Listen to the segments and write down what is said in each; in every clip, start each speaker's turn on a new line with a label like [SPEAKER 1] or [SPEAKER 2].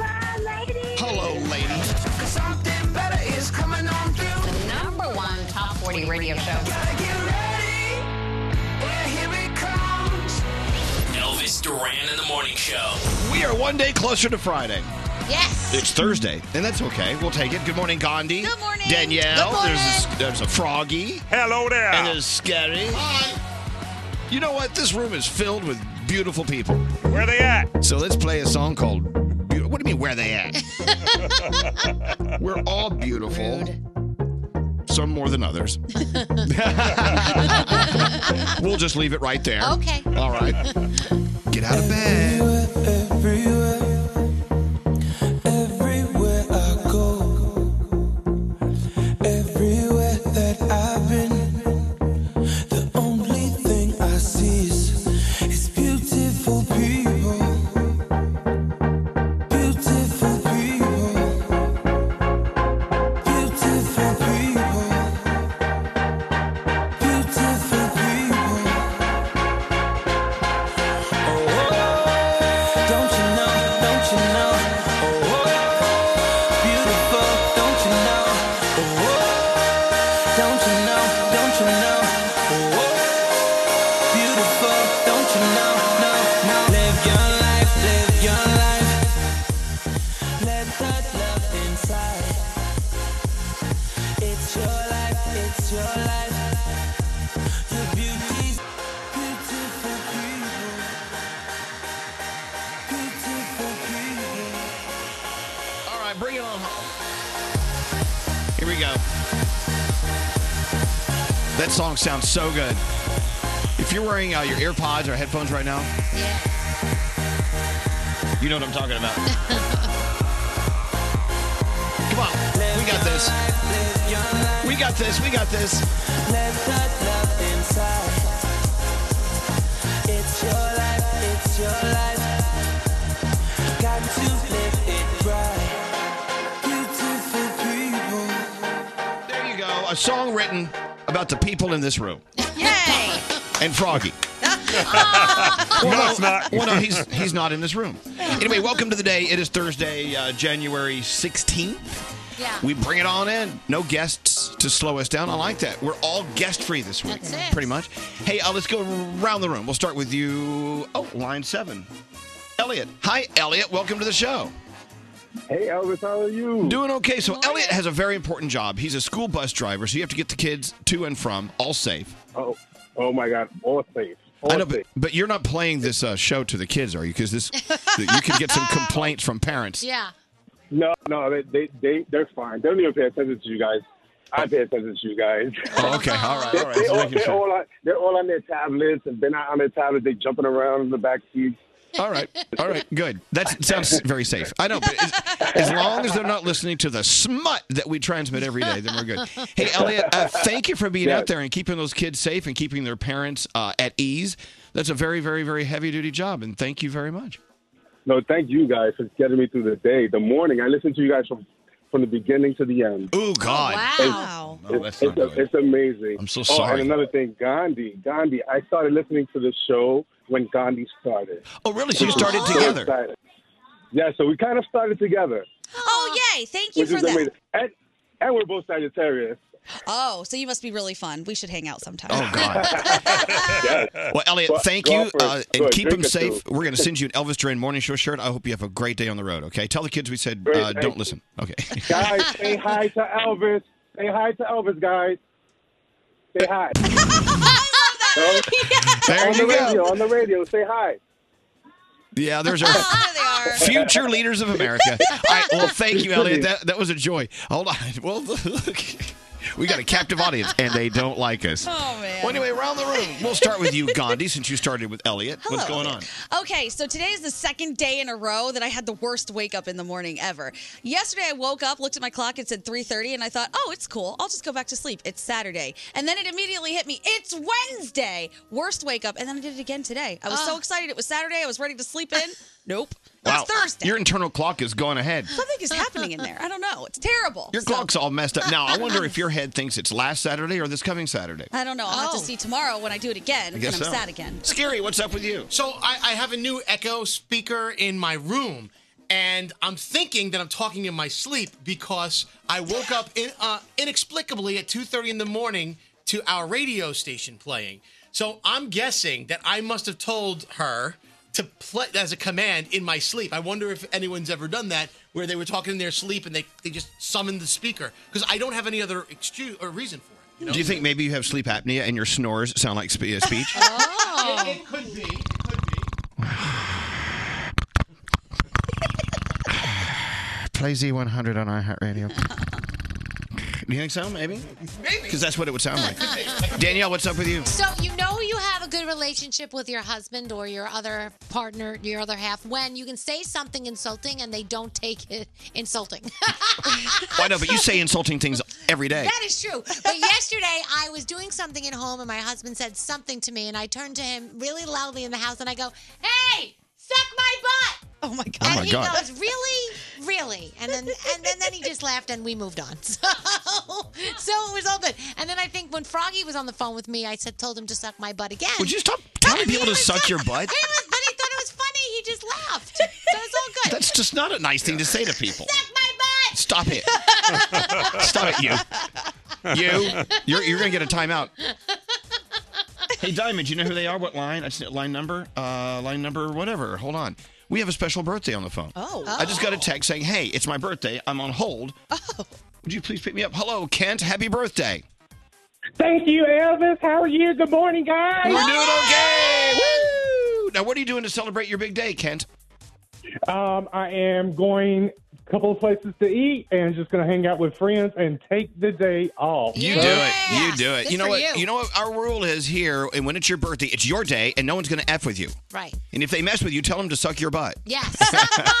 [SPEAKER 1] Hello, lady.
[SPEAKER 2] The number one top 40 radio show.
[SPEAKER 3] Elvis Duran in the morning show.
[SPEAKER 1] We are one day closer to Friday.
[SPEAKER 2] Yes.
[SPEAKER 1] It's Thursday, and that's okay. We'll take it. Good morning, Gandhi. Good morning, Danielle.
[SPEAKER 2] Good morning.
[SPEAKER 1] There's a, there's a froggy. Hello there. And there's Scary. You know what? This room is filled with beautiful people. Where they at? So let's play a song called. Beau- What do you mean? Where they at? We're all beautiful. Some more than others. we'll just leave it right there.
[SPEAKER 4] Okay.
[SPEAKER 1] All right. Get out of bed.
[SPEAKER 4] Everywhere I go, everywhere that I've been, the only thing I see is, is beautiful people. Beautiful people. Beautiful people. Beautiful people. Oh, oh, don't you know, don't you know? Oh, oh. Beautiful, don't you know? Oh, oh. don't you know? Don't you know? Oh, oh. beautiful, don't you know? No, no. Live your life, live your life. Let that love inside. It's your life, it's your life. Your beauty's beautiful people. Beautiful people.
[SPEAKER 1] All right, bring it on home. Here we go. That song sounds so good. If you're wearing uh, your AirPods or headphones right now, you know what I'm talking about. Come on, we got this. We got this. We got this.
[SPEAKER 4] Let that love inside. It's your life, it's your life. Got to live it right. Beautiful people.
[SPEAKER 1] There you go. A song written about the people in this room
[SPEAKER 5] Yay!
[SPEAKER 1] and Froggy.
[SPEAKER 5] No, it's not.
[SPEAKER 6] Oh.
[SPEAKER 1] Well, no, he's he's not in this room. Anyway, welcome to the day. It is Thursday, uh, January 16th.
[SPEAKER 7] Yeah.
[SPEAKER 1] We bring it on in. No guests to slow us down. I like that. We're all guest free this week,
[SPEAKER 7] That's it.
[SPEAKER 1] pretty much. Hey, uh, let's go around the room. We'll start with you. Oh, line seven, Elliot. Hi, Elliot. Welcome to the show. Hey, Elvis. How are you? Doing okay. So Elliot has a very important job. He's a school bus driver, so you have to get the kids to and from all safe.
[SPEAKER 8] Oh, oh my God! All safe.
[SPEAKER 1] I know, but, but you're not playing this uh, show to the kids, are you? Because this, you could get some complaints from parents.
[SPEAKER 7] Yeah.
[SPEAKER 8] No, no, they they they they're fine. They don't even pay attention to you guys. I pay attention to you guys.
[SPEAKER 1] Oh, okay, all right, all right.
[SPEAKER 8] They,
[SPEAKER 1] Just
[SPEAKER 8] all,
[SPEAKER 1] making
[SPEAKER 8] they're,
[SPEAKER 1] sure.
[SPEAKER 8] all on, they're all on their tablets, and they're not on their tablets. They jumping around in the back seats.
[SPEAKER 1] All right, all right, good. That sounds very safe. I know, but as, as long as they're not listening to the smut that we transmit every day, then we're good. Hey, Elliot, uh, thank you for being
[SPEAKER 6] Yes.
[SPEAKER 1] out there and keeping those kids safe and keeping their parents uh, at ease. That's a very, very, very heavy duty job, and thank you very much.
[SPEAKER 8] No, thank you guys for getting me through the day. The morning, I listened to you guys from from the beginning to the end.
[SPEAKER 1] Oh God!
[SPEAKER 8] Wow! It's,
[SPEAKER 1] that's
[SPEAKER 8] it's,
[SPEAKER 1] not
[SPEAKER 8] it's, it's amazing.
[SPEAKER 1] I'm so
[SPEAKER 8] Oh,
[SPEAKER 1] sorry.
[SPEAKER 8] and another thing, Gandhi. Gandhi. I started listening to the show when Gandhi started.
[SPEAKER 1] Oh, really? So you started
[SPEAKER 8] So
[SPEAKER 1] together.
[SPEAKER 8] excited. Yeah, so we kind of started together.
[SPEAKER 9] Oh, yay! Thank you
[SPEAKER 8] which
[SPEAKER 9] for
[SPEAKER 8] is
[SPEAKER 9] that.
[SPEAKER 8] amazing. And, and we're both Sagittarius.
[SPEAKER 9] Oh, so you must be really fun. We should hang out sometime.
[SPEAKER 1] Oh God!
[SPEAKER 9] Ah.
[SPEAKER 1] Well, Elliot,
[SPEAKER 8] Go-
[SPEAKER 1] thank
[SPEAKER 8] go
[SPEAKER 1] you,
[SPEAKER 8] for it.
[SPEAKER 1] uh,
[SPEAKER 8] Go
[SPEAKER 1] and
[SPEAKER 8] ahead,
[SPEAKER 1] keep
[SPEAKER 8] drink
[SPEAKER 1] them
[SPEAKER 8] it,
[SPEAKER 1] safe.
[SPEAKER 8] too.
[SPEAKER 1] We're going to send you an Elvis Duran morning show shirt. I hope you have a great day on the road. Okay, tell the kids we said
[SPEAKER 8] Great,
[SPEAKER 1] uh,
[SPEAKER 8] thank
[SPEAKER 1] don't
[SPEAKER 8] you.
[SPEAKER 1] listen. Okay.
[SPEAKER 8] guys, say hi to Elvis. Say hi to Elvis, guys. Say hi.
[SPEAKER 1] There
[SPEAKER 8] on
[SPEAKER 1] you
[SPEAKER 8] the
[SPEAKER 1] go.
[SPEAKER 8] radio, on the radio, say hi.
[SPEAKER 1] Yeah, there's our
[SPEAKER 9] Oh,
[SPEAKER 1] future leaders of America. All right, well, thank you, Elliot. That, that was a joy. Hold on. Well, look, we got a captive audience, and they don't like us.
[SPEAKER 9] Oh man.
[SPEAKER 1] Well, anyway, around the room, we'll start with you, Gandhi, since you started with Elliot. What's going on?
[SPEAKER 9] Okay, so today is the second day in a row that I had the worst wake up in the morning ever. Yesterday I woke up, looked at my clock, it said 3:30 and I thought, "Oh, it's cool. I'll just go back to sleep. It's Saturday." And then it immediately hit me, "It's Wednesday." Worst wake up, and then I did it again today. I was so excited it was Saturday. I was ready to sleep in. Nope.
[SPEAKER 1] Wow.
[SPEAKER 9] It's Thursday.
[SPEAKER 1] Your internal clock is going ahead.
[SPEAKER 9] Something is happening in there. I don't know. It's terrible.
[SPEAKER 1] Your
[SPEAKER 9] So-
[SPEAKER 1] clock's all messed up. Now, I wonder if your head thinks it's last Saturday or this coming Saturday.
[SPEAKER 9] I don't know. I'll have to see tomorrow when I do it again
[SPEAKER 1] I guess
[SPEAKER 9] and I'm
[SPEAKER 1] so.
[SPEAKER 9] sad again.
[SPEAKER 1] Scary, what's up with you?
[SPEAKER 7] So I, I have a new Echo speaker in my room, and I'm thinking that I'm talking in my sleep because I woke up in, uh, inexplicably at 2:30 in the morning to our radio station playing. So I'm guessing that I must have told her to play as a command in my sleep. I wonder if anyone's ever done that where they were talking in their sleep and they, they just summoned the speaker because I don't have any other excuse or reason for it.
[SPEAKER 1] Do you think maybe you have sleep apnea and your snores sound like spe- uh, speech?
[SPEAKER 7] Oh. It, it could be.
[SPEAKER 1] Play Z100 on iHeartRadio. Do you think so, maybe?
[SPEAKER 6] Maybe.
[SPEAKER 1] Because that's what it would sound like. Danielle, what's up with you?
[SPEAKER 6] So you know you have a good relationship with your husband or your other partner, your other half, when you can say something insulting and they don't take it insulting.
[SPEAKER 1] Why no? But you say insulting things every day.
[SPEAKER 6] That is true. But yesterday I was doing something at home and my husband said something to me and I turned to him really loudly in the house and I go, "Hey, suck my butt."
[SPEAKER 9] Oh my god.
[SPEAKER 1] Oh,
[SPEAKER 6] And
[SPEAKER 1] my
[SPEAKER 6] he
[SPEAKER 1] God.
[SPEAKER 6] goes, "Really? Really?" And then and then, then he just laughed and we moved on. So, so it was all good. And then I think when Froggy was on the phone with me, I said told him to suck my butt again.
[SPEAKER 1] Would you stop telling people to suck your butt?
[SPEAKER 6] He was, but he thought it was funny. He just laughed. So it's all good.
[SPEAKER 1] That's just not a nice thing to say to people. Stop it. Stop it, you. You. You're, you're going to get a timeout. Hey, Diamond, you know who they are? What line? I said line number? Uh, line number, whatever. Hold on. We have a special birthday on the phone.
[SPEAKER 9] Oh.
[SPEAKER 1] I just got a text saying, hey, it's my birthday. I'm on hold. Oh. Would you please pick me up? Hello, Kent. Happy birthday.
[SPEAKER 10] Thank you, Elvis. How are you? Good morning, guys.
[SPEAKER 1] We're doing okay. Woo! Now, what are you doing to celebrate your big day, Kent?
[SPEAKER 10] Um, I am going a couple of places to eat and just going to hang out with friends and take the day off.
[SPEAKER 1] You do it. You do it.
[SPEAKER 10] Good
[SPEAKER 1] you know
[SPEAKER 10] for
[SPEAKER 1] what?
[SPEAKER 10] you.
[SPEAKER 1] know what? Our rule is here, and when it's your birthday, it's your day, and no one's going to f with you.
[SPEAKER 6] Right.
[SPEAKER 1] And if they mess with you, tell them to suck your butt.
[SPEAKER 6] Yes.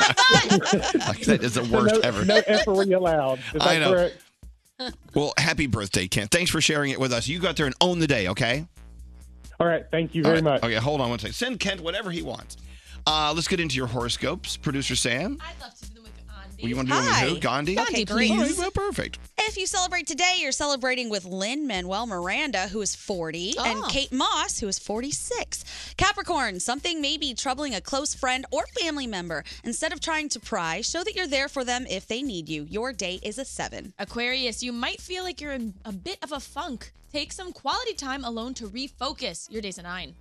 [SPEAKER 1] Like, that is the worst
[SPEAKER 10] no,
[SPEAKER 1] ever.
[SPEAKER 10] No effery allowed. Is that
[SPEAKER 1] I know.
[SPEAKER 10] correct?
[SPEAKER 1] Well, happy birthday, Kent. Thanks for sharing it with us. You go out there and own the day, okay?
[SPEAKER 10] All right. Thank you
[SPEAKER 1] All
[SPEAKER 10] very
[SPEAKER 1] right.
[SPEAKER 10] much.
[SPEAKER 1] Okay, hold on one second. Send Kent whatever he wants. Uh, let's get into your horoscopes. Producer Sam. I'd love to do them with Gandhi. You want to do them
[SPEAKER 9] Hi.
[SPEAKER 1] with who? Gandhi?
[SPEAKER 9] Gandhi,
[SPEAKER 1] All right,
[SPEAKER 9] please.
[SPEAKER 1] well, perfect.
[SPEAKER 9] If you celebrate today, you're celebrating with Lynn Manuel Miranda, who is 40,
[SPEAKER 11] Oh.
[SPEAKER 9] and Kate Moss, who is 46. Capricorn, something may be troubling a close friend or family member. Instead of trying to pry, show that you're there for them if they need you. Your day is a seven.
[SPEAKER 11] Aquarius, you might feel like you're in a bit of a funk. Take some quality time alone to refocus. Your day's a nine.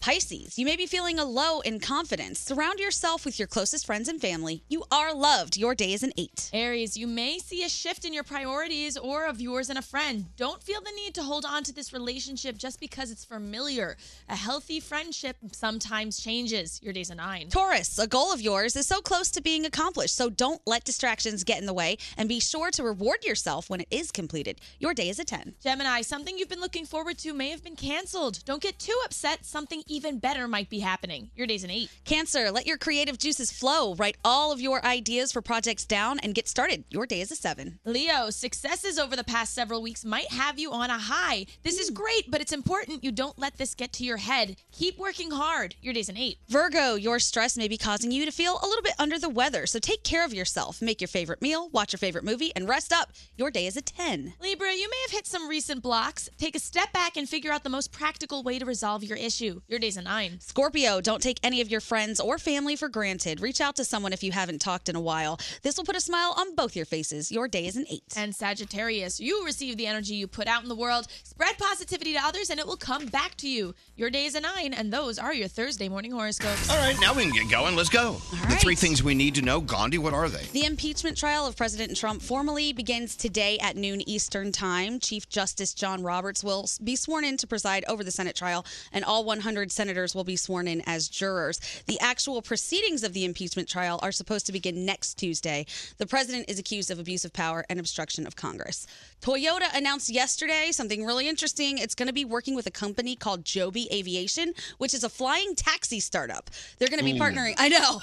[SPEAKER 9] Pisces, you may be feeling a low in confidence. Surround yourself with your closest friends and family. You are loved. Your day is an eight.
[SPEAKER 11] Aries, you may see a shift in your priorities or of yours and a friend. Don't feel the need to hold on to this relationship just because it's familiar. A healthy friendship sometimes changes. Your day's a nine.
[SPEAKER 9] Taurus, a goal of yours is so close to being accomplished, so don't let distractions get in the way and be sure to reward yourself when it is completed. Your day is a 10.
[SPEAKER 11] Gemini, something you've been looking forward to may have been canceled. Don't get too upset. Something even better might be happening. Your day's an eight.
[SPEAKER 9] Cancer, let your creative juices flow. Write all of your ideas for projects down and get started. Your day is a 7.
[SPEAKER 11] Leo, successes over the past several weeks might have you on a high. This is great, but it's important you don't let this get to your head. Keep working hard. Your day's an eight.
[SPEAKER 9] Virgo, your stress may be causing you to feel a little bit under the weather, so take care of yourself. Make your favorite meal, watch your favorite movie, and rest up. Your day is a 10.
[SPEAKER 11] Libra, you may have hit some recent blocks. Take a step back and figure out the most practical way to resolve your issue. Your day's a nine.
[SPEAKER 9] Scorpio, don't take any of your friends or family for granted. Reach out to someone if you haven't talked in a while. This will put a smile on both your faces. Your day is an 8.
[SPEAKER 11] And Sagittarius, you receive the energy you put out in the world. Spread positivity to others and it will come back to you. Your day is a nine, and those are your Thursday morning horoscopes.
[SPEAKER 1] All right, now we can get going. Let's go. The three things we need to know. Gandhi, what are they?
[SPEAKER 9] The impeachment trial of President Trump formally begins today at noon Eastern Time. Chief Justice John Roberts will be sworn in to preside over the Senate trial, and all 100 senators will be sworn in as jurors. The actual proceedings of the impeachment trial are supposed to begin next Tuesday. The president is accused of abuse of power and obstruction of Congress. Toyota announced yesterday something really interesting. It's going to be working with a company called Joby Aviation, which is a flying taxi startup. They're going to be
[SPEAKER 12] Ooh.
[SPEAKER 9] partnering. I know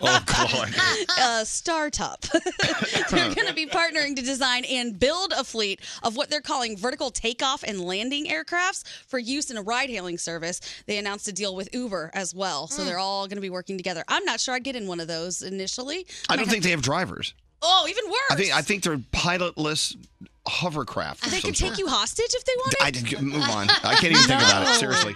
[SPEAKER 12] Oh, God.
[SPEAKER 9] uh, startup. they're going to be partnering to design and build a fleet of what they're calling vertical takeoff and landing aircrafts for use in a ride hailing service. They announced a deal with Uber as well, so they're all going to be working together. I'm not sure I'd get in one of those initially.
[SPEAKER 1] I don't think they have drivers.
[SPEAKER 9] Oh, even worse.
[SPEAKER 1] I think I think they're pilotless hovercraft. of
[SPEAKER 9] they
[SPEAKER 1] some
[SPEAKER 9] could take
[SPEAKER 1] sort.
[SPEAKER 9] you hostage if they wanted.
[SPEAKER 1] I did move on. I can't even think about it.
[SPEAKER 9] No.
[SPEAKER 1] Seriously.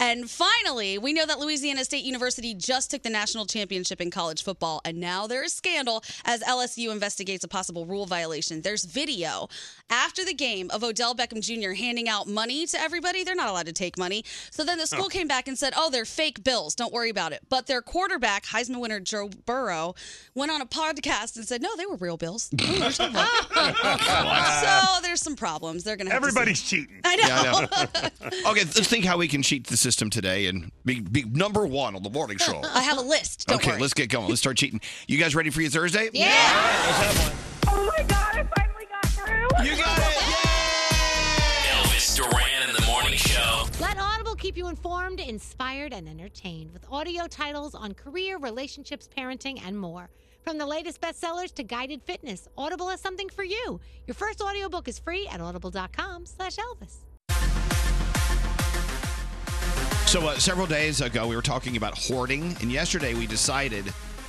[SPEAKER 9] And finally, we know that Louisiana State University just took the national championship in college football, and now there is scandal as LSU investigates a possible rule violation. There's video after the game of Odell Beckham Jr. handing out money to everybody. They're not allowed to take money. So then the school
[SPEAKER 13] Oh.
[SPEAKER 9] came back and said, oh, they're fake bills. Don't worry about it. But their quarterback, Heisman winner Joe Burrow, went on a podcast and said, no, they were real bills. They were still real." so there's some problems. They're going to have to see.
[SPEAKER 14] Everybody's cheating.
[SPEAKER 9] I know.
[SPEAKER 1] Yeah, I know. okay, let's think how we can cheat the system today and be, be number one on the morning show.
[SPEAKER 9] I have a list. Don't
[SPEAKER 1] okay,
[SPEAKER 9] worry.
[SPEAKER 1] let's get going. Let's start cheating. You guys ready for your Thursday?
[SPEAKER 9] Yeah.
[SPEAKER 1] You got it.
[SPEAKER 3] Elvis Duran in the morning show.
[SPEAKER 15] Let Audible keep you informed, inspired, and entertained with audio titles on career, relationships, parenting, and more. From the latest bestsellers to guided fitness, Audible has something for you. Your first audiobook is free at audible.com slash Elvis.
[SPEAKER 1] So uh, several days ago, we were talking about hoarding, and yesterday we decided,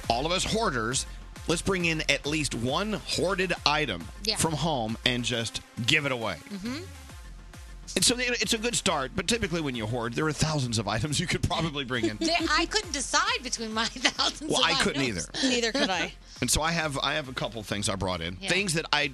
[SPEAKER 1] all of us hoarders, let's bring in at least one hoarded item
[SPEAKER 5] Yeah.
[SPEAKER 1] from home and just give it away.
[SPEAKER 5] Mm-hmm.
[SPEAKER 1] And so it's a good start, but typically when you hoard, there are thousands of items you could probably bring in.
[SPEAKER 6] There- I couldn't decide between my thousands.
[SPEAKER 1] Well,
[SPEAKER 6] of
[SPEAKER 1] I couldn't
[SPEAKER 6] items.
[SPEAKER 1] either.
[SPEAKER 9] Neither could I.
[SPEAKER 1] And so I have I have a couple things I brought in.
[SPEAKER 6] Yeah.
[SPEAKER 1] Things that I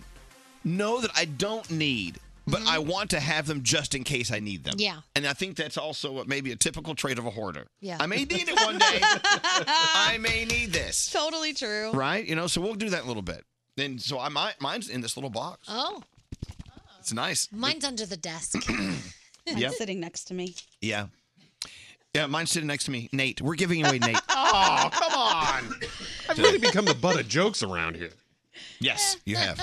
[SPEAKER 1] know that I don't need, but I want to have them just in case I need them.
[SPEAKER 5] Yeah.
[SPEAKER 1] And I think that's also what maybe a typical trait of a hoarder.
[SPEAKER 5] Yeah.
[SPEAKER 1] I may need it one day. I may need this.
[SPEAKER 9] Totally true.
[SPEAKER 1] Right? You know, so we'll do that in a little bit. And so I my, mine's in this little box.
[SPEAKER 6] Oh,
[SPEAKER 1] It's nice.
[SPEAKER 6] mine's under the desk.
[SPEAKER 1] Mine's Yep.
[SPEAKER 9] sitting next to me.
[SPEAKER 1] Yeah. Yeah, mine's sitting next to me, Nate. We're giving away Nate.
[SPEAKER 14] Oh, come on. I've really become the butt of jokes around here.
[SPEAKER 1] Yes, you have.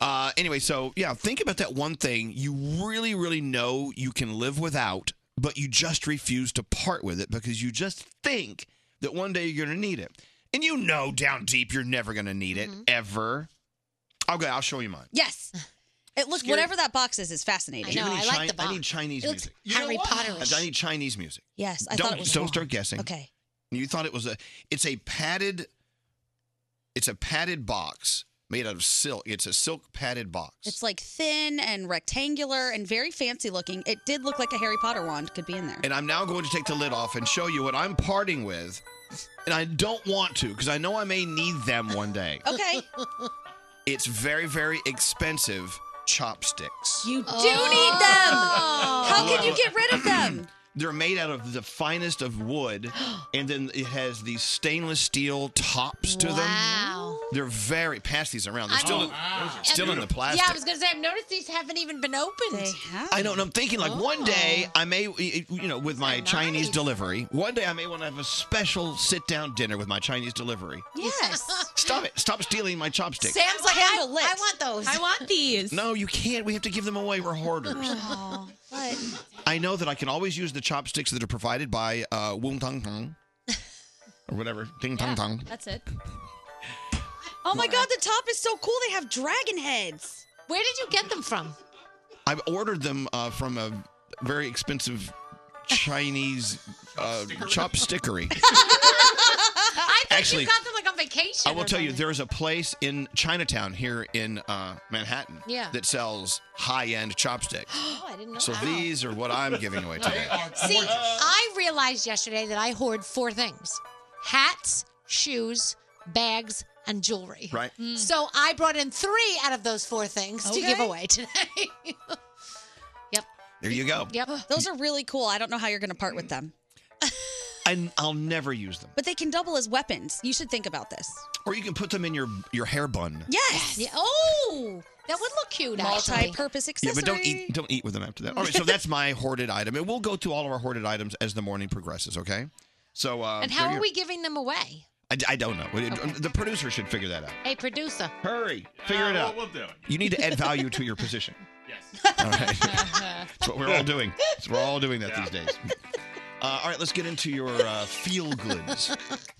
[SPEAKER 1] uh, anyway, so yeah, think about that one thing you really, really know you can live without, but you just refuse to part with it because you just think that one day you're going to need it. And you know down deep you're never going to need it, ever. Okay, I'll show you mine.
[SPEAKER 9] Yes. It looks
[SPEAKER 1] Scary.
[SPEAKER 9] whatever that box is is
[SPEAKER 1] Do
[SPEAKER 9] fascinating.
[SPEAKER 1] you have any Chi- I need Chinese
[SPEAKER 9] It looks
[SPEAKER 1] music.
[SPEAKER 9] Harry Potterish.
[SPEAKER 1] I need Chinese music.
[SPEAKER 9] Yes, I
[SPEAKER 1] don't,
[SPEAKER 9] thought it was
[SPEAKER 1] Don't
[SPEAKER 9] wrong.
[SPEAKER 1] start guessing.
[SPEAKER 9] Okay.
[SPEAKER 1] You thought it was a. It's a padded. It's a padded box made out of silk. It's a silk padded box.
[SPEAKER 9] It's like thin and rectangular and very fancy looking. It did look like a Harry Potter wand could be in there.
[SPEAKER 1] And I'm now going to take the lid off and show you what I'm parting with. And I don't want to because I know I may need them one day.
[SPEAKER 9] Okay.
[SPEAKER 1] It's very, very expensive chopsticks.
[SPEAKER 9] You
[SPEAKER 6] Oh.
[SPEAKER 9] do need them. How can you get rid of them?
[SPEAKER 1] They're made out of the finest of wood, and then it has these stainless steel tops to them.
[SPEAKER 6] Wow.
[SPEAKER 1] They're very pass these around. They're
[SPEAKER 6] I
[SPEAKER 1] still,
[SPEAKER 6] mean-
[SPEAKER 1] in, still in the plastic.
[SPEAKER 6] Yeah, I was gonna say. I've noticed these haven't even been opened. They
[SPEAKER 9] have.
[SPEAKER 1] I know, and I'm thinking like
[SPEAKER 6] oh.
[SPEAKER 1] one day I may, you know, with my Chinese delivery, one day I may want to have a special sit-down dinner with my Chinese delivery.
[SPEAKER 6] Yes.
[SPEAKER 1] Stop it! Stop stealing my chopsticks.
[SPEAKER 6] Sam's like, I, I want those. I want these.
[SPEAKER 1] No, you can't. We have to give them away. We're hoarders.
[SPEAKER 6] Oh, but
[SPEAKER 1] I know that I can always use the chopsticks that are provided by uh, Wung Tang Tang, or whatever, Ding Tang Tang.
[SPEAKER 9] That's it. Oh my god, the top is so cool. They have dragon heads.
[SPEAKER 6] Where did you get them from?
[SPEAKER 1] I've ordered them uh, from a very expensive Chinese uh, chopstickery.
[SPEAKER 6] I think
[SPEAKER 1] Actually,
[SPEAKER 6] you got them like on vacation.
[SPEAKER 1] I will
[SPEAKER 6] or
[SPEAKER 1] tell you,
[SPEAKER 6] something.
[SPEAKER 1] there's a place in Chinatown here in uh, Manhattan
[SPEAKER 6] Yeah.
[SPEAKER 1] that sells high-end chopsticks.
[SPEAKER 6] Oh, I didn't know.
[SPEAKER 1] So
[SPEAKER 6] that.
[SPEAKER 1] these are what I'm giving away today.
[SPEAKER 6] See, I realized yesterday that I hoard four things: hats, shoes, bags, and jewelry.
[SPEAKER 1] Right. Mm.
[SPEAKER 6] So I brought in three out of those four things to give
[SPEAKER 9] Hmm. Okay.
[SPEAKER 6] away today.
[SPEAKER 1] There you go.
[SPEAKER 9] Yep. Those are really cool. I don't know how you're going to part with them.
[SPEAKER 1] And I'll never use them.
[SPEAKER 9] But they can double as weapons. You should think about this.
[SPEAKER 1] Or you can put them in your your hair bun.
[SPEAKER 9] Yes.
[SPEAKER 6] Yeah. Oh, that would look cute.
[SPEAKER 9] Multi-purpose
[SPEAKER 1] Yeah,
[SPEAKER 9] accessory.
[SPEAKER 1] but don't eat don't eat with them after that. All right, so that's my hoarded item, and we'll go through all of our hoarded items as the morning progresses. Okay. So. Uh,
[SPEAKER 6] and
[SPEAKER 1] there
[SPEAKER 6] how
[SPEAKER 1] you-
[SPEAKER 6] are we giving them away?
[SPEAKER 1] I, I don't know. The producer should figure that out.
[SPEAKER 6] Hey, producer.
[SPEAKER 1] Hurry, figure it out. You need to add value to your position. Yes. All right.
[SPEAKER 9] Uh-huh.
[SPEAKER 1] That's what we're all doing. That's- we're all doing that these days. Uh, all right, let's get into your uh, feel goods.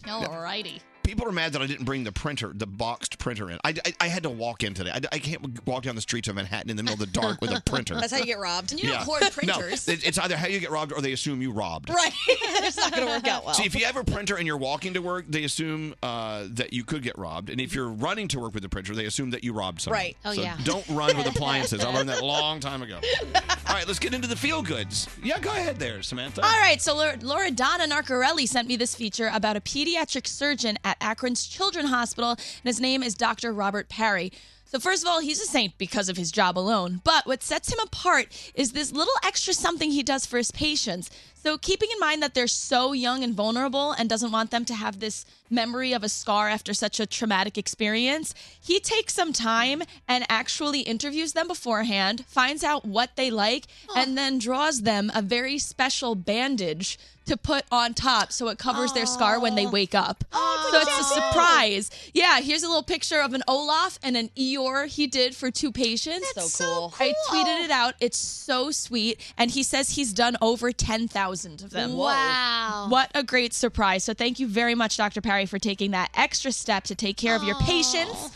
[SPEAKER 11] Alrighty.
[SPEAKER 1] People are mad that I didn't bring the printer, the boxed printer in. I, I, I had to walk in today. I, I can't walk down the streets of Manhattan in the middle of the dark with a printer.
[SPEAKER 9] That's how you get robbed.
[SPEAKER 1] Yeah. No, it- it's either how you get robbed or they assume you robbed.
[SPEAKER 9] Right. it's not going to work out well.
[SPEAKER 1] See, if you have a printer and you're walking to work, they assume uh, that you could get robbed. And if you're running to work with a printer, they assume that you robbed someone.
[SPEAKER 9] Right. Oh,
[SPEAKER 1] so
[SPEAKER 9] yeah.
[SPEAKER 1] Don't run with appliances. I learned that a long time ago. All right, let's get into the feel goods. Yeah, go ahead there, Samantha.
[SPEAKER 11] All right, so Laura- Laura Donna Narcarelli sent me this feature about a pediatric surgeon at Akron's Children's Hospital, and his name is Dr. Robert Parry. So, first of all, he's a saint because of his job alone. But what sets him apart is this little extra something he does for his patients. So, keeping in mind that they're so young and vulnerable and doesn't want them to have this memory of a scar after such a traumatic experience, he takes some time and actually interviews them beforehand, finds out what they like, and then draws them a very special bandage to put on top so it covers their scar when they wake up. so it's a surprise. Yeah, here's a little picture of an Olaf and an Eeyore he did for two patients. That's so cool. I tweeted it out. It's so sweet. And he says he's done over 10,000 of them.
[SPEAKER 15] Wow.
[SPEAKER 11] What a great surprise. So thank you very much, Dr. Parry, for taking that extra step to take care of your patients.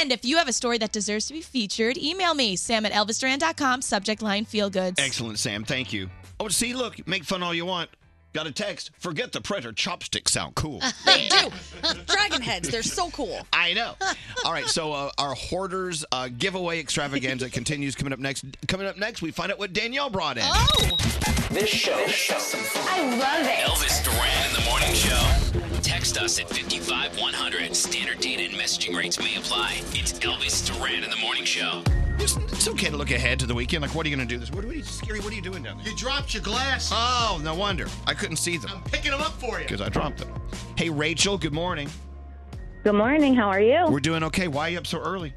[SPEAKER 11] And if you have a story that deserves to be featured, email me, sam at elvisduran.com, subject line feel goods.
[SPEAKER 1] Excellent, Sam. Thank you. Oh, see, look, make fun all you want. Got a text. Forget the printer. Chopsticks sound cool.
[SPEAKER 9] they do. Dragon heads, they're so cool.
[SPEAKER 1] I know. All right, so uh, our hoarders uh, giveaway extravaganza continues coming up next. Coming up next, we find out what Danielle brought in.
[SPEAKER 9] Oh.
[SPEAKER 3] This show. I
[SPEAKER 2] love it.
[SPEAKER 3] Elvis Duran in the morning show. Text us at 55100. Standard data and messaging rates may apply. It's Elvis Duran in the morning show.
[SPEAKER 1] Listen, it's okay to look ahead to the weekend. Like, what are you going to do this? What, what are you, Scary? What are you doing down there?
[SPEAKER 7] You dropped your glasses.
[SPEAKER 1] Oh, no wonder I couldn't see them
[SPEAKER 7] Picking them up for you.
[SPEAKER 1] because I dropped them. Hey, Rachel. Good morning.
[SPEAKER 13] Good morning. How are you?
[SPEAKER 1] We're doing okay. Why are you up so early?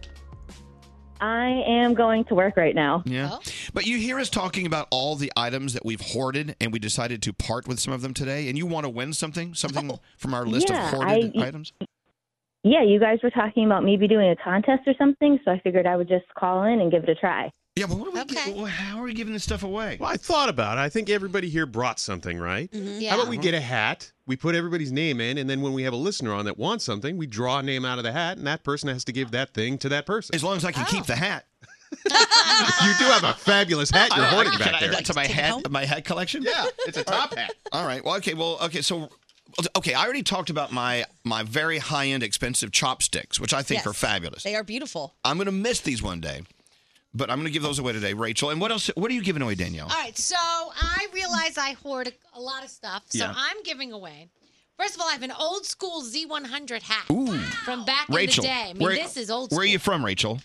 [SPEAKER 13] I am going to work right now.
[SPEAKER 1] Yeah. But you hear us talking about all the items that we've hoarded, and we decided to part with some of them today. And you want to win something? Something from our list
[SPEAKER 13] Yeah,
[SPEAKER 1] of hoarded
[SPEAKER 13] I-
[SPEAKER 1] items?
[SPEAKER 13] Yeah, you guys were talking about maybe doing a contest or something, so I figured I would just call in and give it a try.
[SPEAKER 1] Yeah, but what are we, well, how are we giving this stuff away?
[SPEAKER 14] Well, I thought about it. I think everybody here brought something, right?
[SPEAKER 13] Mhm.
[SPEAKER 14] How
[SPEAKER 13] Yeah.
[SPEAKER 14] about we get a hat? We put everybody's name in, and then when we have a listener on that wants something, we draw a name out of the hat, and that person has to give that thing to that person. As
[SPEAKER 1] long as I can keep the hat.
[SPEAKER 14] you do have a fabulous hat you're
[SPEAKER 1] I- I-
[SPEAKER 14] holding
[SPEAKER 1] Ah, can I
[SPEAKER 14] back
[SPEAKER 1] add
[SPEAKER 14] there.
[SPEAKER 1] that to my hat, my hat collection. Yeah,
[SPEAKER 14] it's a top hat.
[SPEAKER 1] All right. Well, okay. Well, okay. So, okay. I already talked about my my very high end expensive chopsticks, which I think
[SPEAKER 9] Yes.
[SPEAKER 1] are fabulous.
[SPEAKER 9] They are beautiful.
[SPEAKER 1] I'm gonna miss these one day, but I'm gonna give those away today, Rachel. And what else? What are you giving away, Danielle?
[SPEAKER 6] All right, so I realize I hoard a, a lot of stuff, so
[SPEAKER 1] Yeah.
[SPEAKER 6] I'm giving away. First of all, I have an old school Z100 hat
[SPEAKER 1] Ooh.
[SPEAKER 6] from back
[SPEAKER 1] Rachel,
[SPEAKER 6] in the day. I mean,
[SPEAKER 1] where,
[SPEAKER 6] this is old
[SPEAKER 1] Where
[SPEAKER 6] school.
[SPEAKER 1] are you from, Rachel?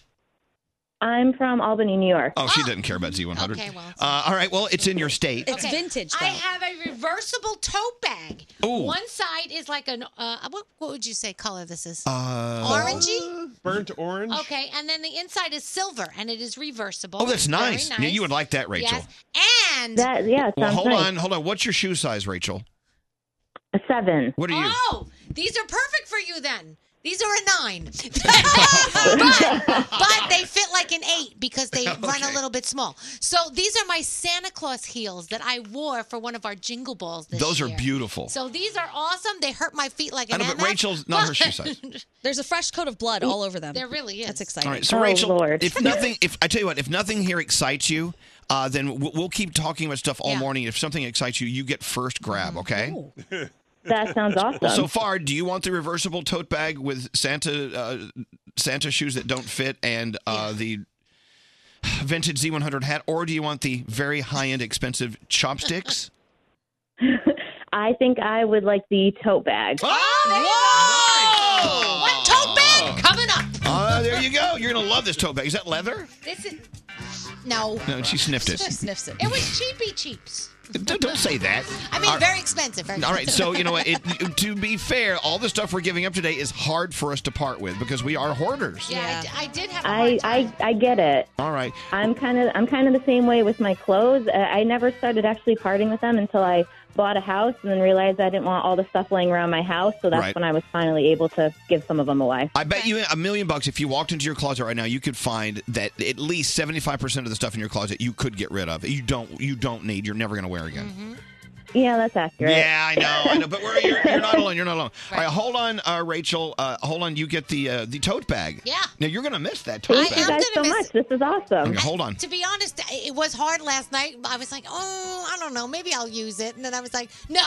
[SPEAKER 13] I'm from Albany, New York.
[SPEAKER 1] Oh, she doesn't care about Z100.
[SPEAKER 6] Okay, well, it's
[SPEAKER 1] uh, all right. Well, it's in your state.
[SPEAKER 6] Okay.
[SPEAKER 9] vintage.
[SPEAKER 6] I have a reversible tote bag.
[SPEAKER 1] Ooh.
[SPEAKER 6] One side is like an uh, what, what would you say color this is?
[SPEAKER 1] Uh,
[SPEAKER 6] Orangey.
[SPEAKER 14] Burnt orange.
[SPEAKER 6] Okay, and then the inside is silver, and it is reversible.
[SPEAKER 1] Oh, that's
[SPEAKER 6] Very
[SPEAKER 1] nice. Yeah, you would like that, Rachel.
[SPEAKER 6] Yes. And
[SPEAKER 1] well, hold on, hold on. What's your shoe size, Rachel?
[SPEAKER 13] A seven.
[SPEAKER 1] What are you?
[SPEAKER 6] Oh, these are perfect for you then. These are a nine, but, but they fit like an eight because they run a
[SPEAKER 1] Okay.
[SPEAKER 6] little bit small. So these are my Santa Claus heels that I wore for one of our jingle balls. This
[SPEAKER 1] Those are
[SPEAKER 6] year.
[SPEAKER 1] beautiful.
[SPEAKER 6] So these are awesome. They hurt my feet like
[SPEAKER 1] I
[SPEAKER 6] an.
[SPEAKER 1] know, but
[SPEAKER 6] MF,
[SPEAKER 1] Rachel's not her shoe size.
[SPEAKER 9] There's a fresh coat of blood all over them.
[SPEAKER 6] There really is. That's
[SPEAKER 9] exciting.
[SPEAKER 1] All right, so Rachel, if nothing, if I tell you what, if nothing here excites you, uh, then we'll, we'll keep talking about stuff all
[SPEAKER 13] Yeah.
[SPEAKER 1] morning. If something excites you, you get first
[SPEAKER 6] Oh,
[SPEAKER 1] grab. Okay.
[SPEAKER 13] That sounds awesome.
[SPEAKER 1] Well, so far, do you want the reversible tote bag with Santa uh, Santa shoes that don't fit and uh, the vintage Z100 hat, or do you want the very high end, expensive chopsticks?
[SPEAKER 13] I think I would like the tote bag.
[SPEAKER 1] Oh, Whoa!
[SPEAKER 6] One tote bag coming up.
[SPEAKER 1] Uh, there you go. You're gonna love this tote bag. Is that leather?
[SPEAKER 6] This is no.
[SPEAKER 1] No, she sniffed it.
[SPEAKER 6] She sniffs it. It was cheapy cheaps.
[SPEAKER 1] Don't, don't say that.
[SPEAKER 6] I mean,
[SPEAKER 1] All-
[SPEAKER 6] very expensive. Very
[SPEAKER 1] All right, so
[SPEAKER 6] expensive.
[SPEAKER 1] you know what? It, to be fair, all the stuff we're giving up today is hard for us to part with because we are hoarders.
[SPEAKER 6] yeah, I, I did have. a
[SPEAKER 13] I, I I get it.
[SPEAKER 1] All right.
[SPEAKER 13] I'm kind of I'm kind of the same way with my clothes. Uh, I, I never started actually parting with them until I bought a house and then realized I didn't want all the stuff laying around my house. So that's
[SPEAKER 1] Right.
[SPEAKER 13] when I was finally able to give some of them away.
[SPEAKER 1] I bet you a million bucks if you walked into your closet right now, you could find that at least
[SPEAKER 6] Mm-hmm.
[SPEAKER 1] 75% of the stuff in your closet you could get rid of. You don't you don't need, you're never going to wear again.
[SPEAKER 13] Yeah, that's accurate.
[SPEAKER 1] Yeah, I know, I know. But we're, you're, you're not alone. You're not alone. All right, hold on, uh, Rachel. Uh, hold on. You get the uh, the tote bag.
[SPEAKER 6] Yeah.
[SPEAKER 1] Now you're gonna miss that tote
[SPEAKER 13] Thank
[SPEAKER 1] bag.
[SPEAKER 13] you guys so much. This is awesome.
[SPEAKER 1] Okay, hold on.
[SPEAKER 6] To be honest, it was hard last night. I was like, oh, I don't know, maybe I'll use it. And then I was like, no,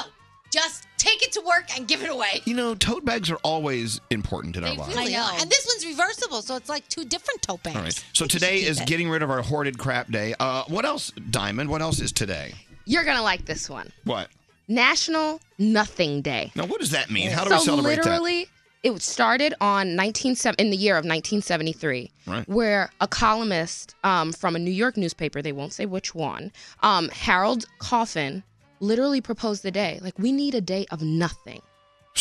[SPEAKER 6] just take it to work and give it away.
[SPEAKER 1] You know, tote bags are always important in our lives.
[SPEAKER 6] Really are. And this one's reversible, so it's like two different tote bags.
[SPEAKER 1] All right. So today is getting rid of our hoarded crap day. Uh, what else, Diamond? What else is today?
[SPEAKER 16] You're gonna like this one.
[SPEAKER 1] What?
[SPEAKER 16] National Nothing Day.
[SPEAKER 1] Now, what does that mean? How do
[SPEAKER 16] so
[SPEAKER 1] we celebrate
[SPEAKER 16] literally, it started on 19 in the year of 1973,
[SPEAKER 1] Right.
[SPEAKER 16] where a columnist um, from a New York newspaper, they won't say which one, um, Harold Coffin, literally proposed the day. Like, we need a day of nothing.
[SPEAKER 1] that?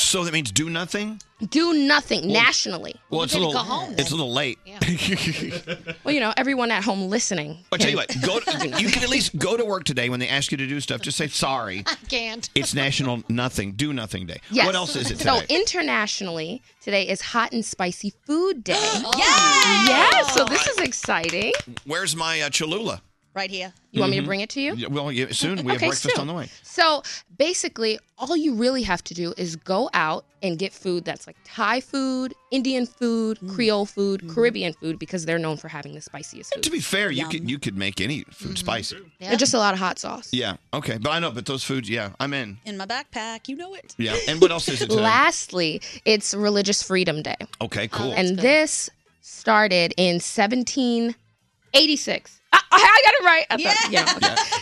[SPEAKER 1] So that means do nothing.
[SPEAKER 16] Do nothing
[SPEAKER 1] Well,
[SPEAKER 16] nationally.
[SPEAKER 1] Well, it's a little. it's a little late.
[SPEAKER 16] Well, you know, everyone at home listening.
[SPEAKER 1] But tell you what, go. To, you can at least go to work today when they ask you to do stuff. Just say sorry.
[SPEAKER 6] I can't.
[SPEAKER 1] It's National Nothing Do Nothing Day.
[SPEAKER 16] Yes.
[SPEAKER 1] What else is it
[SPEAKER 16] So
[SPEAKER 1] today?
[SPEAKER 16] internationally, today is Hot and Spicy Food Day.
[SPEAKER 9] Oh.
[SPEAKER 16] yes. Yes. So this is exciting.
[SPEAKER 1] Where's my uh, Cholula?
[SPEAKER 16] Right here. You want me to
[SPEAKER 1] Mhm.
[SPEAKER 16] bring it to you?
[SPEAKER 1] Yeah, Well, yeah, soon we have
[SPEAKER 16] Okay,
[SPEAKER 1] breakfast
[SPEAKER 16] soon.
[SPEAKER 1] on the way.
[SPEAKER 16] So basically, all you really have to do is go out and get food that's like Thai food, Indian food,
[SPEAKER 9] Mm.
[SPEAKER 16] Creole food, Caribbean food, because they're known for having the spiciest food.
[SPEAKER 1] To be fair, you could you could make any
[SPEAKER 16] Mm-hmm.
[SPEAKER 1] food spicy.
[SPEAKER 16] And just a lot of hot sauce.
[SPEAKER 1] Yeah. Okay. But I know. But those foods. Yeah. I'm in.
[SPEAKER 9] In my backpack, you know it.
[SPEAKER 1] Yeah. And what else is it today?
[SPEAKER 16] Lastly, it's Religious Freedom Day.
[SPEAKER 1] Okay. Cool.
[SPEAKER 16] and this started in 1786. I, I got it right. I thought, yeah.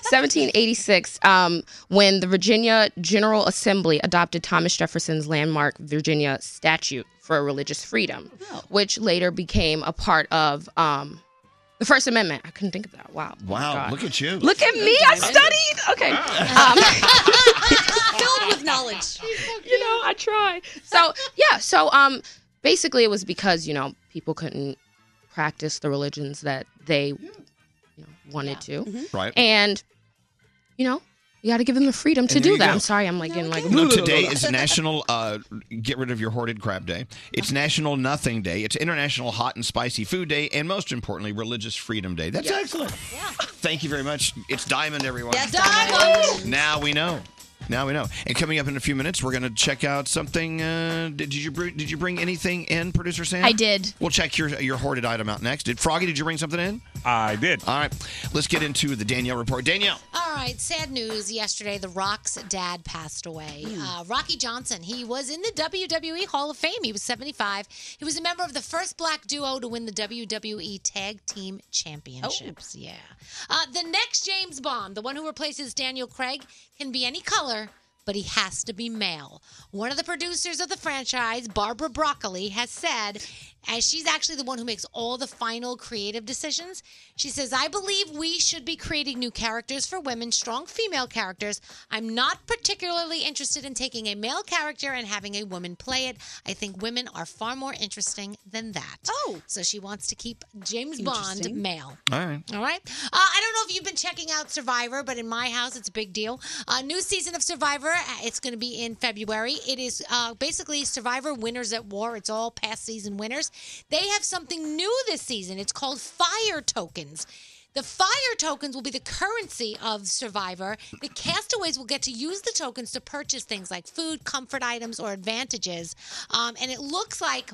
[SPEAKER 16] 1786, um, when the Virginia General Assembly adopted Thomas Jefferson's landmark Virginia Statute for Religious Freedom, which later became a part of um, the First Amendment. I couldn't think of that. Wow.
[SPEAKER 1] wow. Look at you.
[SPEAKER 16] Look at me. I studied. Okay. Um,
[SPEAKER 9] Filled with knowledge.
[SPEAKER 16] you know, I try. So, yeah. So, um, basically, it was because, you know, people couldn't practice the religions that they you know, wanted to.
[SPEAKER 12] Mm-hmm.
[SPEAKER 1] Right.
[SPEAKER 16] And, you know, you got to give them the freedom to
[SPEAKER 1] And there
[SPEAKER 16] do
[SPEAKER 1] you
[SPEAKER 16] that.
[SPEAKER 1] go.
[SPEAKER 16] I'm sorry. I'm like, getting like,
[SPEAKER 1] No, today is National uh, Get Rid of Your Hoarded Crap Day. It's National Nothing Day. It's International Hot and Spicy Food Day, and most importantly, Religious Freedom Day. That's
[SPEAKER 5] Yeah.
[SPEAKER 1] excellent. Thank you very much. It's Diamond, everyone.
[SPEAKER 5] Diamond.
[SPEAKER 1] Now we know. Now we know. And coming up in a few minutes, we're going to check out something. Uh, did you br- did you bring anything in, producer Sam?
[SPEAKER 11] I did.
[SPEAKER 1] We'll check your your hoarded item out next. Did Froggy? Did you bring something in? I did. All right. Let's get into the Danielle report. Danielle.
[SPEAKER 6] All right, sad news yesterday. The Rock's dad passed away. Uh, Rocky Johnson. He was in the WWE Hall of Fame. He was 75. He was a member of the first black duo to win the WWE Tag Team Championships. Yeah. Uh, the next James Bond, the one who replaces Daniel Craig, can be any color. But he has to be male. One of the producers of the franchise, Barbara Broccoli, has said, as she's actually the one who makes all the final creative decisions, she says, I believe we should be creating new characters for women, strong female characters. I'm not particularly interested in taking a male character and having a woman play it. I think women are far more interesting than that. Oh. So she wants to keep James Bond
[SPEAKER 17] Interesting.
[SPEAKER 6] male.
[SPEAKER 1] All right.
[SPEAKER 6] All right. Uh, I don't know if you've been checking out Survivor, but in my house, it's a big deal. Uh, new season of Survivor. uh, It's going to be in February. It is uh, basically Survivor Winners at War. It's all past season winners. They have something new this season. It's called Fire Tokens. The fire tokens will be the currency of Survivor. The castaways will get to use the tokens to purchase things like food, comfort items, or advantages. Um, and it looks like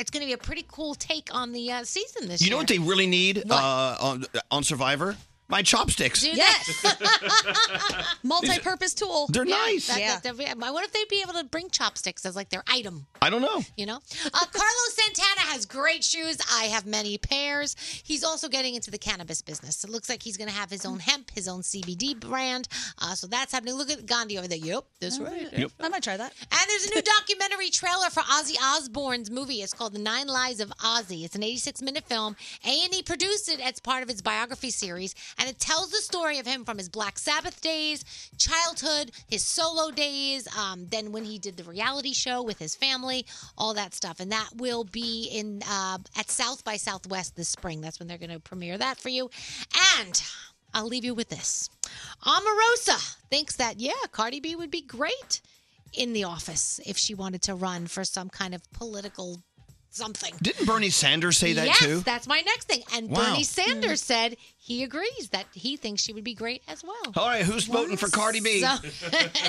[SPEAKER 6] it's going to be a pretty cool take on the uh, season this
[SPEAKER 1] you
[SPEAKER 6] year.
[SPEAKER 1] know what they really need uh, on on Survivor? My chopsticks.
[SPEAKER 6] Do
[SPEAKER 9] Yes.
[SPEAKER 6] Multi-purpose
[SPEAKER 9] tool.
[SPEAKER 1] They're nice. Yeah.
[SPEAKER 6] I wonder if they'd be able to bring chopsticks as like their item.
[SPEAKER 1] I don't know.
[SPEAKER 6] You know, uh, Carlos Santana has great shoes. I have many pairs. He's also getting into the cannabis business. It looks like he's going to have his own hemp, his own CBD brand. Uh, so that's happening. Look at Gandhi over there. Yep, that's right.
[SPEAKER 9] Yep. I might try that.
[SPEAKER 6] And there's a new documentary trailer for Ozzy Osbourne's movie. It's called The Nine Lives of Ozzy. It's an 86-minute film. A&E produced it as part of its biography series, and it tells the story of him from his Black Sabbath days, childhood, his solo days, um, then when he did the reality show with his family, all that stuff. And that will be in uh, at South by Southwest this spring. That's when they're going to premiere that for you. And I'll leave you with this. Omarosa thinks that, yeah, Cardi B would be great in the office if she wanted to run for some kind of political something.
[SPEAKER 1] Didn't Bernie Sanders say that
[SPEAKER 6] yes,
[SPEAKER 1] too?
[SPEAKER 6] that's my next thing. And
[SPEAKER 1] Wow. Hmm.
[SPEAKER 6] Bernie Sanders said he agrees that he thinks she would be great as well.
[SPEAKER 1] All right, who's voting for Cardi B?
[SPEAKER 6] I'm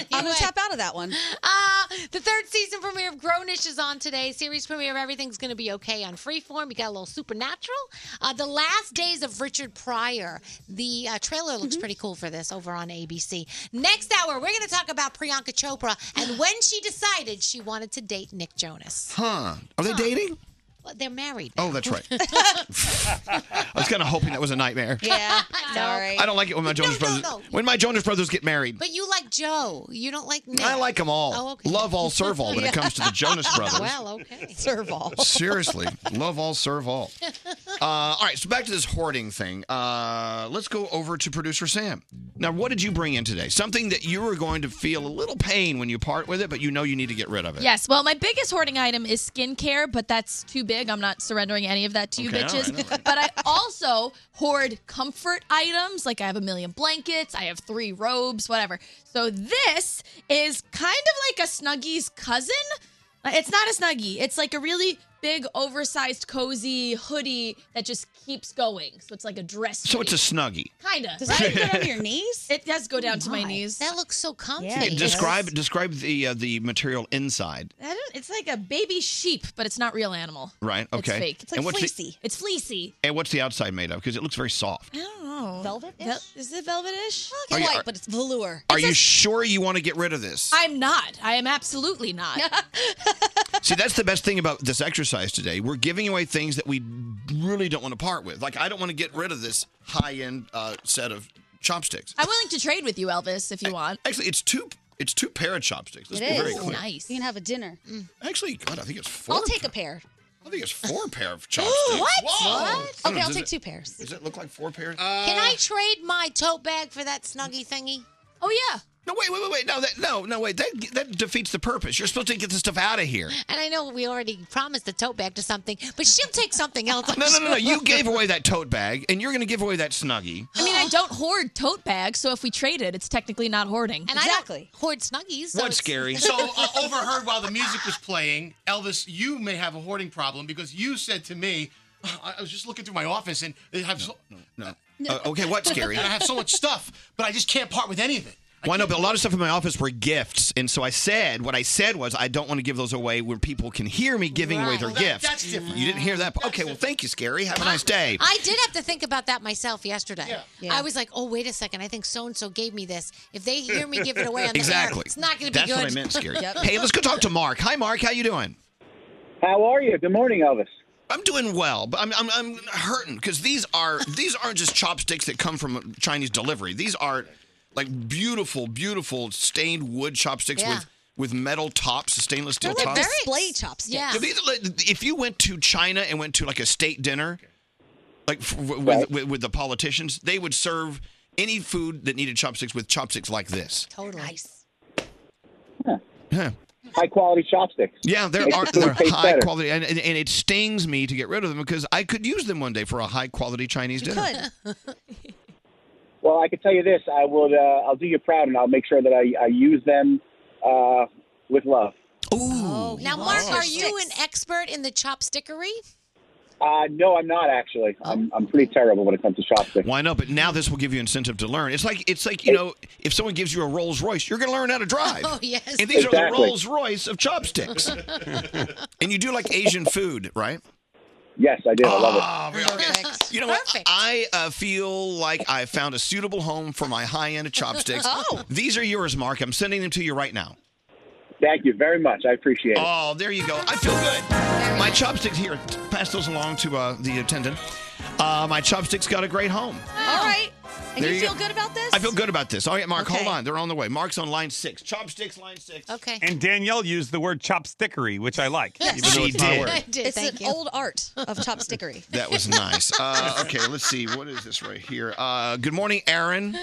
[SPEAKER 6] gonna tap
[SPEAKER 9] out of that one.
[SPEAKER 6] Uh, the third season premiere of Grownish is on today. Series premiere of Everything's Gonna Be Okay on Freeform. You got a little Supernatural. Uh, the Last Days of Richard Pryor. The uh, trailer
[SPEAKER 9] Mm-hmm.
[SPEAKER 6] looks pretty cool for this over on ABC. Next hour, we're gonna talk about Priyanka Chopra and when she decided she wanted to date Nick Jonas.
[SPEAKER 1] Huh? Are they
[SPEAKER 6] Huh.
[SPEAKER 1] dating?
[SPEAKER 6] Well, they're married.
[SPEAKER 1] Oh, that's right. I was kind of hoping that was a nightmare.
[SPEAKER 6] Yeah, sorry.
[SPEAKER 1] I don't like it when my Jonas brothers
[SPEAKER 6] no.
[SPEAKER 1] when my Jonas brothers get married.
[SPEAKER 6] But you like Joe. You don't like Nick.
[SPEAKER 1] I like them all.
[SPEAKER 6] Oh, okay.
[SPEAKER 1] Love all, serve all when
[SPEAKER 6] Yeah.
[SPEAKER 1] it comes to the Jonas brothers.
[SPEAKER 6] Well, okay. Serve all.
[SPEAKER 1] Seriously, love all, serve all. Uh, all right, so back to this hoarding thing. Uh, let's go over to producer Sam. Now, what did you bring in today? Something that you were going to feel a little pain when you part with it, but you know you need to get rid of it.
[SPEAKER 11] Yes. Well, my biggest hoarding item is skincare, but that's too big. I'm not surrendering any of that to you
[SPEAKER 1] Okay, all
[SPEAKER 11] bitches.
[SPEAKER 1] right, all
[SPEAKER 11] But I also hoard comfort items. Like I have a million blankets, I have three robes, whatever. So this is kind of like a Snuggie's cousin. Uh, It's not a Snuggie. It's like a really big, oversized, cozy hoodie that just keeps going. So it's like a dress.
[SPEAKER 1] So it's a
[SPEAKER 11] hoodie.
[SPEAKER 1] snuggie.
[SPEAKER 11] Kinda.
[SPEAKER 1] Does that go down to your
[SPEAKER 9] knees?
[SPEAKER 11] It does go down to my knees.
[SPEAKER 6] That looks so comfy.
[SPEAKER 1] Describe describe the uh, the material inside.
[SPEAKER 11] I don't, it's like a baby sheep, but it's not real animal.
[SPEAKER 1] Right, okay.
[SPEAKER 11] It's fake.
[SPEAKER 1] It's like And what's the- fleecy.
[SPEAKER 11] it's fleecy.
[SPEAKER 1] And what's the outside made of? Because it looks very soft.
[SPEAKER 11] I don't know.
[SPEAKER 9] Velvet?
[SPEAKER 11] is it velvetish?
[SPEAKER 1] Are you- are-
[SPEAKER 11] but it's velour.
[SPEAKER 1] Are you sure you want to get rid of this?
[SPEAKER 11] I'm not. I am absolutely not.
[SPEAKER 1] See, that's the best thing about this exercise today. We're giving away things that we really don't want to part with. Like, I don't want to get rid of this high end uh, set of chopsticks.
[SPEAKER 11] I'm willing to trade with you, Elvis, if you want.
[SPEAKER 1] Actually, it's two. It's two pair of chopsticks. Let's
[SPEAKER 9] It
[SPEAKER 1] be
[SPEAKER 9] is
[SPEAKER 1] very clear.
[SPEAKER 9] nice. You can have a dinner.
[SPEAKER 11] Mm.
[SPEAKER 1] Actually, God, I think it's four.
[SPEAKER 9] I'll take a pair.
[SPEAKER 1] I think it's four pair of chopsticks.
[SPEAKER 9] What?
[SPEAKER 1] Whoa.
[SPEAKER 9] What?
[SPEAKER 1] I don't know,
[SPEAKER 9] Okay, I'll
[SPEAKER 1] does
[SPEAKER 9] take
[SPEAKER 1] it-
[SPEAKER 9] two pairs.
[SPEAKER 1] Does it look like four pairs? Uh,
[SPEAKER 6] Can I trade my tote bag for that snuggie thingy?
[SPEAKER 11] Oh yeah.
[SPEAKER 1] No, wait, wait, wait, wait. No, that, no, no, wait. That that defeats the purpose. You're supposed to get this stuff out of here.
[SPEAKER 6] And I know we already promised the tote bag to something, but she'll take something else.
[SPEAKER 1] No, no, no, no. You gave away that tote bag, and you're going to give away that snuggie.
[SPEAKER 11] I mean, I don't hoard tote bags, so if we trade it, it's technically not hoarding. And
[SPEAKER 6] exactly. I don't hoard snuggies.
[SPEAKER 1] so What's it's- scary?
[SPEAKER 7] So uh, overheard while the music was playing, Elvis, you may have a hoarding problem because you said to me, I I was just looking through my office and they have so,
[SPEAKER 1] No. Uh, okay, what's scary?
[SPEAKER 7] And I have so much stuff, but I just can't part with any of it.
[SPEAKER 1] Well, I know, but a lot of stuff in my office were gifts, and so I said what I said was I don't want to give those away where people can hear me giving away
[SPEAKER 6] Right.
[SPEAKER 1] their
[SPEAKER 6] Well, that-
[SPEAKER 1] gifts.
[SPEAKER 6] that's different.
[SPEAKER 1] You didn't hear that. okay, well, thank you, Scary. Have a nice day.
[SPEAKER 6] I did have to think about that myself yesterday.
[SPEAKER 1] Yeah.
[SPEAKER 6] I was like, oh, wait a second. I think so and so gave me this. If they hear me give it away on the
[SPEAKER 1] exactly.
[SPEAKER 6] air, it's not going to be
[SPEAKER 1] That's
[SPEAKER 6] good.
[SPEAKER 1] what I meant, Scary. Hey, let's go talk to Mark. Hi, Mark. How you doing?
[SPEAKER 17] How are you? Good morning, Elvis.
[SPEAKER 1] I'm doing well, but I'm I'm, I'm hurting because these are these aren't just chopsticks that come from Chinese delivery. These are like beautiful, beautiful stained wood chopsticks
[SPEAKER 9] Yeah.
[SPEAKER 1] with with metal tops, stainless
[SPEAKER 9] They're
[SPEAKER 1] steel
[SPEAKER 9] like
[SPEAKER 1] tops.
[SPEAKER 9] display chopsticks.
[SPEAKER 1] Yeah, these are like- if you went to China and went to like a state dinner, like f- w- with, with with the politicians, they would serve any food that needed chopsticks with chopsticks like this.
[SPEAKER 6] Totally.
[SPEAKER 17] High quality chopsticks.
[SPEAKER 1] Yeah, there
[SPEAKER 17] Makes
[SPEAKER 1] are
[SPEAKER 17] the food
[SPEAKER 1] they're
[SPEAKER 17] taste
[SPEAKER 1] high
[SPEAKER 17] better.
[SPEAKER 1] quality, and, and and it stings me to get rid of them because I could use them one day for a high quality Chinese dinner.
[SPEAKER 17] Well, I can tell you this. I would. Uh, I'll do you proud, and I'll make sure that I, I use them uh, with love.
[SPEAKER 1] Ooh.
[SPEAKER 6] Now, Mark, are you an expert in the chopstickery?
[SPEAKER 17] Uh, no, I'm not actually. I'm, I'm pretty terrible when it comes to chopsticks.
[SPEAKER 1] Why not? But now this will give you incentive to learn. It's like it's like you know, if someone gives you a Rolls Royce, you're going to learn how to drive.
[SPEAKER 6] Oh, yes.
[SPEAKER 1] And these are the
[SPEAKER 17] Exactly.
[SPEAKER 1] Rolls Royce of chopsticks. and you do like Asian food, right?
[SPEAKER 17] Yes, I do. I love it.
[SPEAKER 1] Ah, we are good. You know what? I uh, feel like I found a suitable home for my high end chopsticks.
[SPEAKER 17] Oh.
[SPEAKER 1] These are yours, Mark. I'm sending them to you right now.
[SPEAKER 17] Thank you very much. I appreciate it.
[SPEAKER 1] Oh, there you go. I feel good. My chopsticks here. Pass those along to uh, the attendant. Uh, my chopsticks got a great home.
[SPEAKER 9] All right. And
[SPEAKER 1] There
[SPEAKER 9] Oh. you,
[SPEAKER 1] you
[SPEAKER 9] feel
[SPEAKER 1] go.
[SPEAKER 9] good about this?
[SPEAKER 1] I feel good about this. All right, Mark,
[SPEAKER 9] Okay.
[SPEAKER 1] hold on. They're on the way. Mark's on line six. Chopsticks, line six.
[SPEAKER 6] Okay.
[SPEAKER 18] And Danielle used the word chopstickery, which I like. Even though
[SPEAKER 1] She
[SPEAKER 18] it's not a
[SPEAKER 1] did.
[SPEAKER 18] word.
[SPEAKER 9] It's an old art of chopstickery.
[SPEAKER 1] That was nice. Uh, okay, let's see. What is this right here? Uh, good morning, Aaron.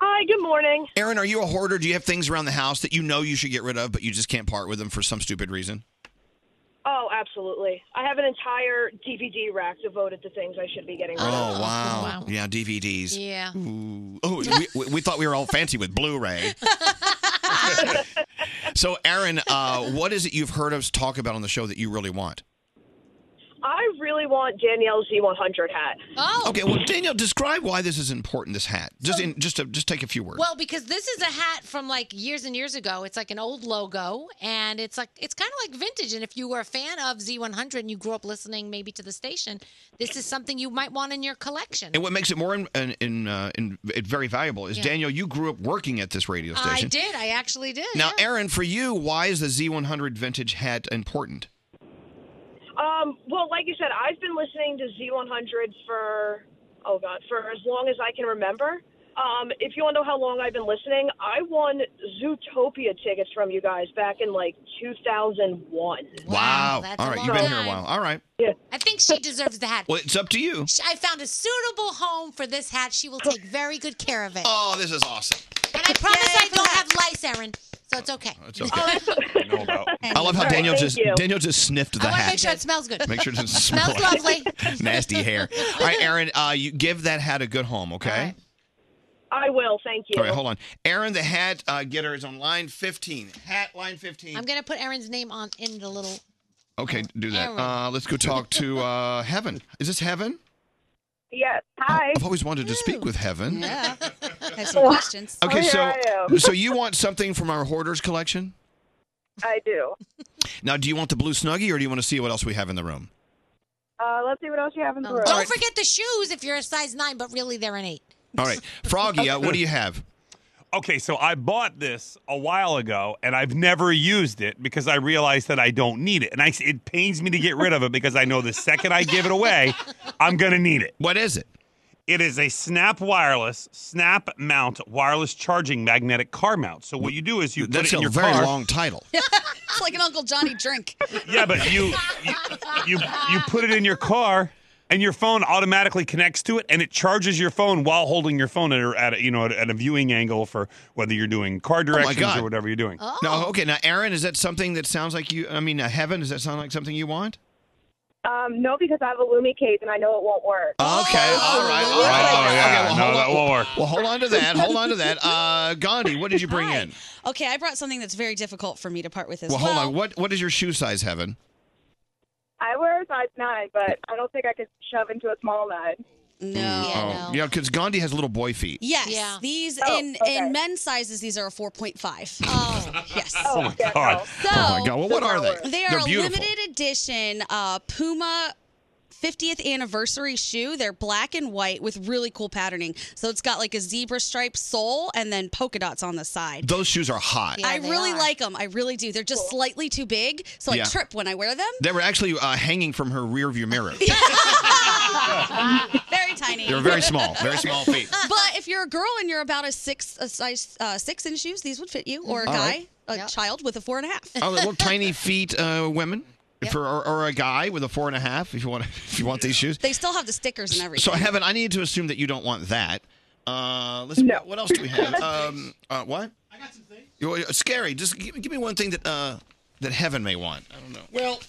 [SPEAKER 19] Hi, good morning.
[SPEAKER 1] Aaron, are you a hoarder? Do you have things around the house that you know you should get rid of, but you just can't part with them for some stupid reason?
[SPEAKER 19] Oh, absolutely. I have an entire DVD rack devoted to things I should be getting rid
[SPEAKER 1] Oh,
[SPEAKER 19] of.
[SPEAKER 1] wow. Yeah, DVDs.
[SPEAKER 19] Yeah.
[SPEAKER 1] Ooh. Oh, we- we, we thought we were all fancy with Blu-ray. so, Aaron, uh, what is it you've heard us talk about on the show that you really want?
[SPEAKER 19] I really want Danielle's Z100 hat.
[SPEAKER 6] Oh.
[SPEAKER 1] Okay, well, Danielle, describe why this is important. This hat, just in just a, just take a few words.
[SPEAKER 6] Well, because this is a hat from like years and years ago. It's like an old logo, and it's like it's kind of like vintage. And if you were a fan of Z100 and you grew up listening maybe to the station, this is something you might want in your collection.
[SPEAKER 1] and what makes it more in, in, in, uh, in it very valuable is
[SPEAKER 6] Yeah.
[SPEAKER 1] Danielle, you grew up working at this radio
[SPEAKER 6] I
[SPEAKER 1] station.
[SPEAKER 6] did. I actually did.
[SPEAKER 1] Now, Aaron, for you, why is the Z100 vintage hat important?
[SPEAKER 19] Um, well, like you said, I've been listening to Z100 for, oh God, for as long as I can remember. Um, if you want to know how long I've been listening, I won Zootopia tickets from you guys back in like 2001.
[SPEAKER 1] Wow.
[SPEAKER 6] that's
[SPEAKER 1] All
[SPEAKER 6] a
[SPEAKER 1] right,
[SPEAKER 6] long
[SPEAKER 1] you've been here a
[SPEAKER 6] time.
[SPEAKER 1] while. All right.
[SPEAKER 6] I think she deserves the hat.
[SPEAKER 1] Well, it's up to you.
[SPEAKER 6] Sh- I found a suitable home for this hat. She will take very good care of it.
[SPEAKER 1] Oh, this is awesome.
[SPEAKER 6] And I promise I don't have lice, Aaron, so it's okay.
[SPEAKER 1] It's Oh, okay. I love how
[SPEAKER 6] All right,
[SPEAKER 1] Daniel
[SPEAKER 6] thank
[SPEAKER 1] just
[SPEAKER 6] you.
[SPEAKER 1] Daniel just sniffed the
[SPEAKER 6] I want to
[SPEAKER 1] hat.
[SPEAKER 6] make sure it smells good.
[SPEAKER 1] Make sure it doesn't smell
[SPEAKER 6] smells
[SPEAKER 1] like
[SPEAKER 6] lovely.
[SPEAKER 1] nasty hair. All right, Aaron, uh, you give that hat a good home, okay?
[SPEAKER 19] I will, thank you.
[SPEAKER 1] All right, hold on. Aaron the hat uh, getter is on line 15. Hat line 15.
[SPEAKER 6] I'm gonna put Aaron's name on in the little.
[SPEAKER 1] Okay, do that.
[SPEAKER 6] Aaron.
[SPEAKER 1] Uh, let's go talk to uh, Heaven. Is this Heaven?
[SPEAKER 19] Yes.
[SPEAKER 1] Oh,
[SPEAKER 19] Hi.
[SPEAKER 1] I've always wanted to speak with Heaven.
[SPEAKER 9] Yeah. I have some questions.
[SPEAKER 6] Oh,
[SPEAKER 19] oh,
[SPEAKER 1] Okay, so so you want something from our hoarders collection?
[SPEAKER 19] I do.
[SPEAKER 1] Now, do you want the blue snuggie or do you want to see what else we have in the room?
[SPEAKER 19] Uh, let's see what else you have in the room.
[SPEAKER 6] Oh, Don't forget the shoes if you're a size nine, but really they're an eight.
[SPEAKER 1] All right, Froggy, uh, what do you have?
[SPEAKER 18] Okay, so I bought this a while ago, and I've never used it because I realized that I don't need it, and I, it pains me to get rid of it because I know the second I give it away, I'm gonna need it.
[SPEAKER 1] What is it?
[SPEAKER 18] It is a Snap Wireless Snap Mount Wireless Charging Magnetic Car Mount. So what you do is you
[SPEAKER 1] That's
[SPEAKER 18] put it in
[SPEAKER 1] a
[SPEAKER 18] your
[SPEAKER 1] very
[SPEAKER 18] car.
[SPEAKER 1] long title.
[SPEAKER 9] it's like an Uncle Johnny drink.
[SPEAKER 18] Yeah, but you you, you you put it in your car, and your phone automatically connects to it, and it charges your phone while holding your phone at a, at a you know at a, at a viewing angle for whether you're doing car
[SPEAKER 1] Oh my
[SPEAKER 18] directions
[SPEAKER 1] God.
[SPEAKER 18] or whatever you're doing.
[SPEAKER 6] Oh.
[SPEAKER 1] No, okay. Now, Aaron, is that something that sounds like you? I mean, uh, Heaven, does that sound like something you want?
[SPEAKER 19] Um, no, because I have a Lumi case and I know it won't work.
[SPEAKER 1] Okay, all right, all right.
[SPEAKER 18] Oh,
[SPEAKER 1] okay,
[SPEAKER 18] yeah,
[SPEAKER 1] well,
[SPEAKER 18] no,
[SPEAKER 1] hold
[SPEAKER 18] that
[SPEAKER 1] on.
[SPEAKER 18] won't work.
[SPEAKER 1] Well, hold on to that. Hold on to that. Uh, Gandhi, what did you bring in?
[SPEAKER 9] Okay, I brought something that's very difficult for me to part with as
[SPEAKER 1] Well,
[SPEAKER 9] well.
[SPEAKER 1] hold on. What what is your shoe size, Heaven?
[SPEAKER 19] I wear a size nine, but I don't think I could shove into a small nine.
[SPEAKER 9] No.
[SPEAKER 1] oh, yeah, because Gandhi has little boy feet.
[SPEAKER 9] Yes, these
[SPEAKER 19] Oh,
[SPEAKER 9] in in men's sizes, these are a 4.5. Oh, yes.
[SPEAKER 1] Oh, my God.
[SPEAKER 9] So,
[SPEAKER 1] oh my God. Well, what are they?
[SPEAKER 9] They
[SPEAKER 1] They're
[SPEAKER 9] are a
[SPEAKER 1] beautiful.
[SPEAKER 9] limited edition uh, Puma 50th anniversary shoe. They're black and white with really cool patterning. So it's got like a zebra stripe sole and then polka dots on the side.
[SPEAKER 1] Those shoes are hot.
[SPEAKER 9] I really like them. I really do. They're just slightly too big, so
[SPEAKER 1] Yeah.
[SPEAKER 9] I trip when I wear them.
[SPEAKER 1] They were actually uh, hanging from her rearview mirror. Oh,
[SPEAKER 9] very tiny.
[SPEAKER 1] They were very small, very small feet.
[SPEAKER 9] But if you're a girl and you're about a six a size uh, six in shoes, these would fit you. Or a
[SPEAKER 1] All
[SPEAKER 9] guy,
[SPEAKER 1] right.
[SPEAKER 9] a child with a four and a half.
[SPEAKER 1] Oh, they look tiny feet, uh, women, for or, or a guy with a four and a half. If you want, if you want these shoes.
[SPEAKER 9] They still have the stickers and everything.
[SPEAKER 1] So, Heaven, I need to assume that you don't want that. Uh, let's. What else do we have? um, uh, what? I got some things. scary. Just give, give me one thing that uh, that Heaven may want. I don't know.
[SPEAKER 7] Well,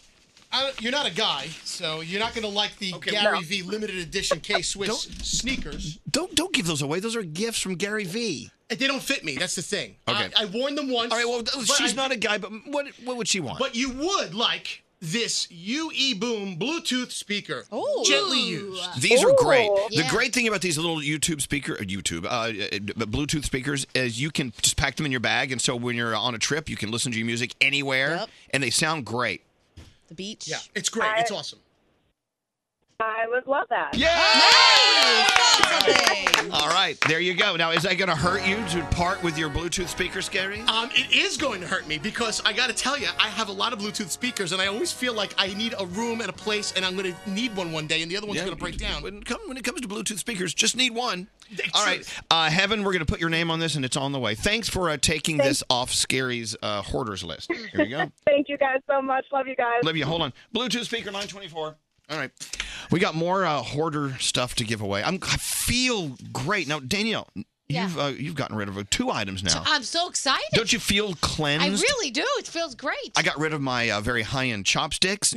[SPEAKER 7] I don't, you're not a guy, so you're not going to like the
[SPEAKER 1] Okay,
[SPEAKER 7] Gary
[SPEAKER 1] no.
[SPEAKER 7] V limited edition K Swiss
[SPEAKER 1] Don't-
[SPEAKER 7] sneakers.
[SPEAKER 1] Don't don't give those away. Those are gifts from Gary V.
[SPEAKER 7] They don't fit me. That's the thing.
[SPEAKER 1] Okay.
[SPEAKER 7] I, I worn them once.
[SPEAKER 1] All right. Well, th-
[SPEAKER 7] but
[SPEAKER 1] she's
[SPEAKER 7] I-
[SPEAKER 1] not a guy, but what what would she want?
[SPEAKER 7] But you would like this UE Boom Bluetooth speaker. Oh. Gently used.
[SPEAKER 1] These are great. The great thing about these little YouTube speaker, uh, YouTube, uh, uh, Bluetooth speakers is you can just pack them in your bag, and so when you're on a trip, you can listen to your music anywhere, and they sound great.
[SPEAKER 9] the beach.
[SPEAKER 7] Yeah, it's great. it's awesome.
[SPEAKER 19] I would love that.
[SPEAKER 1] All right, there you go. Now, is that going to hurt you to part with your Bluetooth speaker, Scary?
[SPEAKER 7] Um, it is going to hurt me because I got to tell you, I have a lot of Bluetooth speakers, and I always feel like I need a room and a place, and I'm going to need one one day, and the other one's
[SPEAKER 1] Yeah,
[SPEAKER 7] going to break down.
[SPEAKER 1] When, come, when it comes to Bluetooth speakers, just need one. All right, uh, Heaven, we're going to put your name on this, and it's on the way. Thanks for uh, taking this off Scary's uh, hoarders list. Here you go.
[SPEAKER 19] Thank you guys so much. Love you guys.
[SPEAKER 1] Olivia, hold on. Bluetooth speaker, line 24. All right. We got more uh, hoarder stuff to give away. I'm, I feel great. Now, Danielle, you've, uh, you've gotten rid of uh, two items now.
[SPEAKER 6] I'm so excited.
[SPEAKER 1] Don't you feel
[SPEAKER 6] I
[SPEAKER 1] cleansed?
[SPEAKER 6] really do. It feels great.
[SPEAKER 1] I got rid of my uh, very high end chopsticks.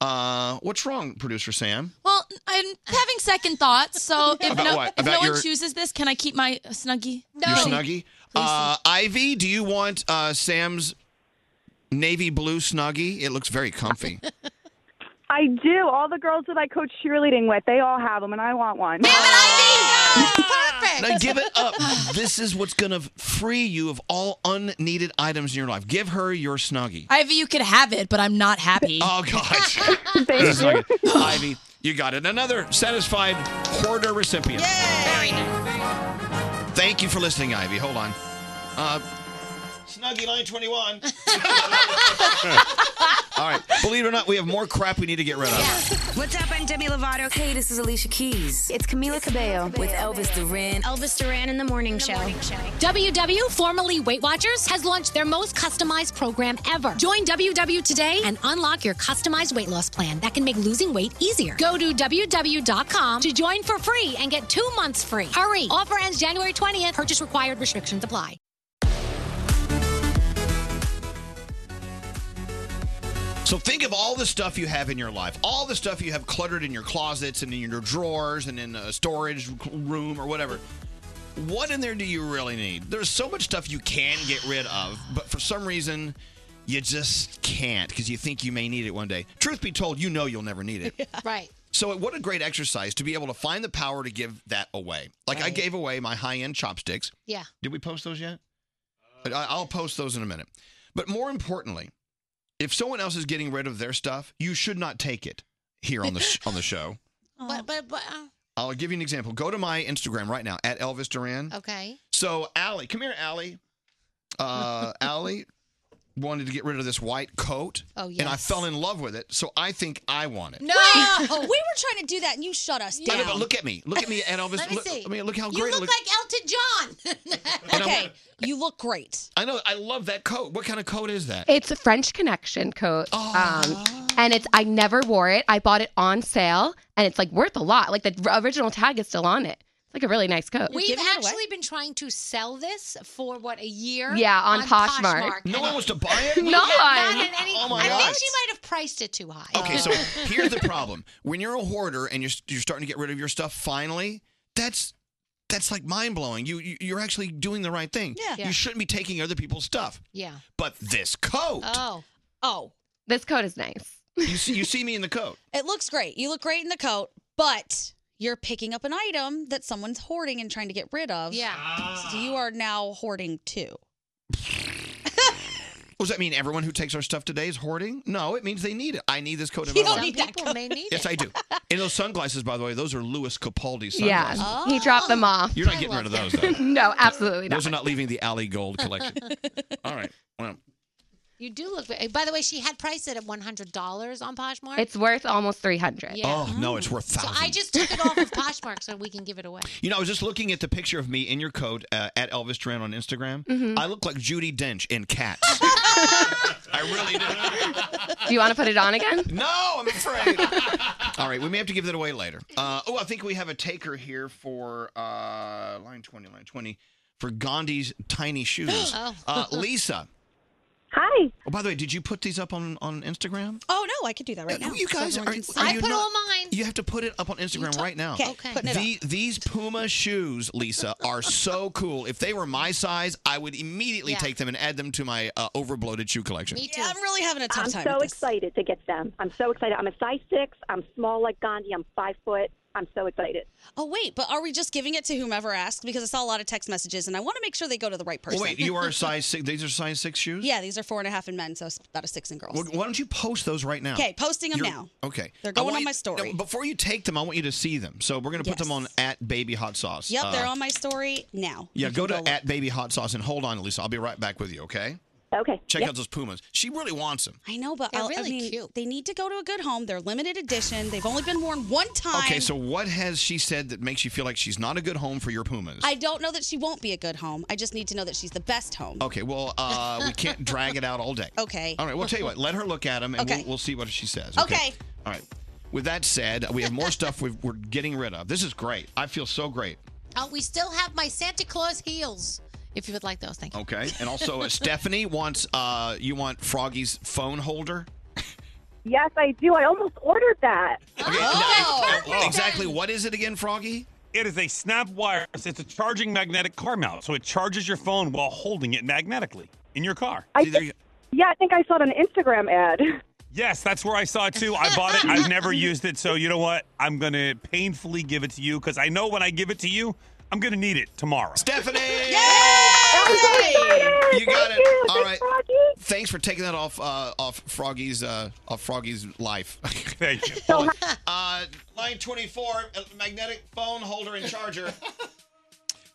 [SPEAKER 1] Uh, what's wrong, producer Sam?
[SPEAKER 11] Well, I'm having second thoughts. So if
[SPEAKER 1] About
[SPEAKER 11] no,
[SPEAKER 1] what?
[SPEAKER 11] if no
[SPEAKER 1] About
[SPEAKER 11] one
[SPEAKER 1] your-
[SPEAKER 11] chooses this, can I keep my snuggie? No.
[SPEAKER 1] Your snuggie? Uh, Ivy, do you want uh, Sam's navy blue snuggie? It looks very comfy.
[SPEAKER 20] I do. All the girls that I coach cheerleading with, they all have them, and I want one.
[SPEAKER 1] Now give it up. this is what's going to free you of all unneeded items in your life. Give her your snuggie.
[SPEAKER 11] Ivy, you could have it, but I'm not happy.
[SPEAKER 1] Oh God. This is like it. Ivy, you got it. Another satisfied hoarder recipient.
[SPEAKER 6] Very nice.
[SPEAKER 1] Thank you for listening, Ivy. Hold on. Uh, Snuggy line 21. all right. Believe it or not, we have more crap we need to get rid of.
[SPEAKER 21] What's up? I'm Demi Lovato. Hey, this is Alicia Keys. It's Camila Cabello with Elvis Duran. Elvis Duran in the morning show.
[SPEAKER 6] WW, formerly Weight Watchers, has launched their most customized program ever. Join WW today and unlock your customized weight loss plan that can make losing weight easier. Go to WW.com to join for free and get two months free. Hurry! Offer ends January 20th. Purchase required restrictions apply.
[SPEAKER 1] So think of all the stuff you have in your life, all the stuff you have cluttered in your closets and in your drawers and in a storage room or whatever. What in there do you really need? There's so much stuff you can get rid of, but for some reason you just can't because you think you may need it one day. Truth be told, you know you'll never need it.
[SPEAKER 6] Right.
[SPEAKER 1] So, what a great exercise to be able to find the power to give that away. Like, I gave away my high end chopsticks.
[SPEAKER 6] Yeah.
[SPEAKER 1] Did we post those yet? I- I'll post those in a minute. But more importantly, if someone else is getting rid of their stuff, you should not take it here on the sh- on the show.
[SPEAKER 6] But, but, but, uh,
[SPEAKER 1] I'll give you an example. Go to my Instagram right now at Elvis Duran.
[SPEAKER 6] uh, okay.
[SPEAKER 1] So, Allie, come here, Allie. Uh, Allie wanted to get rid of this white coat.
[SPEAKER 9] Oh,
[SPEAKER 1] And I
[SPEAKER 9] yes.
[SPEAKER 1] fell in love with it, so I think I want it.
[SPEAKER 9] No, we were trying to do that, and you shut us
[SPEAKER 1] I
[SPEAKER 9] down.
[SPEAKER 1] know, but look at me. Look at me at Elvis.
[SPEAKER 9] Let me
[SPEAKER 1] look,
[SPEAKER 9] see.
[SPEAKER 1] I mean, look how
[SPEAKER 9] You
[SPEAKER 1] great it
[SPEAKER 9] look
[SPEAKER 1] looks.
[SPEAKER 6] like Elton
[SPEAKER 1] And
[SPEAKER 9] John.
[SPEAKER 1] I'm-
[SPEAKER 9] okay, you look great.
[SPEAKER 1] I know. I love that coat. What kind of coat is that?
[SPEAKER 12] It's a French Connection coat. Um, and it's I never wore it. I bought it on sale and it's like worth a lot. Like the r- original tag is still on it. It's like a really nice
[SPEAKER 16] Uh,
[SPEAKER 12] coat.
[SPEAKER 6] We've actually been trying to sell this for what a year.
[SPEAKER 12] Yeah, on Poshmark.
[SPEAKER 1] No one wants to buy it.
[SPEAKER 6] We
[SPEAKER 12] No
[SPEAKER 6] have not
[SPEAKER 12] one.
[SPEAKER 6] had any-
[SPEAKER 12] Oh my
[SPEAKER 6] I
[SPEAKER 1] God.
[SPEAKER 6] think she might have priced it too high.
[SPEAKER 1] Okay, so here's the problem. When you're a hoarder and you're you're starting to get rid of your stuff finally, that's that's like mind blowing. You, you you're actually doing the right thing.
[SPEAKER 9] Yeah. Yeah.
[SPEAKER 1] You shouldn't be taking other people's stuff.
[SPEAKER 6] Yeah.
[SPEAKER 1] But this coat.
[SPEAKER 6] Oh.
[SPEAKER 9] Oh.
[SPEAKER 12] This coat is nice.
[SPEAKER 1] You see you see me in the coat.
[SPEAKER 9] It looks great. You look great in the coat, but you're picking up an item that someone's hoarding and trying to get rid of.
[SPEAKER 6] Yeah.
[SPEAKER 9] So you are now hoarding too.
[SPEAKER 1] Does that mean everyone who takes our stuff today is hoarding? No, it means they need it. I need this coat in my
[SPEAKER 6] Some
[SPEAKER 1] life.
[SPEAKER 6] people may need
[SPEAKER 1] yes,
[SPEAKER 6] it.
[SPEAKER 1] I do. And those sunglasses, by the way, those are Louis Capaldi sunglasses.
[SPEAKER 12] Yeah.
[SPEAKER 16] Oh,
[SPEAKER 12] He dropped them off.
[SPEAKER 1] You're not getting rid of those, though.
[SPEAKER 12] no, absolutely not.
[SPEAKER 1] Those are not leaving the Alley Gold collection. All right. Well,
[SPEAKER 6] You do look. ve- By the way, she had priced it at one hundred dollars on Poshmark.
[SPEAKER 12] It's worth almost 300.
[SPEAKER 6] Yeah. Mm-hmm.
[SPEAKER 1] Oh no, it's worth
[SPEAKER 6] So
[SPEAKER 1] thousands.
[SPEAKER 6] I just took it off of Poshmark so we can give it away.
[SPEAKER 1] You know, I was just looking at the picture of me in your coat uh, at Elvis Duran on Instagram.
[SPEAKER 12] Mhm.
[SPEAKER 1] I look like Judy Dench in Cats. I really do.
[SPEAKER 12] Do you want to put it on again?
[SPEAKER 1] No, I'm afraid. All right, we may have to give that away later. Uh, oh, I think we have a taker here for uh, line 20, line 20, for Gandhi's tiny shoes.
[SPEAKER 9] Oh.
[SPEAKER 1] Uh, Lisa.
[SPEAKER 20] Hi.
[SPEAKER 1] Oh, by the way, did you put these up on, on Instagram?
[SPEAKER 9] Oh no, I could do that right now.
[SPEAKER 1] You
[SPEAKER 9] so
[SPEAKER 1] guys
[SPEAKER 9] everyone
[SPEAKER 1] are,
[SPEAKER 9] can see.
[SPEAKER 1] are you not- You have to put it up on Instagram right now.
[SPEAKER 9] Okay, Okay. putting it
[SPEAKER 1] The- These Puma shoes, Lisa, are so cool. If they were my size, I would immediately
[SPEAKER 20] Yeah.
[SPEAKER 1] take them and add them to my uh, overbloated shoe collection. Oh,
[SPEAKER 20] too. I'm
[SPEAKER 9] really having a tough
[SPEAKER 20] I'm
[SPEAKER 9] time
[SPEAKER 20] so
[SPEAKER 9] with
[SPEAKER 20] excited to get them. I'm so excited. I'm a size six. I'm small like Gandhi. I'm five foot. I'm so excited.
[SPEAKER 9] Oh wait, but are we just giving it to whomever asks? Because I saw a lot of text messages, and I want to make sure they go to the right person.
[SPEAKER 1] Oh, wait, you are a size six. These are size six shoes.
[SPEAKER 9] yeah, these are four and a half in men, so it's about a six in girls.
[SPEAKER 1] Well, why don't you post those right now?
[SPEAKER 9] Okay, posting 'em
[SPEAKER 1] You're-
[SPEAKER 9] now.
[SPEAKER 1] Okay. I
[SPEAKER 9] They're going
[SPEAKER 1] want
[SPEAKER 9] on
[SPEAKER 1] you-
[SPEAKER 9] my story.
[SPEAKER 1] no, before you take them, I want you to see them. So we're going to put them on at Baby Hot Sauce.
[SPEAKER 9] Yep, they're
[SPEAKER 1] Uh,
[SPEAKER 9] on my story now.
[SPEAKER 1] Yeah, go to at Baby Hot Sauce and hold on, Lisa. I'll be right back with you. Okay.
[SPEAKER 20] Okay.
[SPEAKER 1] Check
[SPEAKER 9] Yep.
[SPEAKER 1] out those Pumas. She really wants them.
[SPEAKER 9] I know, but
[SPEAKER 1] They're
[SPEAKER 9] I'll- I
[SPEAKER 1] really
[SPEAKER 9] mean, they need to go to a good home. They're limited edition. They've only been worn one time.
[SPEAKER 1] Okay, so what has she said that makes you feel like she's not a good home for your Pumas?
[SPEAKER 9] I don't know that she won't be a good home. I just need to know that she's the best home.
[SPEAKER 1] Okay, well, uh, we can't drag it out all day.
[SPEAKER 9] Okay.
[SPEAKER 1] All right, we'll tell you what. Let her look at them, and
[SPEAKER 9] Okay.
[SPEAKER 1] we'll, we'll see what she says.
[SPEAKER 9] Okay.
[SPEAKER 1] All right. With that said, we have more stuff we've, we're getting rid of. This is great. I feel so great.
[SPEAKER 6] Oh, we still have my Santa Claus heels. If you would like those, thank you.
[SPEAKER 1] Okay. And also, uh, Stephanie wants uh, you want Froggy's phone holder.
[SPEAKER 20] Yes, I do. I almost ordered that.
[SPEAKER 1] Exactly. What is it again, Froggy?
[SPEAKER 18] It is a snap wire. It's a charging magnetic car mount, so it charges your phone while holding it magnetically in your car.
[SPEAKER 20] I thi- yeah, I think I saw it on an Instagram ad.
[SPEAKER 18] Yes, that's where I saw it too. I bought it. I've never used it. So, you know what? I'm going to painfully give it to you because I know when I give it to you, I'm going to need it tomorrow.
[SPEAKER 1] Stephanie!
[SPEAKER 9] Yay!
[SPEAKER 1] You got it. All right. Thanks for taking that off uh, off Froggy's uh, off Froggy's life.
[SPEAKER 18] Thank you.
[SPEAKER 1] uh, line 24, uh, magnetic phone holder and charger.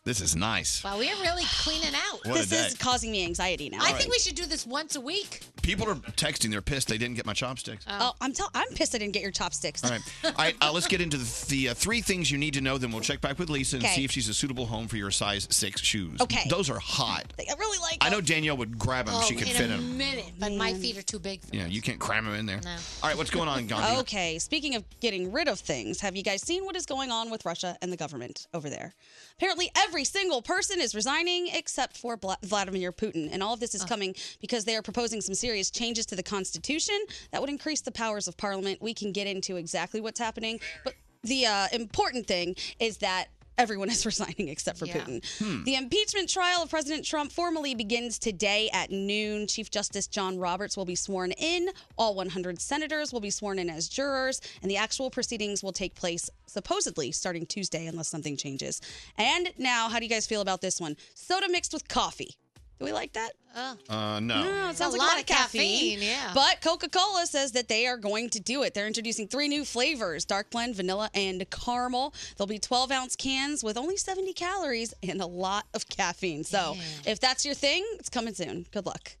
[SPEAKER 1] this is nice.
[SPEAKER 6] Wow, we're really cleaning out.
[SPEAKER 1] What a
[SPEAKER 9] this is
[SPEAKER 1] day.
[SPEAKER 9] causing me anxiety now.
[SPEAKER 1] I All think right. we
[SPEAKER 9] should do this once a week.
[SPEAKER 1] People are texting. They're pissed they didn't get my chopsticks.
[SPEAKER 9] Oh, I'm tell- I'm pissed I didn't get your chopsticks.
[SPEAKER 1] All right. All right. Uh, let's get into the, the uh, three things you need to know. Then we'll check back with Lisa and
[SPEAKER 9] Okay.
[SPEAKER 1] see if she's a suitable home for your size six shoes.
[SPEAKER 9] Okay.
[SPEAKER 1] Those are hot.
[SPEAKER 9] I really like.
[SPEAKER 1] I know Danielle would grab them.
[SPEAKER 6] Oh,
[SPEAKER 1] she could
[SPEAKER 6] in
[SPEAKER 1] fit
[SPEAKER 6] a
[SPEAKER 1] them.
[SPEAKER 6] minute, but my feet are too big. For
[SPEAKER 1] Yeah, you can't cram them in there. All right, what's going on, Gandhi?
[SPEAKER 9] Okay, speaking of getting rid of things, have you guys seen what is going on with Russia and the government over there? Apparently, every single person is resigning except for Bla- Vladimir Putin. And all of this is coming because they are proposing some serious changes to the Constitution that would increase the powers of Parliament. We can get into exactly what's happening. But the uh, important thing is that everyone is resigning except for
[SPEAKER 4] Yeah.
[SPEAKER 9] Putin.
[SPEAKER 4] Hmm.
[SPEAKER 9] The impeachment trial of President Trump formally begins today at noon. Chief Justice John Roberts will be sworn in. All 100 senators will be sworn in as jurors, and the actual proceedings will take place supposedly starting Tuesday unless something changes. And now, how do you guys feel about this one? Soda mixed with coffee. Do we like that?
[SPEAKER 22] Oh.
[SPEAKER 1] Uh, no.
[SPEAKER 9] it sounds
[SPEAKER 6] Mm, A lot
[SPEAKER 9] like Oh, a lot
[SPEAKER 6] of
[SPEAKER 9] of caffeine.
[SPEAKER 6] caffeine, yeah.
[SPEAKER 9] But Coca Cola says that they are going to do it. They're introducing three new flavors dark blend, vanilla, and caramel. They'll be 12 ounce cans with only 70 calories and a lot of caffeine. So if that's your thing, it's coming soon. Good luck.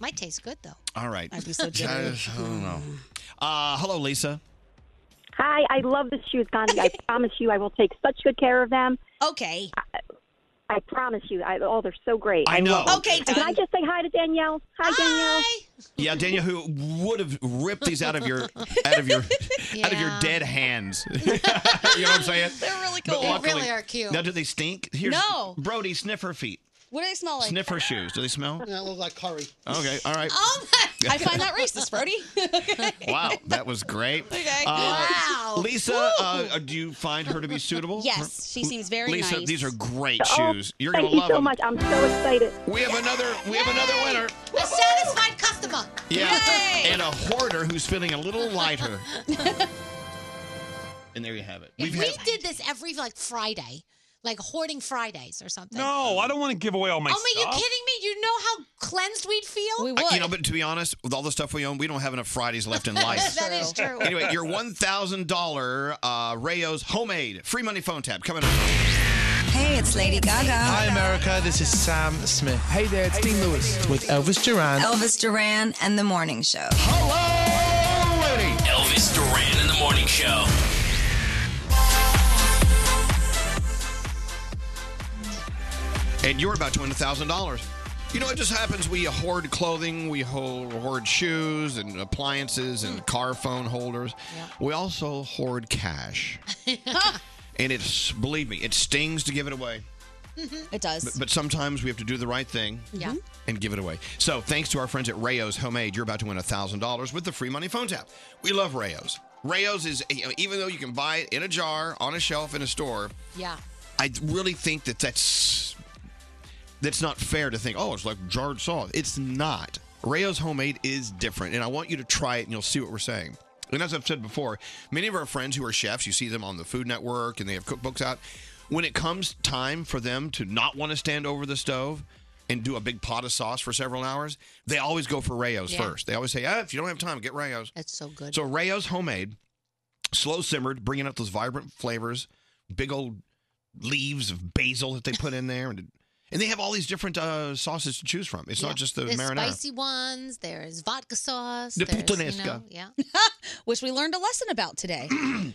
[SPEAKER 6] Might taste good, though.
[SPEAKER 1] All right.
[SPEAKER 9] I'd be so jittery.
[SPEAKER 1] I don't know. Uh, hello, Lisa.
[SPEAKER 20] Hi, I love the shoes, Gandhi. I promise you, I will take such good care of them.
[SPEAKER 9] Okay.
[SPEAKER 20] I, I promise you. I, oh, they're so great.
[SPEAKER 1] I
[SPEAKER 20] love
[SPEAKER 1] know.
[SPEAKER 20] them.
[SPEAKER 1] Okay,
[SPEAKER 20] And Can I just say hi to Danielle? Hi, Danielle.
[SPEAKER 1] Yeah, Daniel, who would have ripped these out of your out of your out of your dead hands. you know what I'm saying? They're
[SPEAKER 9] really
[SPEAKER 6] cool. They really are cute.
[SPEAKER 1] Now, do they stink?
[SPEAKER 9] No.
[SPEAKER 1] Brody, sniff her feet.
[SPEAKER 9] What do they
[SPEAKER 6] Oh,
[SPEAKER 9] smell like?
[SPEAKER 1] Sniff her shoes. Do they smell?
[SPEAKER 9] That looks like curry.
[SPEAKER 1] Okay. All right.
[SPEAKER 9] Oh, my- I find that racist, Brody.
[SPEAKER 1] Wow, that was great. Uh,
[SPEAKER 9] Okay. Wow.
[SPEAKER 1] Lisa, uh, do you find her to be suitable?
[SPEAKER 9] Yes, she seems very
[SPEAKER 1] Lisa,
[SPEAKER 9] nice.
[SPEAKER 1] these are great
[SPEAKER 20] Oh,
[SPEAKER 1] shoes. You're
[SPEAKER 20] thank
[SPEAKER 1] gonna
[SPEAKER 20] you
[SPEAKER 1] love
[SPEAKER 20] so
[SPEAKER 1] them.
[SPEAKER 20] much. I'm so excited.
[SPEAKER 1] We have another. We have another winner.
[SPEAKER 6] A satisfied customer.
[SPEAKER 1] Yeah, and uh, a hoarder who's feeling a little lighter. and there you have it.
[SPEAKER 6] If we did this every like Friday, like hoarding Fridays or something.
[SPEAKER 18] No, I don't want to give away all my
[SPEAKER 6] oh, are you
[SPEAKER 18] stuff.
[SPEAKER 6] kidding me? You know how cleansed we'd feel? We
[SPEAKER 1] I- you know, but to be honest, with all the stuff we own, we don't have enough Fridays left in life.
[SPEAKER 6] That is true.
[SPEAKER 1] Anyway, your one thousand dollar uh, Rayo's homemade free money phone tab coming up.
[SPEAKER 23] Hey, it's Lady Gaga.
[SPEAKER 24] Hi, America. This is Sam Smith. Hey there, it's Dean Lewis with Elvis Duran.
[SPEAKER 23] Elvis Duran and the Morning Show.
[SPEAKER 3] Elvis Duran in the morning show.
[SPEAKER 1] and you're about to win $1,000. You know, it just happens. We hoard clothing, we ho- hoard shoes and appliances and car phone holders. We also hoard cash. and it's, believe me, it stings to give it away.
[SPEAKER 9] It does. Mm-hmm.
[SPEAKER 1] But, but sometimes we have to do the right thing
[SPEAKER 9] Yeah.
[SPEAKER 1] and give it away. So, thanks to our friends at Rayo's Homemade, you're about to win $1,000 with the free money phone tap. We love Rayo's. Rayo's is, you know, even though you can buy it in a jar, on a shelf, in a store,
[SPEAKER 6] Yeah.
[SPEAKER 1] I really think that that's that's not fair to think. Oh, it's like jarred salt. It's not. Rayo's homemade is different, and I want you to try it, and you'll see what we're saying. And as I've said before, many of our friends who are chefs, you see them on the Food Network, and they have cookbooks out. When it comes time for them to not want to stand over the stove and do a big pot of sauce for several hours, they always go for Rayo's
[SPEAKER 6] Yeah.
[SPEAKER 1] first. They always say, ah, if you don't have time, get Rayo's.
[SPEAKER 6] That's so good.
[SPEAKER 1] So Rayo's homemade, slow simmered, bringing up those vibrant flavors, big old leaves of basil that they put in there, and and they have all these different uh, sauces to choose from. It's not just the
[SPEAKER 6] there's
[SPEAKER 1] marinara.
[SPEAKER 6] spicy ones. There's vodka sauce.
[SPEAKER 1] The
[SPEAKER 6] there's, You know,
[SPEAKER 1] puttanesca.
[SPEAKER 6] yeah.
[SPEAKER 9] Which we learned a lesson about today.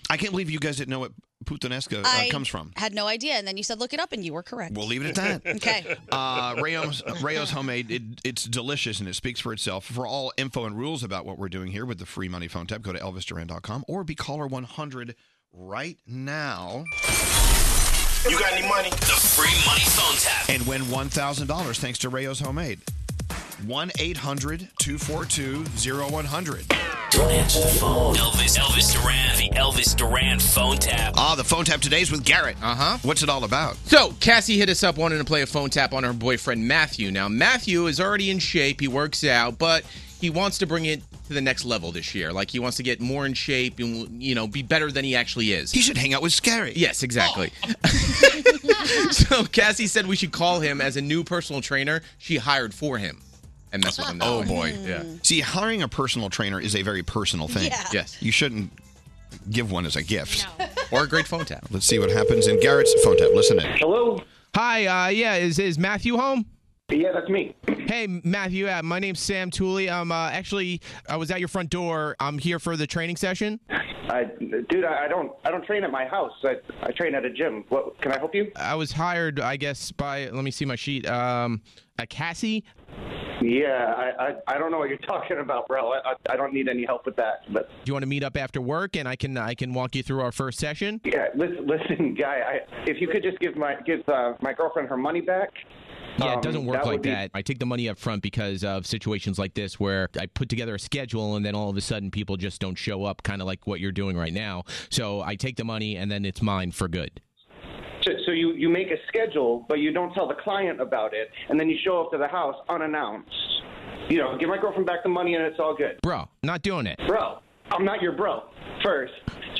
[SPEAKER 1] I can't believe you guys didn't know what puttanesca uh,
[SPEAKER 9] I
[SPEAKER 1] comes from.
[SPEAKER 9] had no idea. And then you said, look it up, and you were correct.
[SPEAKER 1] We'll leave it at that.
[SPEAKER 9] Okay.
[SPEAKER 1] Uh, Rayo's, Rayo's homemade. It, it's delicious and it speaks for itself. For all info and rules about what we're doing here with the free money phone tab, go to elvisduran.com or be caller 100 right now.
[SPEAKER 3] You got any money? The free money phone tap.
[SPEAKER 1] and win $1,000 thanks to Rayo's Homemade. 1 800 242 0100.
[SPEAKER 3] Don't answer the phone. Elvis, Elvis Duran, the Elvis Duran phone tap.
[SPEAKER 1] Ah, the phone tap today's with Garrett. Uh huh.
[SPEAKER 25] Uh-huh.
[SPEAKER 1] What's it all about?
[SPEAKER 26] So, Cassie hit us up wanting to play a phone tap on her boyfriend Matthew. Now, Matthew is already in shape, he works out, but he wants to bring it
[SPEAKER 25] to the next level this year. Like he wants to get more in shape and you know be better than he actually is.
[SPEAKER 1] He should hang out with Scary. Oh.
[SPEAKER 25] Yes, exactly. so Cassie said we should call him as a new personal trainer she hired for him, and mess with him. that
[SPEAKER 1] Oh,
[SPEAKER 25] way. yeah.
[SPEAKER 1] See, hiring a personal trainer is a very personal thing.
[SPEAKER 25] Yeah. Yes.
[SPEAKER 1] You shouldn't give one as a gift.
[SPEAKER 25] Or a great phone tap.
[SPEAKER 1] Let's see what happens in Garrett's phone tap. Listen in.
[SPEAKER 26] Hello. Hi. Uh, yeah, is is Matthew home? Yeah, that's me. Hey, Matthew. Uh, my name's Sam Tooley. I'm uh, actually I was at your front door. I'm here for the training session.
[SPEAKER 17] I, dude, I I don't, I don't train at my house. I, I train at a gym. What can I help you?
[SPEAKER 26] I was hired, I guess, by let me see my sheet. Um, a Cassie.
[SPEAKER 17] Yeah, I, I, I don't know what you're talking about, bro. I, I, I don't need any help with that. But
[SPEAKER 26] Do you want to meet up after work and I can I can walk you through our first session?
[SPEAKER 17] yeah, listen, listen guy. I, if you could just give my, give uh, my girlfriend her money back.
[SPEAKER 26] Yeah,
[SPEAKER 17] um,
[SPEAKER 26] it doesn't work
[SPEAKER 17] that
[SPEAKER 26] like
[SPEAKER 17] would be-
[SPEAKER 26] that. I take the money up front because of situations like this where I put together a schedule and then all of a sudden people just don't show up, kind of like what you're doing right now. So I take the money and then it's mine for good.
[SPEAKER 17] So, so you, you make a schedule, but you don't tell the client about it, and then you show up to the house unannounced. You know, give my girlfriend back the money, and it's all good.
[SPEAKER 26] Bro, not doing it.
[SPEAKER 17] Bro, I'm not your bro. First.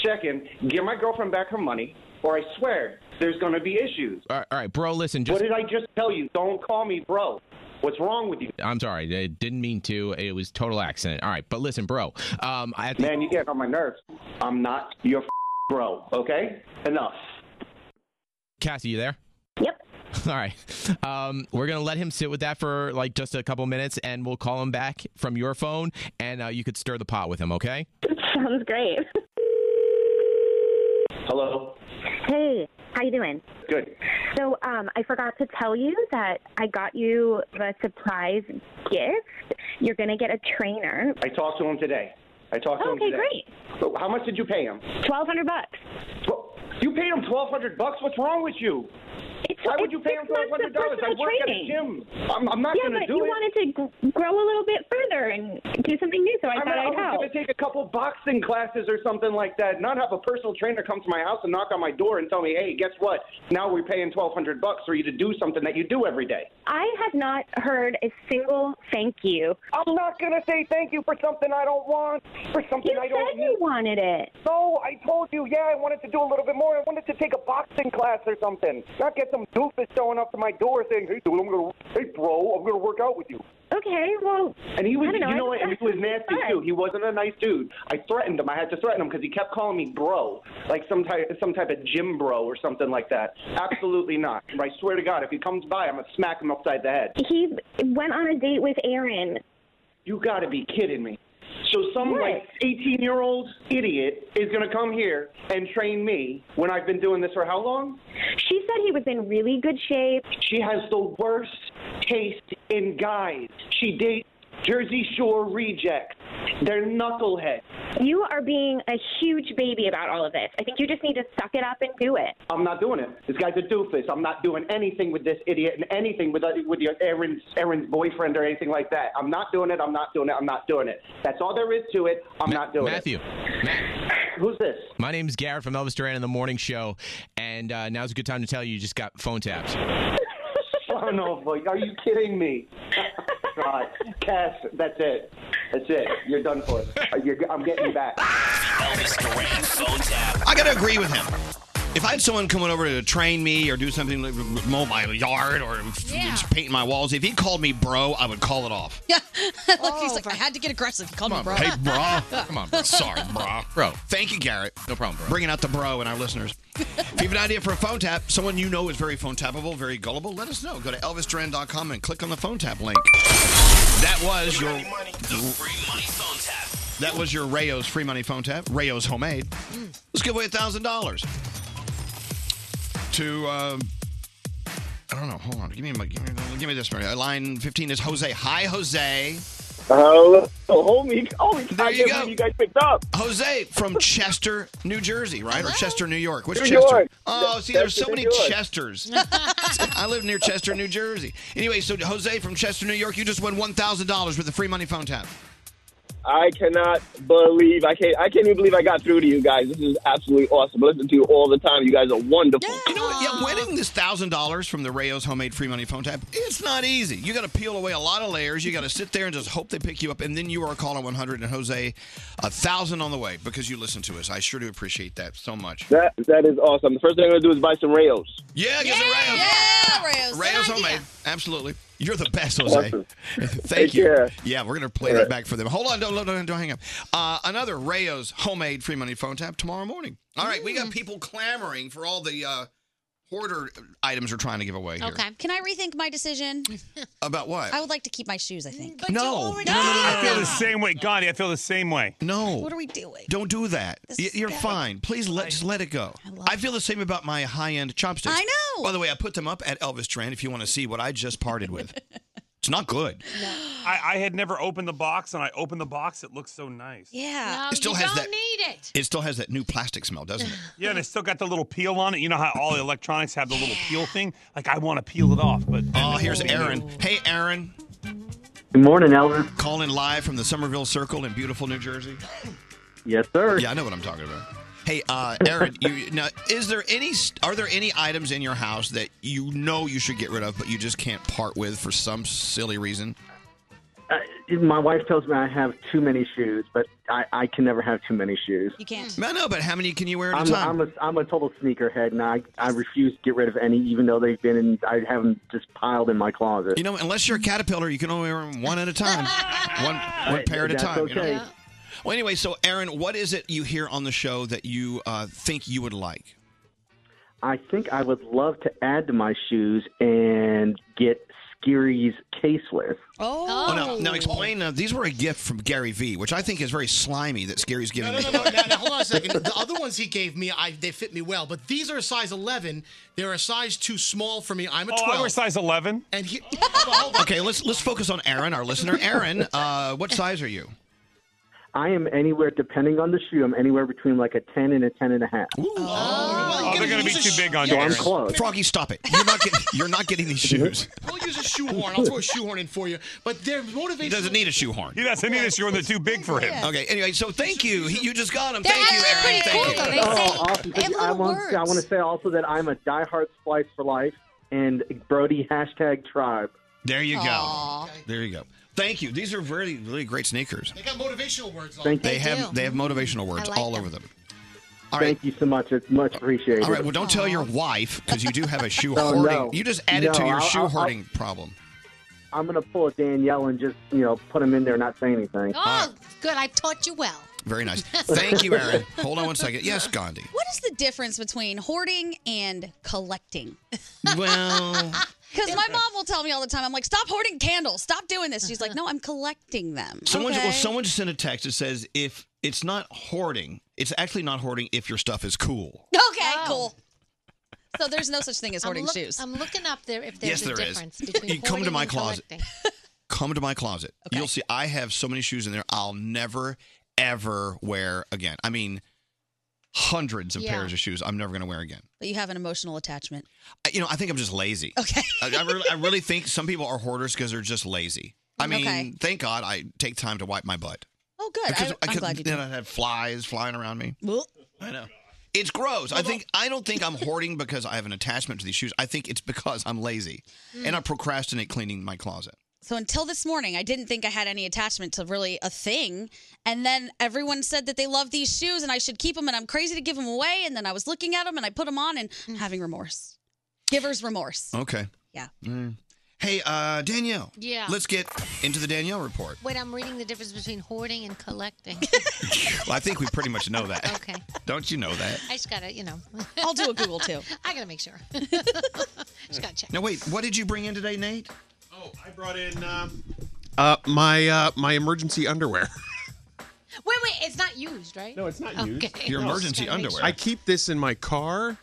[SPEAKER 17] Second, give my girlfriend back her money, or I swear there's going to be issues.
[SPEAKER 26] All right, all right, bro, listen, just
[SPEAKER 17] What did I just tell you? Don't call me bro. What's wrong with you?
[SPEAKER 26] I'm sorry. I didn't mean to. It was total accident. All right, but listen, bro. Um, I
[SPEAKER 17] Man, you get on my nerves. I'm not your bro, okay? Enough.
[SPEAKER 26] Cassie, you there?
[SPEAKER 17] Yep.
[SPEAKER 26] All right. Um, we're gonna let him sit with that for like just a couple minutes, and we'll call him back from your phone, and uh, you could stir the pot with him. Okay?
[SPEAKER 17] Sounds great. Hello.
[SPEAKER 21] Hey, how you doing?
[SPEAKER 17] Good.
[SPEAKER 21] So, um, I forgot to tell you that I got you a surprise gift. You're gonna get a trainer.
[SPEAKER 17] I talked to him today. I talked to him
[SPEAKER 21] Okay,
[SPEAKER 17] today. great. How much did you pay him?
[SPEAKER 21] Twelve hundred bucks.
[SPEAKER 17] You paid him twelve hundred bucks. What's wrong with you? Why would you pay him twelve hundred dollars? I work at a gym. I'm, I'm not
[SPEAKER 21] yeah,
[SPEAKER 17] going to
[SPEAKER 21] but
[SPEAKER 17] do
[SPEAKER 21] you
[SPEAKER 17] it.
[SPEAKER 21] wanted to g- grow a little bit further and do something new, so I
[SPEAKER 17] I'm-
[SPEAKER 21] thought
[SPEAKER 17] I
[SPEAKER 21] I'd
[SPEAKER 17] was
[SPEAKER 21] help.
[SPEAKER 17] going to take a couple boxing classes or something like that. Not have a personal trainer come to my house and knock on my door and tell me, "Hey, guess what? Now we're paying twelve hundred bucks for you to do something that you do every day."
[SPEAKER 21] I have not heard a single thank you.
[SPEAKER 17] I'm not going to say thank you for something I don't want, for something
[SPEAKER 21] you
[SPEAKER 17] I don't
[SPEAKER 21] said you wanted it.
[SPEAKER 17] No, I told you, yeah, I wanted to do a little bit more. I wanted to take a boxing class or something. Not get some doofus showing up to my door saying, "Hey, dude, I'm gonna, hey, bro, I'm gonna work out with you."
[SPEAKER 21] Okay, well.
[SPEAKER 17] And he was,
[SPEAKER 21] I don't know,
[SPEAKER 17] you
[SPEAKER 21] I
[SPEAKER 17] know what? And he was nasty too. He wasn't a nice dude. I threatened him. I had to threaten him because he kept calling me bro, like some type, some type of gym bro or something like that. Absolutely not. I swear to God, if he comes by, I'm gonna smack him upside the head.
[SPEAKER 21] He went on a date with Aaron.
[SPEAKER 17] You gotta be kidding me. So some
[SPEAKER 21] What?
[SPEAKER 17] like 18 year old idiot is gonna come here and train me when I've been doing this for how long?
[SPEAKER 21] She said he was in really good shape.
[SPEAKER 17] She has the worst taste in guys. She dates Jersey Shore rejects. They're knuckleheads.
[SPEAKER 21] You are being a huge baby about all of this. I think you just need to suck it up and do it.
[SPEAKER 17] I'm not doing it. This guy's a doofus. I'm not doing anything with this idiot and anything with uh, with your Aaron's Aaron's boyfriend or anything like that. I'm not doing it. I'm not doing it. I'm not doing it. That's all there is to it. I'm not doing
[SPEAKER 26] Matthew.
[SPEAKER 17] it. Who's this?
[SPEAKER 26] My name's Garrett from Elvis Duran in the Morning Show, and uh, now's a good time to tell you you just got phone taps.
[SPEAKER 17] Oh no, boy. Are you kidding me? God, Cass, that's it. That's it. You're done for. You're, I'm getting you back.
[SPEAKER 1] I gotta agree with him. If I had someone coming over to train me or do something like mow my yard or f- paint my walls, if he called me bro, I would call it off.
[SPEAKER 9] Yeah. Look,
[SPEAKER 6] Oh,
[SPEAKER 9] he's like, I had to get aggressive. Call me, bro.
[SPEAKER 1] Hey, bro. Come on, bro. Sorry, bro. Bro. Thank you, Garrett. No problem, bro. Bringing out the bro and our listeners. if you have an idea for a phone tap, someone you know is very phone tappable, very gullible, let us know. Go to elvisduran.com and click on the phone tap link. That was your That was your Rayo's free money phone tap. Rayo's homemade. Let's give away $1,000 to um, I don't know. Hold on. Give me my give me, give me this. Maria. Line 15 is Jose. Hi Jose.
[SPEAKER 27] Hello, homie. Oh,
[SPEAKER 1] There you go.
[SPEAKER 27] You guys picked up.
[SPEAKER 1] Jose from Chester, New Jersey, right? Or Chester, New York. Which
[SPEAKER 27] New
[SPEAKER 1] Chester?
[SPEAKER 27] York.
[SPEAKER 1] Oh, see, there's so
[SPEAKER 27] Chester,
[SPEAKER 1] many
[SPEAKER 27] New York.
[SPEAKER 1] Chesters. I live near Chester, New Jersey. Anyway, so Jose from Chester, New York, you just won $1,000 with a free money phone tap.
[SPEAKER 27] I cannot believe I can't. I can't even believe I got through to you guys. This is absolutely awesome. I listen to you all the time. You guys are wonderful.
[SPEAKER 1] You know what? Yeah, Yeah, winning this thousand dollars from the Rayo's homemade free money phone tap, it's not easy. You got to peel away a lot of layers. You got to sit there and just hope they pick you up, and then you are a caller 100 and Jose, a thousand on the way because you listen to us. I sure do appreciate that so much.
[SPEAKER 15] That that is awesome. The first thing I'm gonna do is buy some Rayos.
[SPEAKER 1] Yeah, get some Rayos.
[SPEAKER 9] Yeah, Rayos.
[SPEAKER 1] Rayos homemade, absolutely. You're the best, Jose.
[SPEAKER 15] Awesome.
[SPEAKER 1] Thank
[SPEAKER 15] Take
[SPEAKER 1] you.
[SPEAKER 15] care.
[SPEAKER 1] Yeah, we're gonna play
[SPEAKER 15] All
[SPEAKER 1] that
[SPEAKER 15] right.
[SPEAKER 1] back for them. Hold on, don't don't, don't hang up. Uh, another Rayo's homemade free money phone tap tomorrow morning. All right, we got people
[SPEAKER 9] Mm-hmm.
[SPEAKER 1] clamoring for all the uh, hoarder items we're trying to give away here.
[SPEAKER 9] Can I rethink my decision?
[SPEAKER 1] About what?
[SPEAKER 9] I would like to keep my shoes, I think.
[SPEAKER 1] no.
[SPEAKER 18] No, no, no, no, I feel the same way. Gandhi, I feel the same way.
[SPEAKER 1] No.
[SPEAKER 9] What are we doing?
[SPEAKER 1] Don't do that.
[SPEAKER 9] This
[SPEAKER 1] Y-
[SPEAKER 9] is
[SPEAKER 1] You're
[SPEAKER 9] bad.
[SPEAKER 1] fine. Please let just let it go. I, feel the same about my high-end chopsticks.
[SPEAKER 9] I know.
[SPEAKER 1] By the way, I put them up at Elvis Strand if you want to see what I just parted with. it's not good.
[SPEAKER 18] I, I had never opened the box, and I opened the box. It looks so nice.
[SPEAKER 9] Yeah.
[SPEAKER 1] It still
[SPEAKER 18] you
[SPEAKER 1] has
[SPEAKER 18] don't
[SPEAKER 1] that.
[SPEAKER 11] need it.
[SPEAKER 1] It still has that new plastic smell, doesn't it?
[SPEAKER 18] Yeah, and it's still got the little peel on it. You know how all the electronics have the little peel thing? Like, I want to peel it off, but.
[SPEAKER 1] Oh, here's Aaron. Hey, Aaron.
[SPEAKER 2] Good morning, Elvis.
[SPEAKER 1] Calling live from the Somerville Circle in beautiful New Jersey.
[SPEAKER 2] Yes, sir.
[SPEAKER 1] Yeah, I know what I'm talking about. Hey, uh, Aaron. you, now, is there any? Are there any items in your house that you know you should get rid of, but you just can't part with for some silly reason?
[SPEAKER 2] Uh, My wife tells me I have too many shoes, but I, I can never have too many shoes.
[SPEAKER 9] You can't.
[SPEAKER 1] I know, but how many can you wear at
[SPEAKER 2] I'm,
[SPEAKER 1] a time?
[SPEAKER 2] I'm a I'm a total sneakerhead, and I I refuse to get rid of any, even though they've been in. I have them just piled in my closet.
[SPEAKER 1] You know, unless you're a caterpillar, you can only wear them one at a time, one one
[SPEAKER 2] Uh,
[SPEAKER 1] pair at a
[SPEAKER 2] that's
[SPEAKER 1] time. You know?
[SPEAKER 2] okay. Yeah.
[SPEAKER 1] Well, anyway, so Aaron, what is it you hear on the show that you uh, think you would like?
[SPEAKER 2] I think I would love to add to my shoes and get Skeery's case list.
[SPEAKER 9] Oh,
[SPEAKER 1] now, now explain. Uh, these were a gift from Gary Vee, which I think is very slimy that Scary's giving.
[SPEAKER 7] No,
[SPEAKER 1] me.
[SPEAKER 7] no, no, no. Now, now, hold on a second. The other ones he gave me, I, they fit me well, but these are a size 11. They're a size too small for me. I'm a
[SPEAKER 18] Oh,
[SPEAKER 7] 12.
[SPEAKER 18] I wear size 11.
[SPEAKER 7] And he, hold on.
[SPEAKER 1] Okay, let's let's focus on Aaron, our listener. Aaron, uh, what size are you?
[SPEAKER 2] I am anywhere, depending on the shoe, I'm anywhere between like a ten and a ten and a half.
[SPEAKER 18] Oh, they're going to be too big on
[SPEAKER 2] So
[SPEAKER 18] you.
[SPEAKER 2] I'm
[SPEAKER 18] Aaron.
[SPEAKER 2] close.
[SPEAKER 1] Froggy, stop it. You're not getting, you're not getting these shoes.
[SPEAKER 7] I'll use a shoehorn. I'll throw a shoehorn in for you. But they're motivated.
[SPEAKER 1] He doesn't need a shoehorn.
[SPEAKER 18] He doesn't need a shoehorn. They're too big for him.
[SPEAKER 1] Okay. Anyway, so thank you. He, you just got him.
[SPEAKER 2] They're
[SPEAKER 1] thank you, Aaron.
[SPEAKER 2] actually
[SPEAKER 1] Thank you.
[SPEAKER 2] oh, awesome. Thank you. I want, I want to say also that I'm a diehard Splice for life and Brody hashtag tribe.
[SPEAKER 1] There you
[SPEAKER 2] Aw.
[SPEAKER 1] go. There you go. Thank you. These are really, really great sneakers.
[SPEAKER 7] They got motivational words on
[SPEAKER 1] They,
[SPEAKER 7] them.
[SPEAKER 1] have they have motivational words
[SPEAKER 7] I like
[SPEAKER 1] all
[SPEAKER 7] them.
[SPEAKER 1] over them.
[SPEAKER 2] Thank you so much. It's much appreciated.
[SPEAKER 1] All right. Well, don't tell your wife because you do have a shoe
[SPEAKER 2] Oh,
[SPEAKER 1] hoarding.
[SPEAKER 2] no.
[SPEAKER 1] You just added
[SPEAKER 2] No,
[SPEAKER 1] to your
[SPEAKER 2] I'll-
[SPEAKER 1] shoe
[SPEAKER 2] I'll-
[SPEAKER 1] hoarding problem.
[SPEAKER 2] I'm gonna pull a Danielle and just you know put him in there, and not say anything.
[SPEAKER 6] Oh, good. I taught you well.
[SPEAKER 1] Very nice. Thank you, Aaron. Hold on one second. Yes, Gandhi.
[SPEAKER 9] What is the difference between hoarding and collecting?
[SPEAKER 1] Well,
[SPEAKER 9] Because my mom will tell me all the time, I'm like, stop hoarding candles. Stop doing this. She's like, no, I'm collecting them.
[SPEAKER 1] someone
[SPEAKER 9] okay?
[SPEAKER 1] well someone just sent a text that says if it's not hoarding, it's actually not hoarding if your stuff is cool.
[SPEAKER 9] Okay, cool. So there's no such thing as
[SPEAKER 6] Oh. I'm
[SPEAKER 9] hoarding
[SPEAKER 6] look-
[SPEAKER 9] shoes.
[SPEAKER 6] I'm looking up there if
[SPEAKER 1] Yes,
[SPEAKER 6] there's
[SPEAKER 1] there
[SPEAKER 6] a
[SPEAKER 1] is.
[SPEAKER 6] difference between
[SPEAKER 1] You come to
[SPEAKER 6] hoarding
[SPEAKER 1] my
[SPEAKER 6] and
[SPEAKER 1] closet.
[SPEAKER 6] collecting.
[SPEAKER 1] Come to my closet. You'll see I have so many shoes in there I'll never ever wear again. I mean, hundreds of
[SPEAKER 9] Yeah.
[SPEAKER 1] pairs of shoes I'm never going to wear again.
[SPEAKER 9] But you have an emotional attachment.
[SPEAKER 1] I- You know, I think I'm just lazy. Okay. I, I, really, I really think some people are hoarders because they're just lazy. I mean,
[SPEAKER 9] Okay.
[SPEAKER 1] thank God I take time to wipe my butt.
[SPEAKER 9] Oh, good.
[SPEAKER 1] Because
[SPEAKER 9] I, I'm
[SPEAKER 1] could-
[SPEAKER 9] glad you
[SPEAKER 1] then
[SPEAKER 9] did.
[SPEAKER 1] I'd have flies flying around me. I know. It's gross. I think I don't think I'm hoarding because I have an attachment to these shoes. I think it's because I'm lazy
[SPEAKER 9] Mm.
[SPEAKER 1] and I procrastinate cleaning my closet.
[SPEAKER 9] So until this morning, I didn't think I had any attachment to really a thing. And then everyone said that they love these shoes and I should keep them and I'm crazy to give them away. And then I was looking at them and I put them on and
[SPEAKER 6] Mm.
[SPEAKER 9] I'm having remorse. Giver's remorse.
[SPEAKER 1] Okay.
[SPEAKER 9] Yeah.
[SPEAKER 1] Mm. Hey, uh, Danielle.
[SPEAKER 6] Yeah.
[SPEAKER 1] Let's get into the Danielle report.
[SPEAKER 6] Wait, I'm reading the difference between hoarding and collecting.
[SPEAKER 1] Well, I think we pretty much know that.
[SPEAKER 6] Okay.
[SPEAKER 1] Don't you know that?
[SPEAKER 6] I just gotta, you know.
[SPEAKER 9] I'll do a Google too.
[SPEAKER 6] I gotta make sure. just gotta check.
[SPEAKER 1] Now wait, what did you bring in today, Nate? Oh,
[SPEAKER 13] I brought in. Um,
[SPEAKER 26] Uh, my uh, my emergency underwear.
[SPEAKER 6] Wait, wait, it's not used, right? No, it's not
[SPEAKER 13] used.
[SPEAKER 6] Okay.
[SPEAKER 26] Your
[SPEAKER 6] Just
[SPEAKER 26] emergency
[SPEAKER 6] gotta make
[SPEAKER 26] underwear. I keep this in my car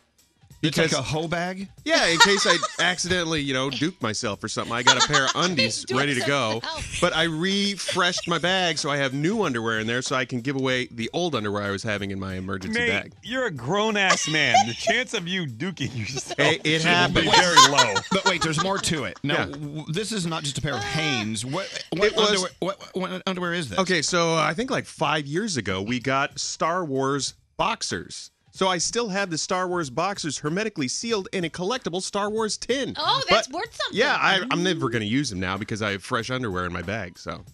[SPEAKER 1] It's like a hoe bag.
[SPEAKER 26] Yeah, in case I accidentally, you know, duke myself or something. I got a pair of undies
[SPEAKER 6] Duke
[SPEAKER 26] ready to go.
[SPEAKER 6] himself.
[SPEAKER 26] But I refreshed my bag so I have new underwear in there so I can give away the old underwear I was having in my emergency
[SPEAKER 18] Nate,
[SPEAKER 26] bag.
[SPEAKER 18] you're a grown ass man. The chance of you duking yourself
[SPEAKER 26] Hey, it
[SPEAKER 18] should
[SPEAKER 26] happened.
[SPEAKER 18] be very low.
[SPEAKER 1] But wait, there's more to it. No,
[SPEAKER 26] Yeah.
[SPEAKER 1] w- this is not just a pair of Hanes. What what,
[SPEAKER 26] was-
[SPEAKER 1] underwear, what, what underwear is this?
[SPEAKER 26] Okay, so uh, I think like five years ago, we got Star Wars boxers.
[SPEAKER 5] So I still have the Star Wars boxes hermetically sealed in a collectible Star Wars tin.
[SPEAKER 6] Oh, that's worth something.
[SPEAKER 5] Yeah, I, I'm never going to use them now because I have fresh underwear in my bag. So,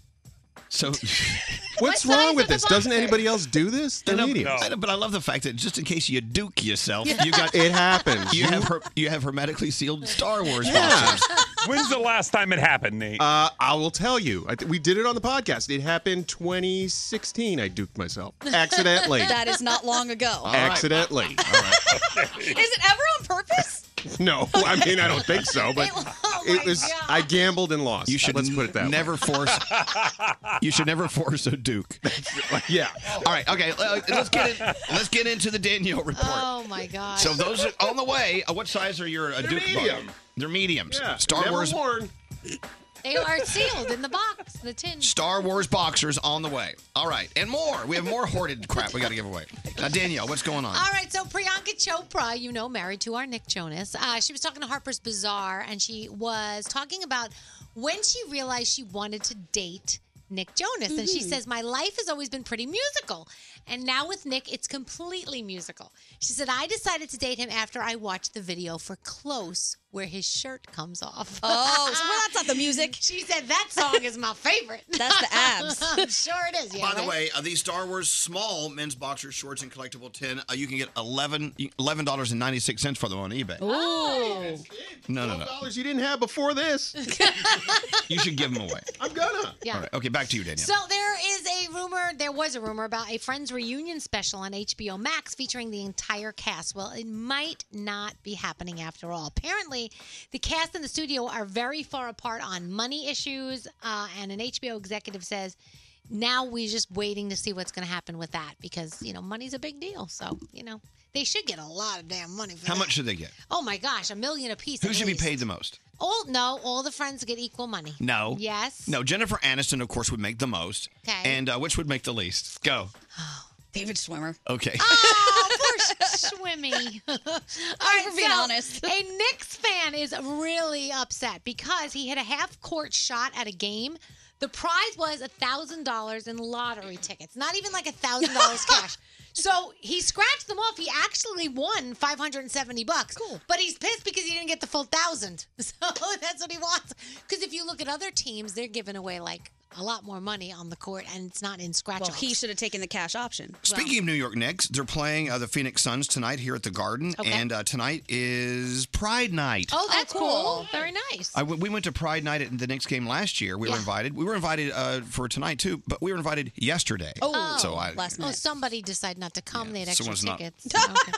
[SPEAKER 1] so
[SPEAKER 5] what's wrong with this? Doesn't anybody else do this? They're
[SPEAKER 1] I know,
[SPEAKER 5] mediums.
[SPEAKER 1] I know, but I love the fact that just in case you duke yourself,
[SPEAKER 5] Yeah.
[SPEAKER 1] you got
[SPEAKER 5] It happens.
[SPEAKER 1] You
[SPEAKER 5] You-
[SPEAKER 1] have her, you have hermetically sealed Star Wars
[SPEAKER 5] Yeah.
[SPEAKER 1] boxes.
[SPEAKER 18] When's the last time it happened, Nate?
[SPEAKER 5] Uh, I will tell you. I th- we did it on the podcast. It happened 2016. I duked myself accidentally.
[SPEAKER 9] that is not long ago.
[SPEAKER 5] accidentally.
[SPEAKER 9] Is it ever on purpose?
[SPEAKER 5] No, I mean I don't think so, but
[SPEAKER 9] Oh
[SPEAKER 5] it was. I gambled and lost.
[SPEAKER 1] You should
[SPEAKER 5] Let's put it that
[SPEAKER 1] never
[SPEAKER 5] way.
[SPEAKER 1] force. You should never force a duke.
[SPEAKER 5] yeah.
[SPEAKER 1] All right. Okay. uh, Let's get in, let's get into the Danielle report.
[SPEAKER 6] Oh my god.
[SPEAKER 1] So those are on the way. Uh, what size are your uh,
[SPEAKER 6] They're
[SPEAKER 1] Duke? bug?
[SPEAKER 6] medium.
[SPEAKER 1] They're mediums.
[SPEAKER 6] Yeah,
[SPEAKER 1] Star
[SPEAKER 6] never
[SPEAKER 1] Wars.
[SPEAKER 5] Worn.
[SPEAKER 6] they are sealed in the box, the tin.
[SPEAKER 1] Star Wars boxers on the way. All right, and more. We have more hoarded crap we got to give away. Now, Danielle, what's going on?
[SPEAKER 6] All right, so Priyanka Chopra, you know, married to our Nick Jonas, uh, she was talking to Harper's Bazaar and she was talking about when she realized she wanted to date Nick Jonas. And she
[SPEAKER 9] Mm-hmm.
[SPEAKER 14] Mhm.
[SPEAKER 6] says, My life has always been pretty musical. And now with Nick, it's completely musical. She said, I decided to date him after I watched the video for Close, where his shirt comes off.
[SPEAKER 9] Oh, so- well, that's not the music.
[SPEAKER 6] She said, That song is my favorite.
[SPEAKER 9] That's the abs.
[SPEAKER 6] I'm sure it is. Yeah,
[SPEAKER 1] By the
[SPEAKER 6] right?
[SPEAKER 1] way, uh, these Star Wars small men's boxer shorts and collectible tin, uh, you can get 11 dollars and ninety six cents for them on eBay.
[SPEAKER 9] Ooh.
[SPEAKER 1] No, no, no.
[SPEAKER 5] Dollars you didn't have before this.
[SPEAKER 1] You should give them away.
[SPEAKER 5] I'm gonna.
[SPEAKER 6] Yeah.
[SPEAKER 1] All right. Okay, back to you, Danielle.
[SPEAKER 6] So there is a rumor, there was a rumor about a Friends reunion special on HBO Max featuring the entire cast. Well, it might not be happening after all. Apparently, the cast and the studio are very far apart on money issues, uh, and an HBO executive says. Now we're just waiting to see what's going to happen with that because you know money's a big deal. So you know they should get a lot of damn money. For
[SPEAKER 1] How
[SPEAKER 6] that.
[SPEAKER 1] much should they get?
[SPEAKER 6] Oh my gosh, a million apiece.
[SPEAKER 1] Who
[SPEAKER 6] at
[SPEAKER 1] should be
[SPEAKER 6] least.
[SPEAKER 1] paid the most?
[SPEAKER 6] All no, all the friends get equal money.
[SPEAKER 1] No.
[SPEAKER 6] Yes.
[SPEAKER 1] No, Jennifer Aniston, of course, would make the most.
[SPEAKER 6] Okay.
[SPEAKER 1] And uh, which would make the least? Go.
[SPEAKER 9] David Schwimmer.
[SPEAKER 1] Okay.
[SPEAKER 6] Oh, poor Schwimmy. All right,
[SPEAKER 9] for being
[SPEAKER 6] so
[SPEAKER 9] honest.
[SPEAKER 6] A Knicks fan is really upset because he hit a half court shot at a game. The prize was $1,000 in lottery tickets, not even like $1,000 cash. So he scratched them off. He actually won 570 bucks. Cool. But he's pissed because he didn't get the full 1000. So that's what he wants. Cuz if you look at other teams, they're giving away like a lot more money on the court and it's not in scratch
[SPEAKER 9] Well, he should have taken the cash option.
[SPEAKER 1] Speaking of New York Knicks, they're playing uh, the Phoenix Suns tonight here at the Garden,
[SPEAKER 9] Okay.
[SPEAKER 1] and uh, tonight is Pride Night.
[SPEAKER 6] Oh, that's cool.
[SPEAKER 9] cool.
[SPEAKER 6] Very nice.
[SPEAKER 1] I w- we went to Pride Night at the Knicks game last year. We were
[SPEAKER 6] Yeah.
[SPEAKER 1] invited. We were invited uh, for tonight too, but we were invited yesterday. so I,
[SPEAKER 6] Oh, somebody decided not to come. they had extra
[SPEAKER 1] someone's not-
[SPEAKER 6] tickets.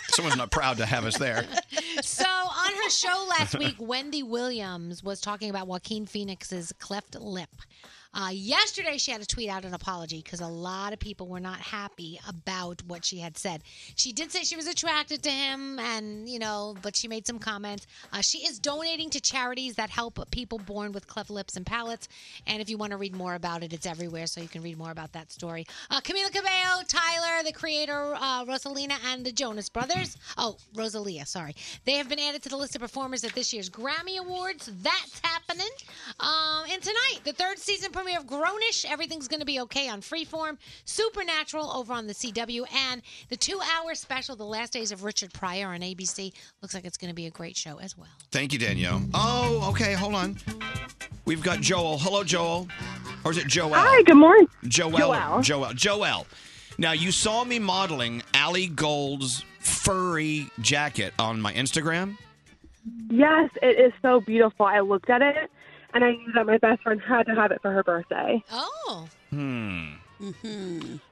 [SPEAKER 1] someone's not proud to have us there.
[SPEAKER 6] so on her show last week, Wendy Williams was talking about Joaquin Phoenix's cleft lip. Uh, yesterday, she had to tweet out an apology because a lot of people were not happy about what she had said. She did say she was attracted to him, and you know, but she made some comments. Uh, she is donating to charities that help people born with cleft lips and palates. And if you want to read more about it, it's everywhere, so you can read more about that story. Uh, Camila Cabello, Tyler, the creator, uh, Rosalina, and the Jonas Brothers. Oh, Rosalia, sorry. They have been added to the list of performers at this year's Grammy Awards. That's happening. Um, and tonight, the third season premiere of Grownish, Everything's Gonna Be Okay on Freeform, Supernatural over on the CW, and the two hour special, The Last Days of Richard Pryor on ABC. Looks like it's gonna be a great show as well.
[SPEAKER 1] Thank you, Danielle. Oh, okay. Hold on. We've got Joel. Hello, Joel. Or is it Joel?
[SPEAKER 14] Hi, good morning.
[SPEAKER 1] Joel. Joel. Joel. Now, you saw me modeling Ali Gold's furry jacket on my Instagram.
[SPEAKER 14] Yes, it is so beautiful. I looked at it and I knew that my best friend had to have it for her birthday.
[SPEAKER 6] Oh.
[SPEAKER 1] Hmm.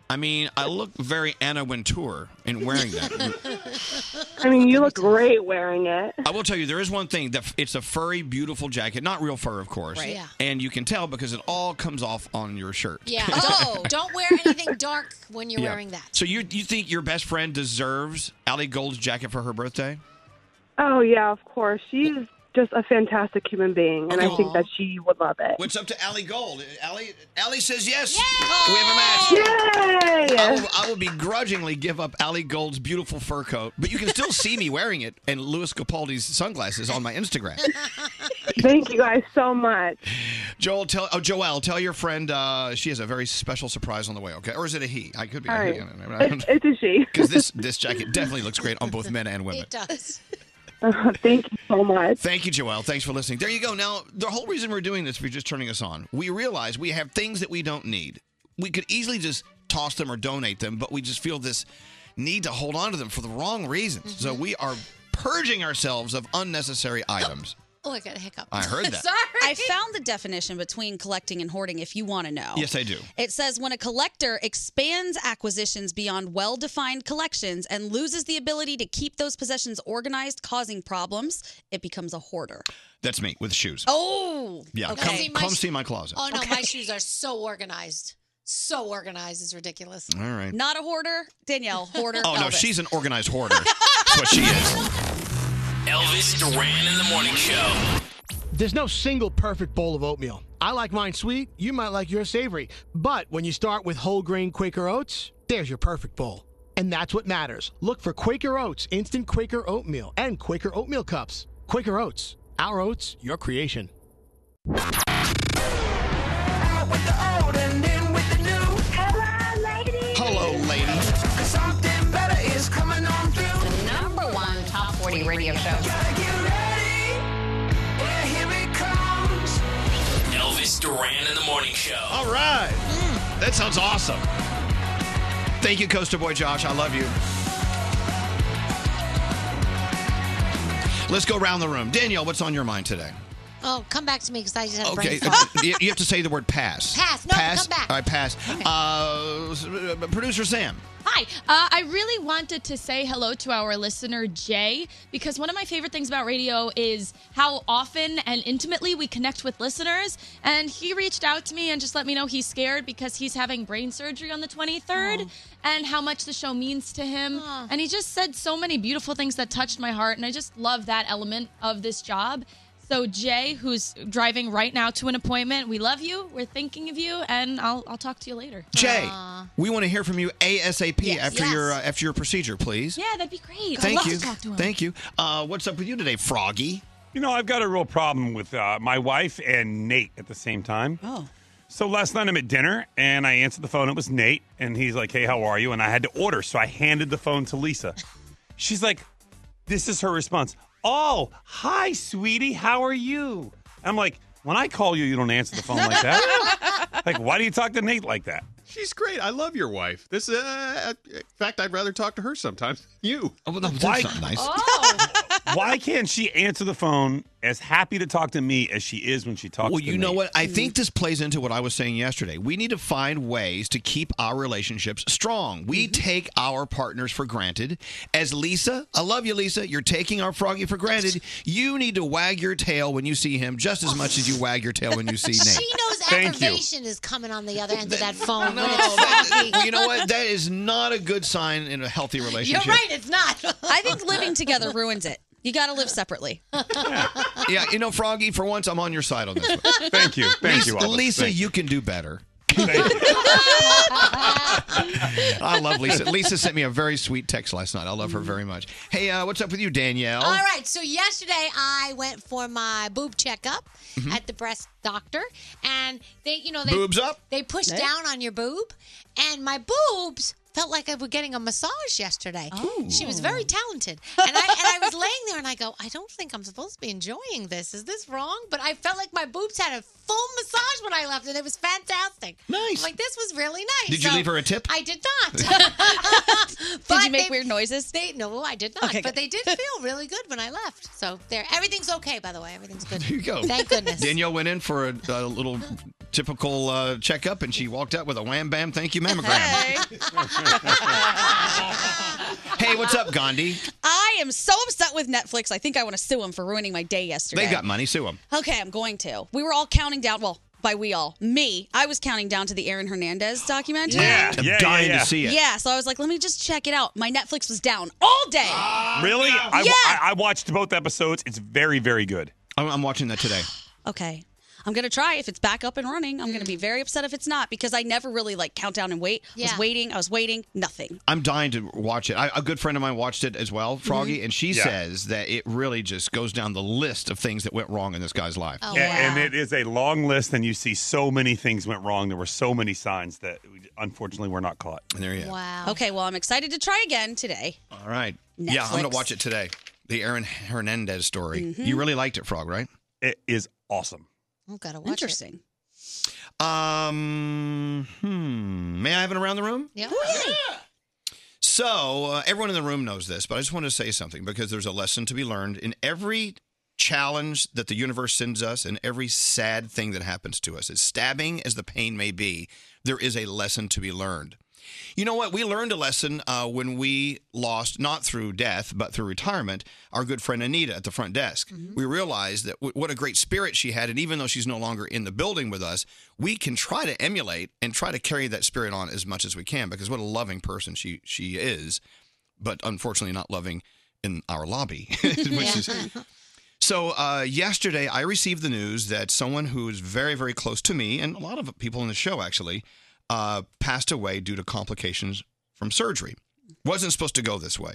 [SPEAKER 1] I mean, I look very Anna Wintour in wearing that.
[SPEAKER 14] I mean, you look great wearing it.
[SPEAKER 1] I will tell you, there is one thing that it's a furry, beautiful jacket, not real fur, of course.
[SPEAKER 6] Right. Yeah.
[SPEAKER 1] And you can tell because it all comes off on your shirt.
[SPEAKER 6] Yeah. Oh, Don't, don't wear anything dark when you're
[SPEAKER 1] Yeah.
[SPEAKER 6] wearing that.
[SPEAKER 1] So you you think your best friend deserves Ali Gold's jacket for her birthday?
[SPEAKER 14] Oh, yeah, of course. She's just a fantastic human being, and I think that she would love it.
[SPEAKER 1] What's up to Ali Gold? Ali Ali says yes. We have a match.
[SPEAKER 14] Yay!
[SPEAKER 1] I will, I will begrudgingly give up Ali Gold's beautiful fur coat, but you can still see me wearing it and Louis Capaldi's sunglasses on my Instagram.
[SPEAKER 14] Thank you guys so much.
[SPEAKER 1] Joel, tell oh Joelle, tell your friend uh, she has a very special surprise on the way. Okay, or is it a he? I could be.
[SPEAKER 14] All
[SPEAKER 1] a
[SPEAKER 14] right.
[SPEAKER 1] he. I don't know. I
[SPEAKER 14] It's, it's a she.
[SPEAKER 1] Because this this jacket definitely looks great on both men and women.
[SPEAKER 6] does.
[SPEAKER 14] Uh, Thank you so much.
[SPEAKER 1] Thank you, Joelle. Thanks for listening. There you go. Now, the whole reason we're doing this, if you're just turning us on, we realize we have things that we don't need. We could easily just toss them or donate them, but we just feel this need to hold on to them for the wrong reasons.
[SPEAKER 9] Mm-hmm.
[SPEAKER 1] So we are purging ourselves of unnecessary items.
[SPEAKER 6] Oh, I got a hiccup.
[SPEAKER 1] I heard that.
[SPEAKER 9] Sorry. I found the definition between collecting and hoarding if you want to know.
[SPEAKER 1] Yes, I do.
[SPEAKER 9] It says when a collector expands acquisitions beyond well defined collections and loses the ability to keep those possessions organized, causing problems, it becomes a hoarder.
[SPEAKER 1] That's me with shoes.
[SPEAKER 9] Oh!
[SPEAKER 1] Yeah, come, come see my closet.
[SPEAKER 6] Oh no, my shoes are so organized. So organized is ridiculous.
[SPEAKER 1] All right.
[SPEAKER 9] Not a hoarder, Danielle, hoarder.
[SPEAKER 1] Oh no,
[SPEAKER 9] Elvis.
[SPEAKER 1] she's an organized hoarder. That's what she is.
[SPEAKER 3] Elvis Duran in the morning show.
[SPEAKER 16] There's no single perfect bowl of oatmeal. I like mine sweet, you might like yours savory. But when you start with whole grain Quaker oats, there's your perfect bowl. And that's what matters. Look for Quaker Oats, instant Quaker oatmeal, and Quaker oatmeal cups. Quaker Oats, our oats, your creation.
[SPEAKER 1] Hello, lady.
[SPEAKER 17] Something better is coming on through.
[SPEAKER 19] The number one top 40 radio show.
[SPEAKER 3] Elvis Duran in the morning show.
[SPEAKER 1] All right. Hmm. That sounds awesome. Thank you, Coaster Boy Josh. I love you. Let's go around the room. Danielle, what's on your mind today?
[SPEAKER 6] Oh, come back to me because I just had a
[SPEAKER 1] Okay,
[SPEAKER 6] brain fart.
[SPEAKER 1] you you have to say the word pass.
[SPEAKER 6] Pass. No,
[SPEAKER 1] pass.
[SPEAKER 6] come back.
[SPEAKER 1] All right, pass. Uh, s- uh, producer Sam.
[SPEAKER 11] Hi. Uh, I really wanted to say hello to our listener, Jay, because one of my favorite things about radio is how often and intimately we connect with listeners. And he reached out to me and just let me know he's scared because he's having brain surgery on the 23rd and how much the show means to him. And he just said so many beautiful things that touched my heart. And I just love that element of this job. So, Jay, who's driving right now to an appointment, we love you. We're thinking of you. And I'll, I'll talk to you later.
[SPEAKER 1] Jay,
[SPEAKER 6] Uh,
[SPEAKER 1] we want to hear from you ASAP after
[SPEAKER 11] Yes.
[SPEAKER 1] your uh, after your procedure, please.
[SPEAKER 11] Yeah, that'd be great. I'd
[SPEAKER 1] Thank
[SPEAKER 11] love
[SPEAKER 1] you.
[SPEAKER 11] To talk to him.
[SPEAKER 1] Thank you. Uh, what's up with you today, Froggy?
[SPEAKER 18] You know, I've got a real problem with uh, my wife and Nate at the same time.
[SPEAKER 9] Oh.
[SPEAKER 18] So last night I'm at dinner and I answered the phone. It was Nate, and he's like, "Hey, how are you?" And I had to order, so I handed the phone to Lisa. She's like, "This is her response." Oh, hi, sweetie. How are you? I'm like, when I call you, you don't answer the phone like that. like, why do you talk to Nate like that?
[SPEAKER 5] She's great. I love your wife. This, uh, in fact, I'd rather talk to her sometimes. You.
[SPEAKER 1] Oh, well, that's
[SPEAKER 18] not
[SPEAKER 1] nice.
[SPEAKER 9] Oh.
[SPEAKER 18] Why can't she answer the phone as happy to talk to me as she is when she talks
[SPEAKER 1] Well,
[SPEAKER 18] to
[SPEAKER 1] you
[SPEAKER 18] me?
[SPEAKER 1] know what? I think this plays into what I was saying yesterday. We need to find ways to keep our relationships strong. We take our partners for granted. As Lisa, I love you, Lisa. You're taking our froggy for granted. You need to wag your tail when you see him just as much as you wag your tail when you see Nate.
[SPEAKER 6] She knows aggravation is coming on the other end of that phone.
[SPEAKER 1] No,
[SPEAKER 6] when it's
[SPEAKER 1] that-
[SPEAKER 6] froggy.
[SPEAKER 1] well, you know what? That is not a good sign in a healthy relationship.
[SPEAKER 6] it's not.
[SPEAKER 9] I think living together ruins it. You got to live separately.
[SPEAKER 1] Yeah, you know, Froggy, for once, I'm on your side on this one.
[SPEAKER 18] Thank you. Thank
[SPEAKER 1] Lisa,
[SPEAKER 18] you, Elvis.
[SPEAKER 1] Lisa,
[SPEAKER 18] Thank
[SPEAKER 1] you can do better. I love Lisa. Lisa sent me a very sweet text last night. I love her very much. Hey, uh, what's up with you, Danielle?
[SPEAKER 6] All right. So yesterday I went for my boob checkup
[SPEAKER 1] Mhm.
[SPEAKER 6] at the breast doctor, and they, you know, they
[SPEAKER 1] Boobs up?
[SPEAKER 6] They push
[SPEAKER 1] Nice.
[SPEAKER 6] down on your boob, and my boobs felt like I was getting a massage yesterday. She was very talented, and I and I was laying there, and I go, I don't think I'm supposed to be enjoying this. Is this wrong? But I felt like my boobs had a full massage when I left, and it was fantastic. Nice. like this was really nice.
[SPEAKER 1] Did you
[SPEAKER 6] So
[SPEAKER 1] leave her a tip?
[SPEAKER 6] I did not. did you make
[SPEAKER 9] weird noises?
[SPEAKER 6] They no, I did not.
[SPEAKER 9] Okay,
[SPEAKER 6] but
[SPEAKER 9] good.
[SPEAKER 6] they did feel really good when I left. So there, everything's okay. By the way, everything's good.
[SPEAKER 1] There you go.
[SPEAKER 6] Thank goodness.
[SPEAKER 1] Danielle went in for a, a little typical uh, checkup, and she walked out with a wham bam thank you mammogram. hey, what's up, Gandhi?
[SPEAKER 9] I am so upset with Netflix. I think I want to sue them for ruining my day yesterday.
[SPEAKER 1] They got money. Sue them.
[SPEAKER 9] Okay, I'm going to. We were all counting down. Well, by we all, me. I was counting down to the Aaron Hernandez documentary.
[SPEAKER 1] Yeah, I'm yeah, dying yeah, yeah. to see it.
[SPEAKER 9] Yeah, so I was like, let me just check it out. My Netflix was down all day.
[SPEAKER 1] Uh,
[SPEAKER 18] Really? I,
[SPEAKER 9] yeah.
[SPEAKER 18] I, I watched both episodes. It's very, very good.
[SPEAKER 1] I'm, I'm watching that today.
[SPEAKER 9] okay. I'm gonna try. If it's back up and running, I'm gonna be very upset if it's not because I never really like count down and wait. I
[SPEAKER 1] Yeah.
[SPEAKER 9] was waiting. I was waiting. Nothing.
[SPEAKER 1] I'm dying to watch it. I, a good friend of mine watched it as well, Froggy,
[SPEAKER 18] Mm-hmm.
[SPEAKER 1] and she
[SPEAKER 9] Yeah.
[SPEAKER 1] says that it really just goes down the list of things that went wrong in this guy's life.
[SPEAKER 9] Oh,
[SPEAKER 18] A- And it is a long list, and you see so many things went wrong. There were so many signs that we- unfortunately were not caught.
[SPEAKER 1] There you go.
[SPEAKER 9] Wow. Okay. Well, I'm excited to try again today.
[SPEAKER 1] All right. Yeah, I'm going
[SPEAKER 9] Netflix.
[SPEAKER 1] to watch it today. The Aaron Hernandez story.
[SPEAKER 9] Mhm.
[SPEAKER 1] You really liked it, Frog, right?
[SPEAKER 18] Mm-hmm. It is awesome.
[SPEAKER 9] I've gotta watch Interesting.
[SPEAKER 1] Um, hmm. May I have an around the room?
[SPEAKER 6] Yeah.
[SPEAKER 1] So, uh, everyone in the room knows this, but I just wanted to say something because there's a lesson to be learned in every challenge that the universe sends us and every sad thing that happens to us. As stabbing as the pain may be, there is a lesson to be learned. You know what? We learned a lesson uh, when we lost, not through death, but through retirement, our good friend Anita at the front desk. We realized that w- what a great spirit she had. And even though she's no longer in the building with us, we can try to emulate and try to carry that spirit on as much as we can because what a loving person she, she is, but unfortunately not loving in our lobby, which is so uh, yesterday, I received the news that someone who is very, very close to me, and a lot of people in the show actually, uh, passed away due to complications from surgery. Wasn't supposed to go this way.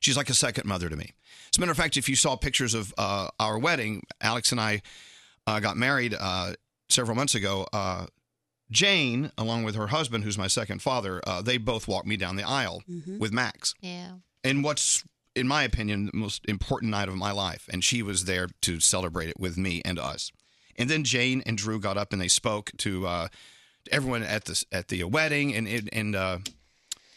[SPEAKER 1] She's like a second mother to me. As a matter of fact, if you saw pictures of uh, our wedding, Alex and I uh, got married uh, several months ago. Uh, Jane, along with her husband, who's my second father, uh, they both walked me down the aisle
[SPEAKER 6] Mhm.
[SPEAKER 1] with Max
[SPEAKER 6] Yeah.
[SPEAKER 1] and what's in my opinion the most important night of my life and she was there to celebrate it with me and us and then jane and drew got up and they spoke to uh, everyone at the at the wedding and it- and uh,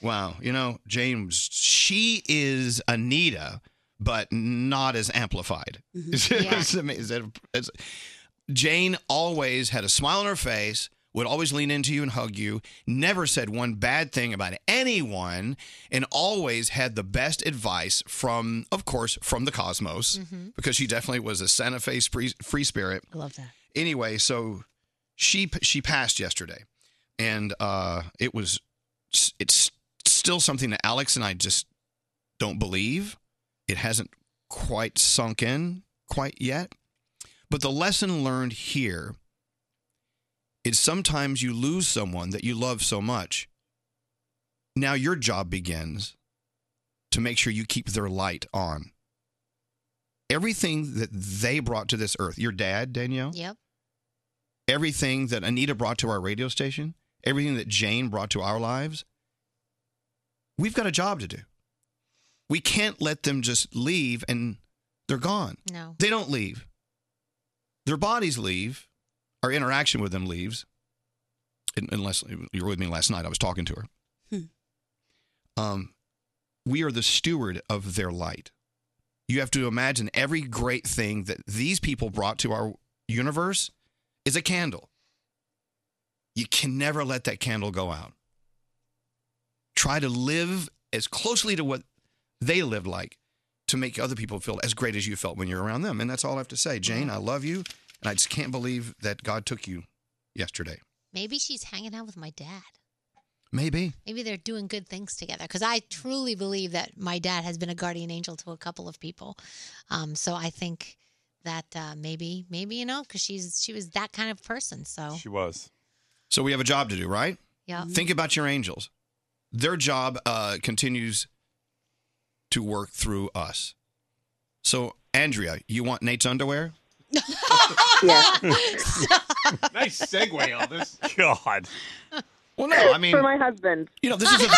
[SPEAKER 1] wow you know jane was- she is anita but not as amplified It's ama- is that- it's- jane always had a smile on her face would always lean into you and hug you, never said one bad thing about anyone, and always had the best advice from, of course, from the cosmos,
[SPEAKER 17] Mhm.
[SPEAKER 1] because she definitely was a Santa Fe spree- free spirit.
[SPEAKER 9] I love that.
[SPEAKER 1] Anyway, so she she passed yesterday, and uh, it was it's still something that Alex and I just don't believe. It hasn't quite sunk in quite yet, but the lesson learned here is sometimes you lose someone that you love so much. Now your job begins to make sure you keep their light on. Everything that they brought to this earth, your dad, Danielle,
[SPEAKER 6] Yep.
[SPEAKER 1] everything that Anita brought to our radio station, everything that Jane brought to our lives, we've got a job to do. We can't let them just leave and they're gone.
[SPEAKER 6] No.
[SPEAKER 1] They don't leave. Their bodies leave. Our interaction with them leaves. Un- Unless you were with me last night, I was talking to her. Um, we are the steward of their light. You have to imagine every great thing that these people brought to our universe is a candle. You can never let that candle go out. Try to live as closely to what they lived like to make other people feel as great as you felt when you're around them. And that's all I have to say. Jane, I love you. And I just can't believe that God took you yesterday.
[SPEAKER 6] Maybe she's hanging out with my dad.
[SPEAKER 1] Maybe.
[SPEAKER 6] Maybe they're doing good things together. Because I truly believe that my dad has been a guardian angel to a couple of people. Um, so I think that uh, maybe, maybe you know, because she's she was that kind of person. So
[SPEAKER 18] She was.
[SPEAKER 1] So we have a job to do, right?
[SPEAKER 6] Yeah.
[SPEAKER 1] Think about your angels. Their job uh, continues to work through us. So, Andrea, you want Nate's underwear?
[SPEAKER 13] nice segue, Elvis.
[SPEAKER 18] God.
[SPEAKER 1] Well, no, I mean,
[SPEAKER 14] for my husband.
[SPEAKER 1] You know, this is a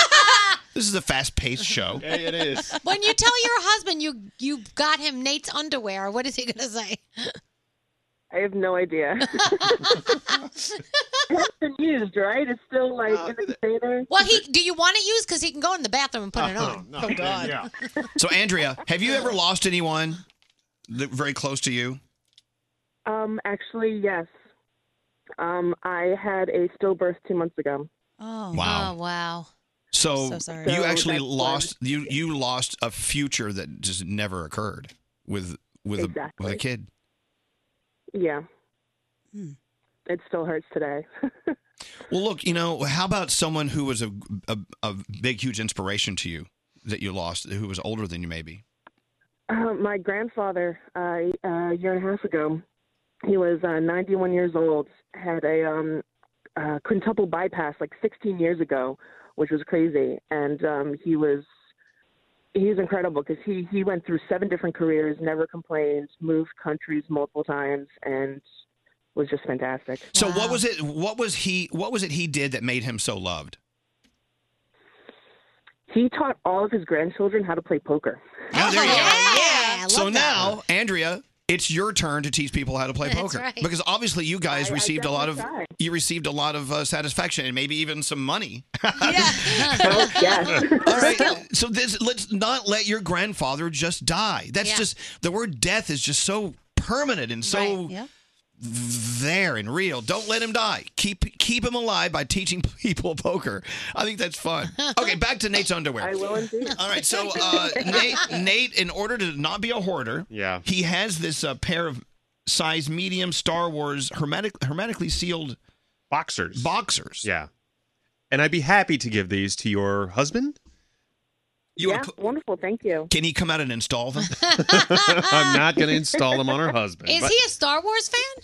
[SPEAKER 1] this is a fast paced show.
[SPEAKER 13] Yeah, it is.
[SPEAKER 6] when you tell your husband you you got him Nate's underwear, what is he gonna say?
[SPEAKER 14] I have no idea. it's been used, right? It's still like in
[SPEAKER 1] Uh,
[SPEAKER 14] the container.
[SPEAKER 6] Well, he do you want it used? Because he can go in the bathroom and put it on.
[SPEAKER 14] no. Oh, God.
[SPEAKER 1] Yeah. So, Andrea, have you ever lost anyone that very close to you?
[SPEAKER 14] Um, actually, yes. Um, I had a stillbirth two months ago.
[SPEAKER 9] Oh.
[SPEAKER 1] Wow.
[SPEAKER 6] Oh, wow.
[SPEAKER 1] So,
[SPEAKER 14] So sorry.
[SPEAKER 1] you
[SPEAKER 14] So
[SPEAKER 1] actually
[SPEAKER 14] that's
[SPEAKER 1] lost you you lost a future that just never occurred with with a with a kid.
[SPEAKER 14] Yeah. It still hurts today.
[SPEAKER 1] Well, look, you know, how about someone who was a, a a big huge inspiration to you that you lost, who was older than you maybe?
[SPEAKER 14] Uh, my grandfather, uh, a year and a half ago,
[SPEAKER 12] He was uh, 91 years old, had a um, uh, quintuple bypass like 16 years ago, which was crazy. And um, he was he's incredible because he he went through seven different careers, never complained, moved countries multiple times, and was just fantastic.
[SPEAKER 1] So what was it? What was he? What was it he did that made him so loved?
[SPEAKER 12] He taught all of his grandchildren how to play poker.
[SPEAKER 1] Yeah. So now, Andrea, it's your turn to teach people how to play
[SPEAKER 12] That's
[SPEAKER 1] poker
[SPEAKER 12] right.
[SPEAKER 1] because obviously you guys
[SPEAKER 12] I- I
[SPEAKER 1] received a lot of
[SPEAKER 12] definitely
[SPEAKER 1] you received a lot of uh, satisfaction and maybe even some money. All right. So this let's not let your grandfather just die. That's
[SPEAKER 12] Yeah.
[SPEAKER 1] just the word death is just so permanent and so there and real. Don't let him die. Keep keep him alive by teaching people poker. I think that's fun. Okay, back to Nate's underwear. I
[SPEAKER 12] will indeed.
[SPEAKER 1] All right, so uh, Nate, Nate, in order to not be a hoarder, yeah, he has this uh, pair of size medium Star Wars hermetic, hermetically sealed
[SPEAKER 5] boxers.
[SPEAKER 1] Boxers.
[SPEAKER 5] Yeah. And I'd be happy to give these to your husband.
[SPEAKER 1] You
[SPEAKER 12] yeah, wonderful. Thank you.
[SPEAKER 1] Can he come out and install them?
[SPEAKER 5] I'm not going to install them on her husband.
[SPEAKER 6] Is
[SPEAKER 5] but-
[SPEAKER 6] he a Star Wars fan?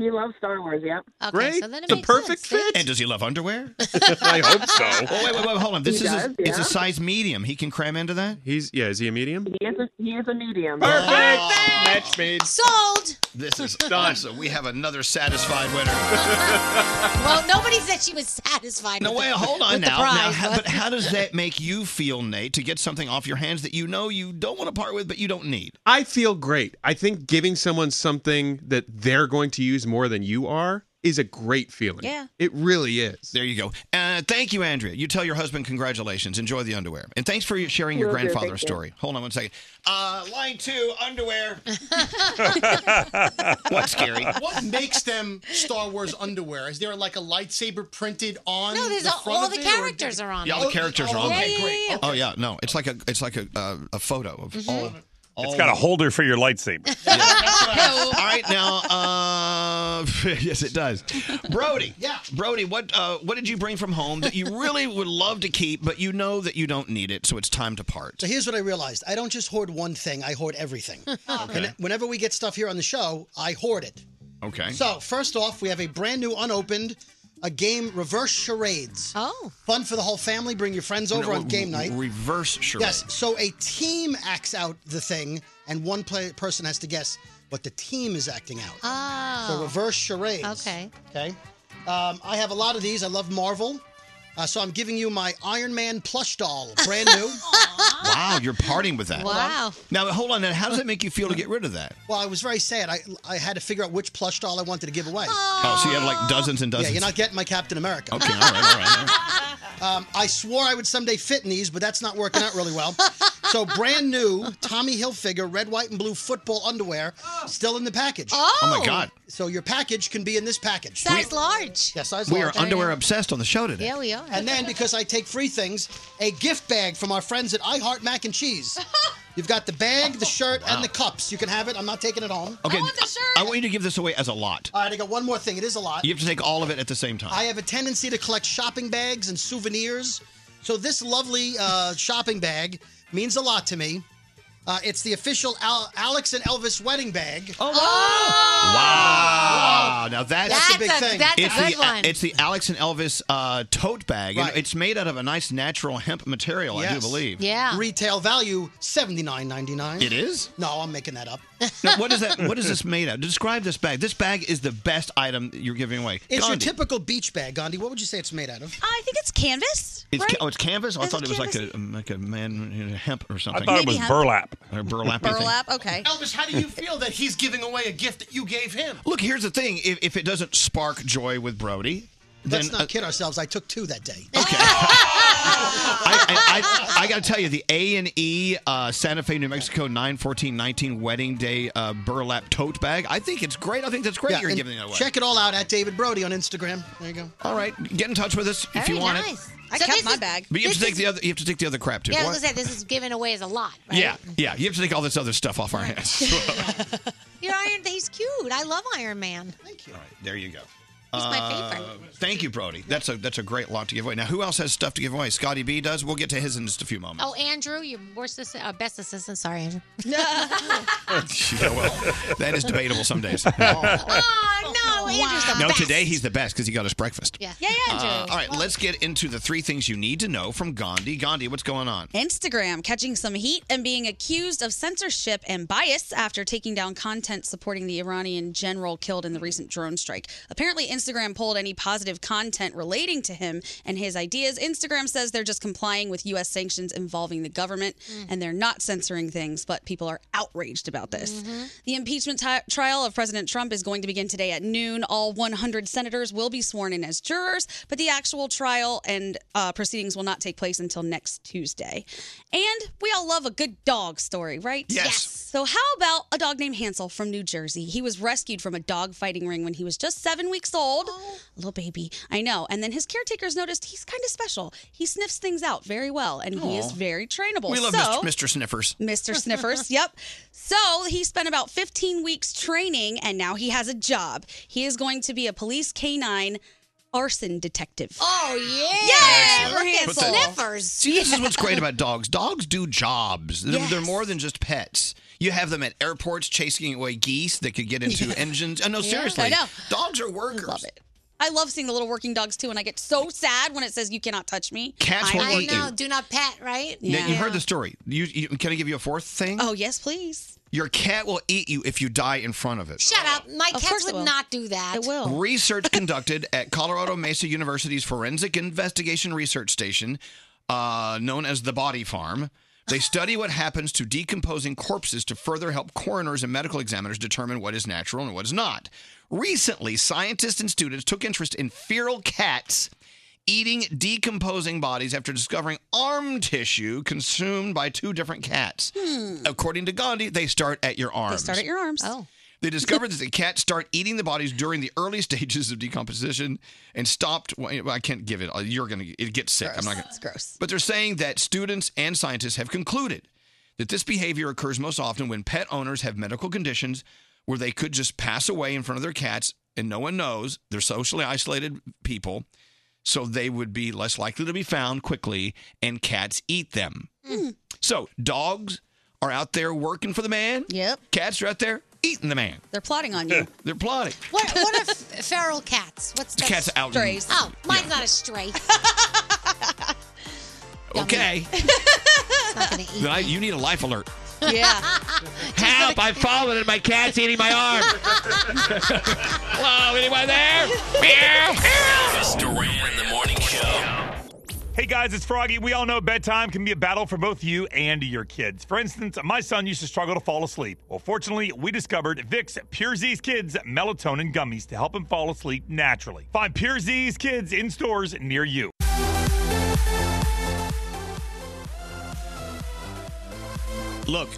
[SPEAKER 12] He loves Star Wars. Yep.
[SPEAKER 6] Okay,
[SPEAKER 5] Great.
[SPEAKER 6] so then it
[SPEAKER 5] The
[SPEAKER 6] makes
[SPEAKER 5] perfect
[SPEAKER 6] sense.
[SPEAKER 5] fit.
[SPEAKER 1] And does he love underwear?
[SPEAKER 5] I hope so.
[SPEAKER 1] Oh, wait, wait, wait, hold on. This
[SPEAKER 12] He
[SPEAKER 1] is
[SPEAKER 12] does,
[SPEAKER 1] a, it's
[SPEAKER 12] yeah.
[SPEAKER 1] a size medium. He can cram into that.
[SPEAKER 5] He's yeah. Is he a medium?
[SPEAKER 12] He is a, he is a medium.
[SPEAKER 5] Match made.
[SPEAKER 6] Sold.
[SPEAKER 1] This is done. So we have another satisfied winner.
[SPEAKER 6] Well, nobody said she was satisfied.
[SPEAKER 1] No
[SPEAKER 6] with
[SPEAKER 1] way.
[SPEAKER 6] the-
[SPEAKER 1] Hold on
[SPEAKER 6] with
[SPEAKER 1] now.
[SPEAKER 6] The
[SPEAKER 1] now
[SPEAKER 6] prize,
[SPEAKER 1] how, but how does that make you feel, Nate, to get something off your hands that you know you don't want to part with, but you don't need?
[SPEAKER 5] I feel great. I think giving someone something that they're going to use more than you are is a great feeling.
[SPEAKER 1] Yeah.
[SPEAKER 5] It really is.
[SPEAKER 1] There you go. Uh, thank you, Andrea. You tell your husband congratulations. Enjoy the underwear. And thanks for sharing your
[SPEAKER 12] Will do.
[SPEAKER 1] grandfather
[SPEAKER 12] Thank you.
[SPEAKER 1] story. Hold on one second. Uh, line two, underwear. What's scary?
[SPEAKER 7] What makes them Star Wars underwear? Is there like a lightsaber printed on?
[SPEAKER 6] No, there's
[SPEAKER 7] the
[SPEAKER 6] all-
[SPEAKER 7] front
[SPEAKER 6] all
[SPEAKER 7] of
[SPEAKER 6] the
[SPEAKER 7] it, or-
[SPEAKER 6] characters are on
[SPEAKER 1] Yeah, all the characters are
[SPEAKER 7] Oh,
[SPEAKER 1] on
[SPEAKER 7] okay,
[SPEAKER 1] there.
[SPEAKER 7] great.
[SPEAKER 1] Oh yeah, no, it's like a it's like a uh, a photo of
[SPEAKER 6] Mm-hmm.
[SPEAKER 1] all, all.
[SPEAKER 18] It's got a holder for your lightsaber.
[SPEAKER 1] All right, now, uh, yes, it does. Brody, yeah, Brody, what uh, what did you bring from home that you really would love to keep, but you know that you don't need it, so it's time to part?
[SPEAKER 20] So here's what I realized. I don't just hoard one thing, I hoard everything.
[SPEAKER 1] Ah. Okay.
[SPEAKER 20] And whenever we get stuff here on the show, I hoard it.
[SPEAKER 1] Okay.
[SPEAKER 20] So, first off, we have a brand new unopened a game reverse charades.
[SPEAKER 6] Oh.
[SPEAKER 20] Fun for the whole family. Bring your friends over
[SPEAKER 1] No,
[SPEAKER 20] on game night.
[SPEAKER 1] Reverse charade.
[SPEAKER 20] Yes, so a team acts out the thing and one play- person has to guess what the team is acting out. So
[SPEAKER 6] Oh.
[SPEAKER 20] reverse charades.
[SPEAKER 6] Okay.
[SPEAKER 20] Okay. Um, I have a lot of these. I love Marvel. Uh, so I'm giving you my Iron Man plush doll, brand new.
[SPEAKER 6] Oh,
[SPEAKER 1] Wow, you're parting with that.
[SPEAKER 20] Wow.
[SPEAKER 1] Now, hold on. Now, how does it make you feel to get rid of that?
[SPEAKER 20] Well, I was very sad. I I had to figure out which plush doll I wanted to give away.
[SPEAKER 1] Oh, so you have like dozens and
[SPEAKER 20] Yeah,
[SPEAKER 1] dozens.
[SPEAKER 20] you're not getting my Captain America.
[SPEAKER 1] Okay, all right, all right. All right.
[SPEAKER 20] Um, I swore I would someday fit in these, but that's not working out really well. So brand new Tommy Hilfiger red, white, and blue football underwear, still in the package.
[SPEAKER 6] Oh. Oh, my God.
[SPEAKER 20] So your package can be in this package.
[SPEAKER 6] Size large.
[SPEAKER 20] Yeah, size
[SPEAKER 1] We are
[SPEAKER 20] large.
[SPEAKER 1] underwear obsessed on the show today.
[SPEAKER 6] Yeah, we are.
[SPEAKER 20] And then, because I take free things, a gift bag from our friends at I Heart Mac and Cheese. You've got the bag,
[SPEAKER 1] Oh,
[SPEAKER 20] the shirt, and the cups. You can have it. I'm not taking it home.
[SPEAKER 1] Okay, I want you to give this away as a lot.
[SPEAKER 20] All right, I got one more thing. It is a lot.
[SPEAKER 1] You have to take all of it at the same time.
[SPEAKER 20] I have a tendency to collect shopping bags and souvenirs. So this lovely uh, shopping bag means a lot to me. Uh, it's the official Al- Alex and Elvis wedding bag. Oh,
[SPEAKER 1] Wow. Now that's,
[SPEAKER 20] That's a big That's a- thing. that's a
[SPEAKER 1] it's
[SPEAKER 20] good
[SPEAKER 1] the,
[SPEAKER 20] one.
[SPEAKER 1] It's the Alex and Elvis uh, tote bag.
[SPEAKER 20] Right.
[SPEAKER 1] And it's made out of a nice natural hemp material, I do believe.
[SPEAKER 20] Retail value seventy nine ninety nine.
[SPEAKER 1] It is?
[SPEAKER 20] No, I'm making that up.
[SPEAKER 1] Now, what is that? What is this made of? Describe this bag. This bag is the best item that you're giving away.
[SPEAKER 20] It's
[SPEAKER 1] Gandhi.
[SPEAKER 20] your typical beach bag, Gandhi. What would you say it's made out of?
[SPEAKER 9] I think it's canvas.
[SPEAKER 1] It's
[SPEAKER 9] right?
[SPEAKER 1] ca- oh, it's canvas. I
[SPEAKER 9] Is
[SPEAKER 1] thought
[SPEAKER 9] it
[SPEAKER 1] it was like a like a man you know, hemp or something.
[SPEAKER 9] thought it Maybe was hemp. burlap.
[SPEAKER 1] Or burlap. I think.
[SPEAKER 9] Burlap. Okay.
[SPEAKER 7] Elvis, how do you feel that he's giving away a gift that you gave him?
[SPEAKER 1] Look, here's the thing. If, if it doesn't spark joy with Brody, then uh,
[SPEAKER 20] Let's not kid ourselves. I took two that day.
[SPEAKER 1] I, I, I got to tell you, the A and E uh, Santa Fe, New Mexico, 91419 wedding day uh, burlap tote bag. I think it's great. I think that's great.
[SPEAKER 20] Yeah,
[SPEAKER 1] you're
[SPEAKER 20] and
[SPEAKER 1] giving it away.
[SPEAKER 20] Check it all out at David Brody on Instagram. There you go.
[SPEAKER 1] All right, get in touch with us if you want it.
[SPEAKER 20] I
[SPEAKER 6] kept my
[SPEAKER 20] bag.
[SPEAKER 1] But you have to take the other. You have to take the other crap too.
[SPEAKER 6] Yeah, I
[SPEAKER 1] What?
[SPEAKER 6] was gonna say this is given away as a lot.
[SPEAKER 1] yeah, yeah. You have to take all this other stuff off our hands.
[SPEAKER 6] Your Iron, he's cute. I love Iron Man.
[SPEAKER 1] There you go. Uh,
[SPEAKER 6] He's my favorite.
[SPEAKER 1] Thank you, Brody. That's a that's a great lot to give away. Now, who else has stuff to give away? Scotty B does. We'll get to his in just a few moments.
[SPEAKER 6] Oh, Andrew, your worst assistant, uh, best assistant. Sorry, Andrew.
[SPEAKER 1] yeah, well, that is debatable some days.
[SPEAKER 6] Oh, no, Andrew's the
[SPEAKER 1] No,
[SPEAKER 6] best.
[SPEAKER 1] today he's the best because he got us breakfast.
[SPEAKER 6] Yeah.
[SPEAKER 9] Yeah, yeah, Andrew.
[SPEAKER 1] Uh, all right, let's get into the three things you need to know from Gandhi. Gandhi, what's going on?
[SPEAKER 9] Instagram catching some heat and being accused of censorship and bias after taking down content supporting the Iranian general killed in the recent drone strike. Apparently, Instagram pulled any positive content relating to him and his ideas. Instagram says they're just complying with U.S. sanctions involving the government
[SPEAKER 10] Mm.
[SPEAKER 9] and they're not censoring things, but people are outraged about
[SPEAKER 22] Mm-hmm.
[SPEAKER 9] this.
[SPEAKER 1] Mm-hmm.
[SPEAKER 10] Mhm.
[SPEAKER 9] The impeachment ti trial of President Trump is going to begin today at noon. All 100 senators will be sworn in as jurors, but the actual trial and uh, proceedings will not take place until next Tuesday. And we all love a good dog story, right?
[SPEAKER 1] Yes.
[SPEAKER 9] So, how about a dog named Hansel from New Jersey? He was rescued from a dog fighting ring when he was just seven weeks old.
[SPEAKER 1] Oh.
[SPEAKER 9] Little baby, I know. And then his caretakers noticed he's kind of special. He sniffs things out very well, and he is
[SPEAKER 1] Aw.
[SPEAKER 9] very trainable.
[SPEAKER 1] We love
[SPEAKER 9] so,
[SPEAKER 1] Mr. Mr. Sniffers.
[SPEAKER 9] Mr. Sniffers, yep. So he spent about 15 weeks training and now he has a job. He is going to be a police canine arson detective.
[SPEAKER 6] Oh, yeah.
[SPEAKER 9] Yay!
[SPEAKER 1] Excellent.
[SPEAKER 9] for
[SPEAKER 1] Put
[SPEAKER 9] Hansel.
[SPEAKER 1] that- See, this is what's great about dogs. Dogs do jobs. They're, they're more than just pets. You have them at airports chasing away geese that could get into engines. Oh, no,
[SPEAKER 9] Yeah.
[SPEAKER 1] seriously.
[SPEAKER 9] I know.
[SPEAKER 1] Dogs are workers.
[SPEAKER 9] love it. I love seeing the little working dogs too, and I get so sad when it says you cannot touch me.
[SPEAKER 1] Cats
[SPEAKER 9] I
[SPEAKER 1] won't I eat know, you.
[SPEAKER 9] Do not pet, right?
[SPEAKER 1] Now, you heard the story. You, you, can I give you a fourth thing?
[SPEAKER 9] Oh yes, please.
[SPEAKER 1] Your cat will eat you if you die in front of it.
[SPEAKER 6] Shut up. My cats would
[SPEAKER 9] will.
[SPEAKER 6] not do that. It
[SPEAKER 9] will.
[SPEAKER 1] Research conducted at Colorado Mesa University's Forensic Investigation Research Station, uh, known as the Body Farm. They study what happens to decomposing corpses to further help coroners and medical examiners determine what is natural and what is not. Recently, scientists and students took interest in feral cats eating decomposing bodies after discovering arm tissue consumed by two different cats. According to Gandhi, they start at your arms.
[SPEAKER 9] They start at your arms. Oh.
[SPEAKER 1] They discovered that the cats start eating the bodies during the early stages of decomposition and stopped. Well, I can't give it. uh, You're gonna. It gets sick. I'm not gonna.
[SPEAKER 9] It's gross.
[SPEAKER 1] But they're saying that students and scientists have concluded that this behavior occurs most often when pet owners have medical conditions where they could just pass away in front of their cats and no one knows. They're socially isolated people, so they would be less likely to be found quickly, and cats eat them.
[SPEAKER 9] Mm.
[SPEAKER 1] So dogs are out there working for the man.
[SPEAKER 9] Yep.
[SPEAKER 1] Cats are out there eating the man.
[SPEAKER 9] They're plotting on you.
[SPEAKER 1] They're plotting.
[SPEAKER 6] What, what are f- feral cats? What's that?
[SPEAKER 1] Cats out in- Strays.
[SPEAKER 6] Oh, mine's not a stray.
[SPEAKER 1] Okay. Then I, you need a life alert.
[SPEAKER 9] yeah.
[SPEAKER 17] Help!
[SPEAKER 1] I've fallen and my cat's eating my arm. Hello, anyone there?
[SPEAKER 3] Elvis Duran in the morning show.
[SPEAKER 18] Hey guys, it's Froggy. We all know bedtime can be a battle for both you and your kids. For instance, my son used to struggle to fall asleep. Well, fortunately, we discovered Vicks Pure Z's Kids melatonin gummies to help him fall asleep naturally. Find Pure Z's Kids in stores near you.
[SPEAKER 1] Look,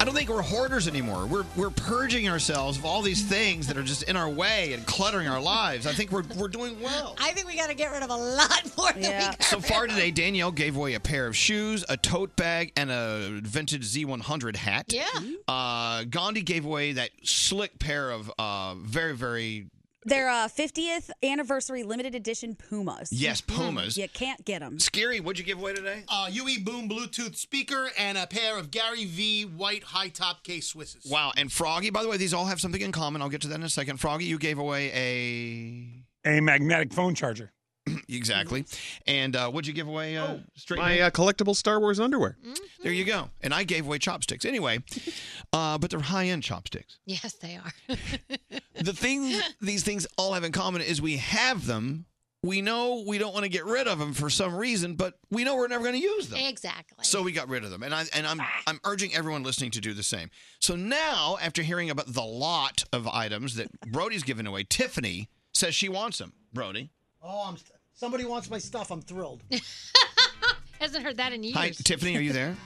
[SPEAKER 1] I don't think we're hoarders anymore. We're we're purging ourselves of all these things that are just in our way and cluttering our lives. I think we're we're doing well.
[SPEAKER 6] I think we got to get rid of a lot more than we got
[SPEAKER 1] So
[SPEAKER 6] rid
[SPEAKER 1] far
[SPEAKER 6] of.
[SPEAKER 1] today, Danielle gave away a pair of shoes, a tote bag, and a vintage Z100 hat.
[SPEAKER 6] Yeah.
[SPEAKER 1] Uh, Gandhi gave away that slick pair of uh, very, very
[SPEAKER 9] Their uh, 50th anniversary limited edition Pumas.
[SPEAKER 1] Yes, Pumas.
[SPEAKER 9] You can't get them.
[SPEAKER 1] Scary, what'd you give away today?
[SPEAKER 7] Uh, UE Boom Bluetooth speaker and a pair of Gary V white high top K Swisses.
[SPEAKER 1] Wow, and Froggy, by the way, these all have something in common. I'll get to that in a second. Froggy, you gave away a
[SPEAKER 18] a magnetic phone charger.
[SPEAKER 1] exactly. And uh, what'd you give away? Uh, straight
[SPEAKER 5] My
[SPEAKER 1] Nick?
[SPEAKER 5] uh, collectible Star Wars underwear.
[SPEAKER 1] there you go. And I gave away chopsticks. Anyway, uh, but they're high end chopsticks.
[SPEAKER 6] Yes, they are.
[SPEAKER 10] Uh,
[SPEAKER 1] The thing these things all have in common is we have them. We know we don't want to get rid of them for some reason, but we know we're never going to use them.
[SPEAKER 6] Exactly.
[SPEAKER 1] So we got rid of them, and I and I'm I'm urging everyone listening to do the same. So now, after hearing about the lot of items that Brody's given away, Tiffany says she wants them. Brody,
[SPEAKER 21] Oh, I'm. St- somebody wants my stuff. I'm thrilled.
[SPEAKER 6] Hasn't heard that in years.
[SPEAKER 1] hi Tiffany, are you there?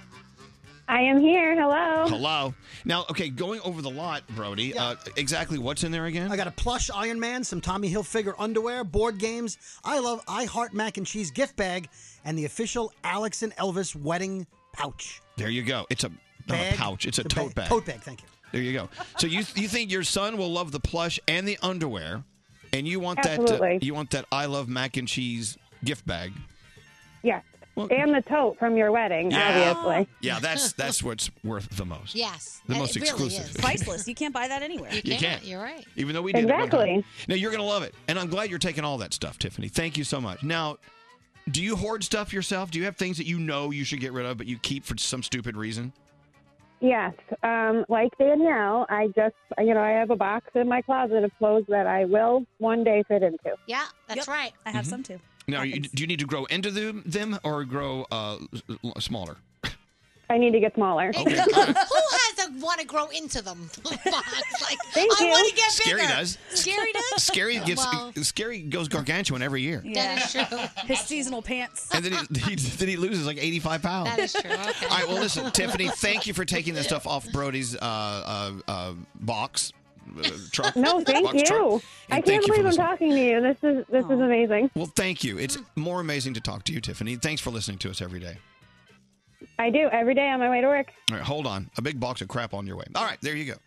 [SPEAKER 21] I am here. Hello.
[SPEAKER 1] Hello. Now, okay, going over the lot, Brody. Uh, exactly what's in there again?
[SPEAKER 21] I got a plush Iron Man, some Tommy Hilfiger underwear, board games. I love I Heart Mac and Cheese gift bag, and the official Alex and Elvis wedding pouch.
[SPEAKER 1] uh, There you go. It's a not
[SPEAKER 21] Bag.
[SPEAKER 1] a pouch. It's a
[SPEAKER 21] The
[SPEAKER 1] tote bag.
[SPEAKER 21] Tote bag. Thank you.
[SPEAKER 1] There you go. So you you think your son will love the plush and the underwear? And you want that
[SPEAKER 4] Absolutely.
[SPEAKER 1] uh, you want that I love mac and cheese gift bag.
[SPEAKER 4] Yes. and the tote from your wedding,
[SPEAKER 1] Yeah.
[SPEAKER 4] obviously.
[SPEAKER 1] Yeah, that's that's what's worth the most.
[SPEAKER 6] Yes.
[SPEAKER 1] The most exclusive.
[SPEAKER 9] Priceless. You can't buy that anywhere.
[SPEAKER 1] You You can't. can't.
[SPEAKER 6] You're right.
[SPEAKER 1] Even though we did it one time.
[SPEAKER 4] Exactly.
[SPEAKER 1] No, you're going to love it. And I'm glad you're taking all that stuff, Tiffany. Thank you so much. Now, do you hoard stuff yourself? Do you have things that you know you should get rid of but you keep for some stupid reason?
[SPEAKER 4] Yes. Um, like Danielle, I just, you know, I have a box in my closet of clothes that I will one day fit into.
[SPEAKER 6] Yeah, that's right.
[SPEAKER 9] I have some too.
[SPEAKER 1] Mm-hmm. Now, you, do you need to grow into them, them or grow uh, l- smaller?
[SPEAKER 4] I need to get smaller.
[SPEAKER 6] Who has a want to grow into them box? Like, I
[SPEAKER 4] you.
[SPEAKER 6] want to get
[SPEAKER 1] Scary
[SPEAKER 6] bigger.
[SPEAKER 1] does.
[SPEAKER 6] Scary does.
[SPEAKER 1] Scary gets
[SPEAKER 6] Well,
[SPEAKER 1] scary goes gargantuan every year.
[SPEAKER 6] That is true.
[SPEAKER 9] His seasonal pants.
[SPEAKER 1] And then he, he then he loses like 85 pounds.
[SPEAKER 6] That is true. Okay.
[SPEAKER 1] All right. Well, listen, Tiffany. Thank you for taking this stuff off Brody's uh, uh, uh, box uh, truck.
[SPEAKER 4] No, thank
[SPEAKER 1] box truck.
[SPEAKER 4] you. I
[SPEAKER 1] And
[SPEAKER 4] can't
[SPEAKER 1] you for
[SPEAKER 4] believe I'm
[SPEAKER 1] listening.
[SPEAKER 4] talking to you. This is this is amazing.
[SPEAKER 1] Well, thank you. It's
[SPEAKER 6] Mm.
[SPEAKER 1] more amazing to talk to you, Tiffany. Thanks for listening to us every day.
[SPEAKER 4] I do every day on my way to work.
[SPEAKER 1] All right, hold on. A big box of crap on your way. All right, there you go.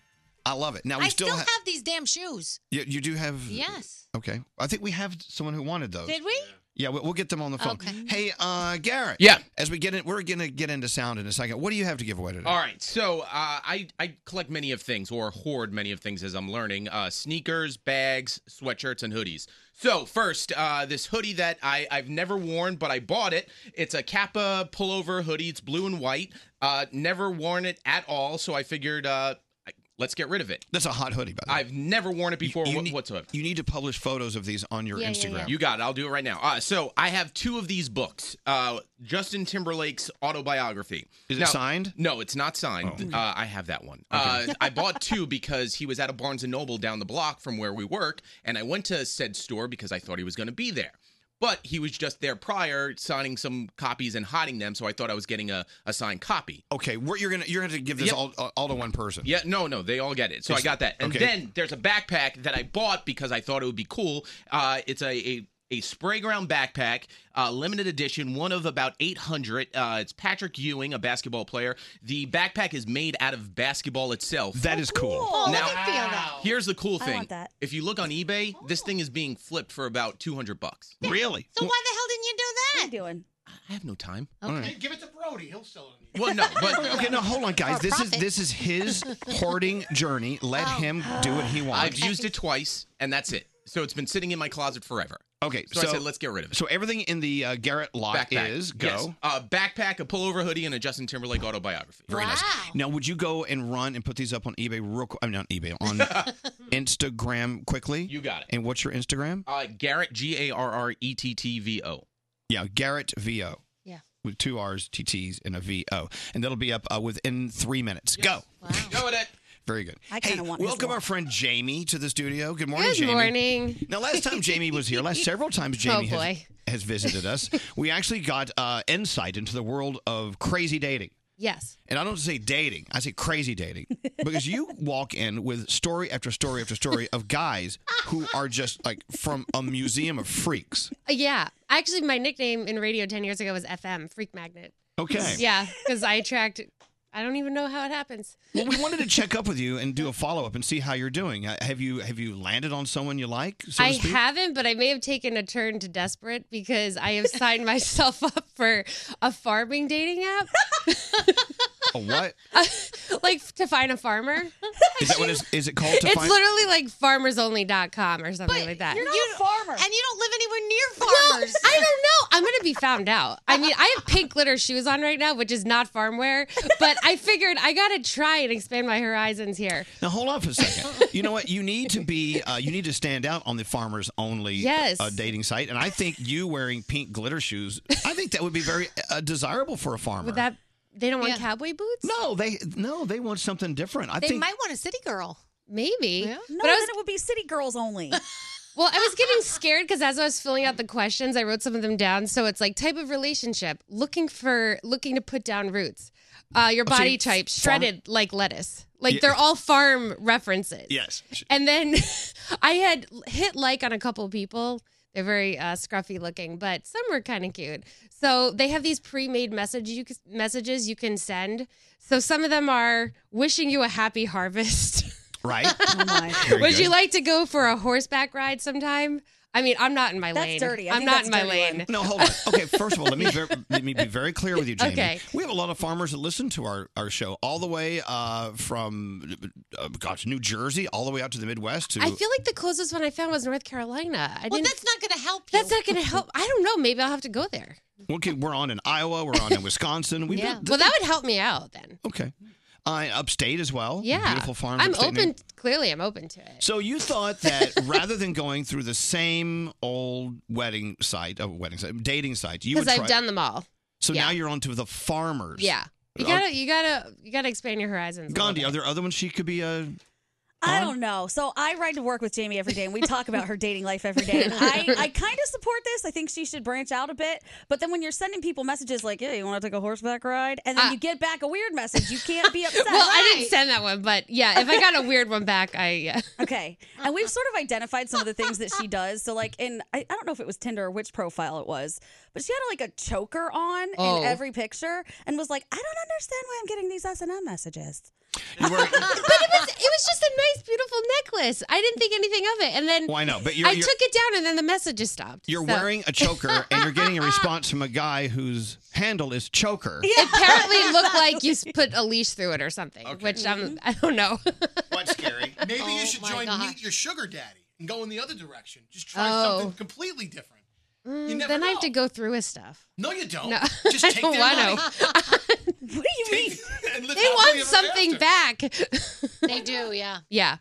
[SPEAKER 1] I love it. Now we
[SPEAKER 6] I still
[SPEAKER 1] ha-
[SPEAKER 6] have these damn shoes.
[SPEAKER 1] You, you do have.
[SPEAKER 6] Yes.
[SPEAKER 1] Okay. I think we have someone who wanted those.
[SPEAKER 6] Did we?
[SPEAKER 1] Yeah, we- we'll get them on the phone.
[SPEAKER 10] Mm-hmm.
[SPEAKER 6] Okay.
[SPEAKER 1] Hey, uh, Garrett.
[SPEAKER 26] Yeah.
[SPEAKER 1] As we get in, we're gonna get into sound in a second. What do you have to give away today?
[SPEAKER 26] All right, so uh, I I collect many of things or hoard many of things as I'm learning: uh, sneakers, bags, sweatshirts, and hoodies. So first, uh, this hoodie that I I've never worn, but I bought it. It's a Kappa pullover hoodie. It's blue and white. Uh, never worn it at all, so I figured uh, I- let's get rid of it.
[SPEAKER 1] That's a hot hoodie, by the
[SPEAKER 26] way. I've never worn it before wha- whatsoever.
[SPEAKER 1] You need to publish photos of these on your Instagram.
[SPEAKER 26] You got it. I'll do it right now. Uh, so I have two of these books. Uh, Justin Timberlake's autobiography.
[SPEAKER 1] Is it signed? Oh.
[SPEAKER 26] No, it's not signed. Uh, I have that one. Uh, I bought two because he was at a Barnes and Noble down the block from where we work, and I went to said store because I thought he was going to be there. But he was just there prior, signing some copies and hiding them, so I thought I was getting a, a signed copy.
[SPEAKER 1] Okay, we're, you're gonna you're gonna have to give this all, all to one person.
[SPEAKER 26] Yeah, no, no, they all get it. So I
[SPEAKER 1] It's-
[SPEAKER 26] got that. And
[SPEAKER 1] okay.
[SPEAKER 26] then there's a backpack that I bought because I thought it would be cool. Uh, it's a, a a spray ground backpack, uh, limited edition, one of about 800. Uh, it's Patrick Ewing, a basketball player. The backpack is made out of basketball itself.
[SPEAKER 1] That is cool.
[SPEAKER 6] Oh,
[SPEAKER 26] Now,
[SPEAKER 6] I can feel that.
[SPEAKER 26] here's the cool
[SPEAKER 6] I
[SPEAKER 26] thing.
[SPEAKER 6] want that.
[SPEAKER 26] If you look on eBay, this thing is being flipped for about 200 bucks.
[SPEAKER 1] Really?
[SPEAKER 6] So why the hell didn't you do that?
[SPEAKER 9] What are you doing?
[SPEAKER 26] I have no time.
[SPEAKER 7] Hey, give it to Brody. He'll sell it.
[SPEAKER 26] Well, no, but
[SPEAKER 1] okay, no, hold on, guys. This is this is his hoarding journey. Let
[SPEAKER 26] Oh.
[SPEAKER 1] him do what he wants.
[SPEAKER 26] I've used it twice, and that's it. So it's been sitting in my closet forever.
[SPEAKER 1] Okay,
[SPEAKER 26] so,
[SPEAKER 1] so-
[SPEAKER 26] I said, let's get rid of it.
[SPEAKER 1] So everything in the uh, Garrett lot is go.
[SPEAKER 26] Yes. Uh, backpack, a pullover hoodie, and a Justin Timberlake autobiography.
[SPEAKER 1] Very nice. Now, would you go and run and put these up on eBay real quick? I'm mean, not eBay on Instagram quickly. You
[SPEAKER 26] got it.
[SPEAKER 1] And what's your Instagram?
[SPEAKER 26] Uh, Garrett, G A R R E T T V O.
[SPEAKER 1] Yeah, Garrett V O.
[SPEAKER 6] Yeah.
[SPEAKER 1] With two R's, T T's, and a V O, and that'll be up uh, within three minutes. Go.
[SPEAKER 26] Go with it.
[SPEAKER 1] Very good.
[SPEAKER 10] I
[SPEAKER 1] hey,
[SPEAKER 10] kinda want his
[SPEAKER 1] welcome our friend Jamie to the studio. Good morning,
[SPEAKER 10] Good
[SPEAKER 1] Jamie.
[SPEAKER 10] morning.
[SPEAKER 1] Now, last time Jamie was here, last several times
[SPEAKER 10] Oh,
[SPEAKER 1] Jamie has,
[SPEAKER 10] boy.
[SPEAKER 1] has visited us, we actually got uh, insight into the world of crazy dating.
[SPEAKER 10] Yes.
[SPEAKER 1] And I don't say dating, I say crazy dating. Because you walk in with story after story after story of guys who are just like from a museum of freaks.
[SPEAKER 10] Uh, Yeah. Actually, my nickname in radio 10 years ago was FM, Freak Magnet.
[SPEAKER 1] Okay.
[SPEAKER 10] Yeah, because I attract, I don't even know how it happens.
[SPEAKER 1] Well, we wanted to check up with you and do a follow up and see how you're doing. Uh, Have you have you landed on someone you like? So
[SPEAKER 10] I
[SPEAKER 1] to speak?
[SPEAKER 10] haven't, but I may have taken a turn to desperate because I have signed myself up for a farming dating app,
[SPEAKER 1] A what?
[SPEAKER 10] like to find a farmer.
[SPEAKER 1] Is that what is, is it called? To
[SPEAKER 10] it's
[SPEAKER 1] find-
[SPEAKER 10] literally like farmersonly.com or something like that.
[SPEAKER 6] You're not a farmer. And you don't live anywhere near
[SPEAKER 10] Well,
[SPEAKER 6] farmers.
[SPEAKER 10] I don't know. I'm gonna be found out. I mean, I have pink glitter shoes on right now, which is not farm wear. But I figured I gotta try and expand my horizons here.
[SPEAKER 1] Now hold on for a second. You know what? You need to be. Uh, you need to stand out on the farmers only
[SPEAKER 10] Yes.
[SPEAKER 1] uh, dating site. And I think you wearing pink glitter shoes. I think that would be very uh, desirable for a farmer.
[SPEAKER 10] Would that? They don't want cowboy boots.
[SPEAKER 1] no, they no, they want something different. I
[SPEAKER 10] They
[SPEAKER 1] think
[SPEAKER 10] might-
[SPEAKER 6] I want a city girl.
[SPEAKER 10] Maybe.
[SPEAKER 9] No,
[SPEAKER 10] But I was-
[SPEAKER 9] then it would be city girls only.
[SPEAKER 10] Well, I was getting scared because as I was filling out the questions, I wrote some of them down. So it's like type of relationship, looking for, looking to put down roots, uh, your
[SPEAKER 23] Oh, so
[SPEAKER 10] body
[SPEAKER 23] you-
[SPEAKER 10] type,
[SPEAKER 23] farm-
[SPEAKER 10] shredded like lettuce. Like
[SPEAKER 23] Yeah.
[SPEAKER 10] they're all farm references.
[SPEAKER 1] yes.
[SPEAKER 10] And then I had hit like on a couple people. They're very uh, scruffy looking, but some were kind of cute. So they have these pre-made messages you, c- messages you can send. So some of them are wishing you a happy harvest.
[SPEAKER 1] Right.
[SPEAKER 9] Oh my.
[SPEAKER 1] Very
[SPEAKER 10] Would
[SPEAKER 1] good.
[SPEAKER 10] you like to go for a horseback ride sometime? I mean, I'm not in my
[SPEAKER 9] That's
[SPEAKER 10] lane.
[SPEAKER 9] dirty. I
[SPEAKER 10] I'm
[SPEAKER 9] think
[SPEAKER 10] not
[SPEAKER 9] that's
[SPEAKER 10] in
[SPEAKER 9] a
[SPEAKER 10] my
[SPEAKER 9] dirty
[SPEAKER 10] lane.
[SPEAKER 9] one.
[SPEAKER 1] No, hold on. Okay, first of all, let me ver- let me be very clear with you, Jamie.
[SPEAKER 10] Okay.
[SPEAKER 1] We have a lot of farmers that listen to our, our show all the way uh, from uh, gosh, New Jersey all the way out to the Midwest to
[SPEAKER 10] I feel like the closest one I found was North Carolina. I well, that's
[SPEAKER 6] not going to help.
[SPEAKER 10] That's not going to help. I don't know. Maybe I'll have to go there.
[SPEAKER 1] okay, we're on in Iowa, we're on in Wisconsin. We've
[SPEAKER 10] yeah.
[SPEAKER 1] been-
[SPEAKER 10] well, that would help me out then.
[SPEAKER 1] Okay. Uh, upstate as well.
[SPEAKER 10] Yeah.
[SPEAKER 1] Beautiful farms.
[SPEAKER 10] I'm
[SPEAKER 1] upstate in-
[SPEAKER 10] open. Clearly, I'm open to it.
[SPEAKER 1] So you thought that rather than going through the same old wedding site, uh, wedding site, dating site, you would
[SPEAKER 10] Because
[SPEAKER 1] try.
[SPEAKER 10] I've done them all.
[SPEAKER 1] So now you're onto the farmers.
[SPEAKER 10] Yeah. You
[SPEAKER 1] Are-
[SPEAKER 10] gotta, you gotta, you gotta expand your horizons. a little
[SPEAKER 1] Gandhi, are there other ones she could be a?
[SPEAKER 9] I don't know. So I ride to work with Jamie every day, and we talk about her dating life every day. And I, I kind of support this. I think she should branch out a bit. But then when you're sending people messages like, "Yeah, you want to take a horseback ride," and then
[SPEAKER 1] Ah.
[SPEAKER 9] you get back a weird message, you can't be upset.
[SPEAKER 10] well, I didn't send that one, but yeah, if I got a weird one back, I yeah.
[SPEAKER 9] Okay. And we've sort of identified some of the things that she does. So, like, in I, I don't know if it was Tinder or which profile it was, but she had like a choker on
[SPEAKER 1] Oh.
[SPEAKER 9] in every picture, and was like, "I don't understand why I'm getting these S and M messages."
[SPEAKER 1] You were,
[SPEAKER 10] but it was, it was just a nice, beautiful necklace. I didn't think anything of it, and then
[SPEAKER 1] Well, Oh, I know, but you're-
[SPEAKER 10] I
[SPEAKER 1] you're-
[SPEAKER 10] took it down, and then the messages stopped.
[SPEAKER 1] you're
[SPEAKER 10] so-
[SPEAKER 1] wearing a choker and you're getting a response from a guy whose handle is choker.
[SPEAKER 10] It apparently looked like you s- put a leash through it or something, which I'm, I don't know.
[SPEAKER 7] Maybe
[SPEAKER 10] Oh
[SPEAKER 7] you should
[SPEAKER 10] my
[SPEAKER 7] join
[SPEAKER 10] gosh.
[SPEAKER 7] Meet Your Sugar Daddy and go in the other direction. Just try
[SPEAKER 10] Oh.
[SPEAKER 7] something completely different.
[SPEAKER 10] Mm,
[SPEAKER 7] never
[SPEAKER 10] then I have to go through his stuff.
[SPEAKER 7] No, you don't.
[SPEAKER 10] No,
[SPEAKER 7] Just
[SPEAKER 10] I
[SPEAKER 7] take
[SPEAKER 10] don't
[SPEAKER 7] their
[SPEAKER 10] wanna.
[SPEAKER 7] money.
[SPEAKER 9] what do you
[SPEAKER 7] mean? and
[SPEAKER 10] They
[SPEAKER 7] live happily
[SPEAKER 10] want
[SPEAKER 7] ever
[SPEAKER 10] something
[SPEAKER 7] after.
[SPEAKER 10] back.
[SPEAKER 6] They do, yeah.
[SPEAKER 10] yeah.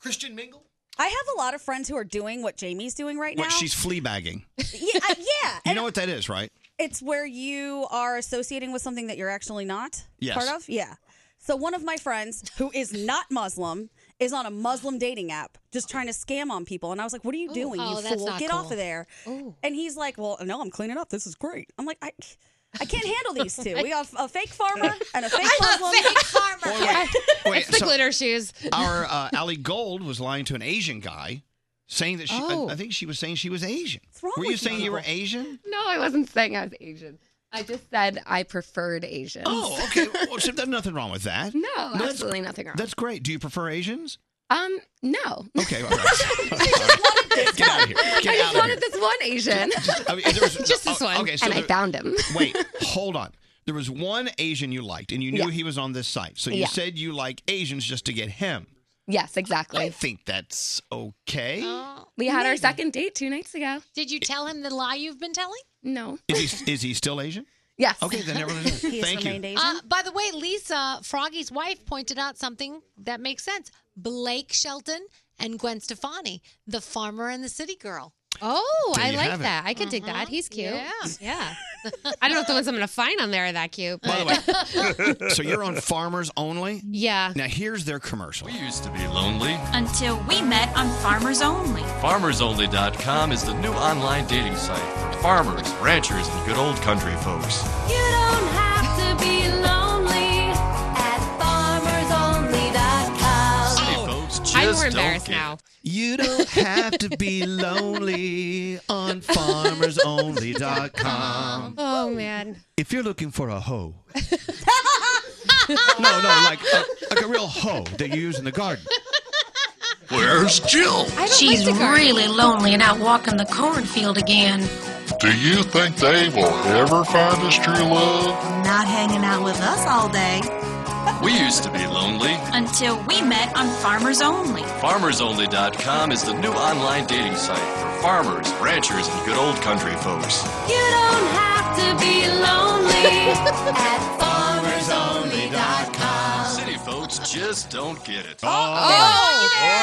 [SPEAKER 7] Christian Mingle?
[SPEAKER 9] I have a lot of friends who are doing what Jamie's doing right
[SPEAKER 1] What
[SPEAKER 9] now.
[SPEAKER 1] she's flea bagging.
[SPEAKER 9] yeah, I- yeah.
[SPEAKER 1] You know what that is, right?
[SPEAKER 9] It's where you are associating with something that you're actually not
[SPEAKER 1] Yes.
[SPEAKER 9] part of. Yeah. So one of my friends who is not Muslim is on a Muslim dating app just trying to scam on people. And I was like, what are you
[SPEAKER 6] Ooh,
[SPEAKER 9] doing,
[SPEAKER 6] oh,
[SPEAKER 9] you
[SPEAKER 6] that's
[SPEAKER 9] fool?
[SPEAKER 6] not
[SPEAKER 9] Get off
[SPEAKER 6] cool.
[SPEAKER 9] of there. And he's like, well, no, I'm cleaning up. This is great. I'm like, I, I can't handle these two. We have a fake farmer and a fake Muslim.
[SPEAKER 1] Wait,
[SPEAKER 10] it's the
[SPEAKER 1] so-
[SPEAKER 10] glitter shoes.
[SPEAKER 1] Our uh, Allie Gold was lying to an Asian guy, saying that she. I-
[SPEAKER 10] Oh.
[SPEAKER 1] I, think she was saying she was Asian.
[SPEAKER 10] wrong
[SPEAKER 1] were you
[SPEAKER 10] with you
[SPEAKER 1] saying you were
[SPEAKER 10] people?
[SPEAKER 1] Asian?
[SPEAKER 8] No, I wasn't saying I was Asian. I just said I preferred Asians.
[SPEAKER 1] Oh, okay. Well, so there's nothing wrong with that.
[SPEAKER 8] No,
[SPEAKER 1] that's-
[SPEAKER 8] absolutely nothing wrong.
[SPEAKER 1] That's great. Do you prefer Asians?
[SPEAKER 8] Um, no.
[SPEAKER 1] Okay, all right. Get out of here. Get
[SPEAKER 8] I
[SPEAKER 1] out
[SPEAKER 8] just
[SPEAKER 1] of
[SPEAKER 8] wanted this one Asian.
[SPEAKER 1] here. I mean, there was-
[SPEAKER 8] just this
[SPEAKER 1] oh,
[SPEAKER 8] one.
[SPEAKER 1] Okay, so
[SPEAKER 8] and I
[SPEAKER 1] there-
[SPEAKER 8] found him.
[SPEAKER 1] Wait, hold on. There was one Asian you liked, and you knew
[SPEAKER 8] Yeah.
[SPEAKER 1] he was on this site. So you
[SPEAKER 8] Yeah.
[SPEAKER 1] said you like Asians just to get him.
[SPEAKER 8] Yes, exactly.
[SPEAKER 1] I think that's okay.
[SPEAKER 23] Oh.
[SPEAKER 8] we had our second date two nights ago.
[SPEAKER 6] Oh, Did you tell him the lie you've been telling?
[SPEAKER 8] No.
[SPEAKER 1] Is he is he still Asian?
[SPEAKER 8] Yes.
[SPEAKER 1] Okay, then never mind. Thank you.
[SPEAKER 6] Uh, by the way, Lisa, Froggy's wife, pointed out something that makes sense. Blake Shelton and Gwen Stefani, the farmer and the city girl.
[SPEAKER 10] Oh,
[SPEAKER 6] There
[SPEAKER 10] I
[SPEAKER 6] you
[SPEAKER 10] like
[SPEAKER 6] have it.
[SPEAKER 10] that. I could dig that. He's cute.
[SPEAKER 6] Yeah.
[SPEAKER 10] Yeah. I don't know if the ones I'm going to find on there are that cute.
[SPEAKER 1] By the way, so you're on Farmers Only.
[SPEAKER 10] Yeah.
[SPEAKER 1] Now here's their commercial. We used to be
[SPEAKER 15] Lonely?
[SPEAKER 23] Until we met on Farmers Only.
[SPEAKER 15] FarmersOnly.com is the new online dating site for farmers, ranchers, and good old country folks.
[SPEAKER 23] You don't have to be lonely at farmersonly.com.
[SPEAKER 15] City folks just
[SPEAKER 23] I'm more
[SPEAKER 15] don't
[SPEAKER 23] Oh. embarrassed
[SPEAKER 15] get
[SPEAKER 23] now.
[SPEAKER 15] it.
[SPEAKER 1] Oh, You don't have to be lonely on farmersonly.com.
[SPEAKER 10] Oh, man.
[SPEAKER 1] If you're looking for a hoe. no, no, like a, like a real hoe that you use in the garden.
[SPEAKER 15] Where's Jill?
[SPEAKER 24] She's really lonely and out walking the cornfield again.
[SPEAKER 28] Do you think they will ever find us true love?
[SPEAKER 23] Not hanging out with us all day.
[SPEAKER 15] We used to be lonely.
[SPEAKER 23] Until we met on Farmers Only.
[SPEAKER 15] FarmersOnly.com is the new online dating site for farmers, ranchers, and good old country folks.
[SPEAKER 23] You don't have to be lonely at farmersonly.com.
[SPEAKER 15] City folks just don't get it.
[SPEAKER 10] Oh,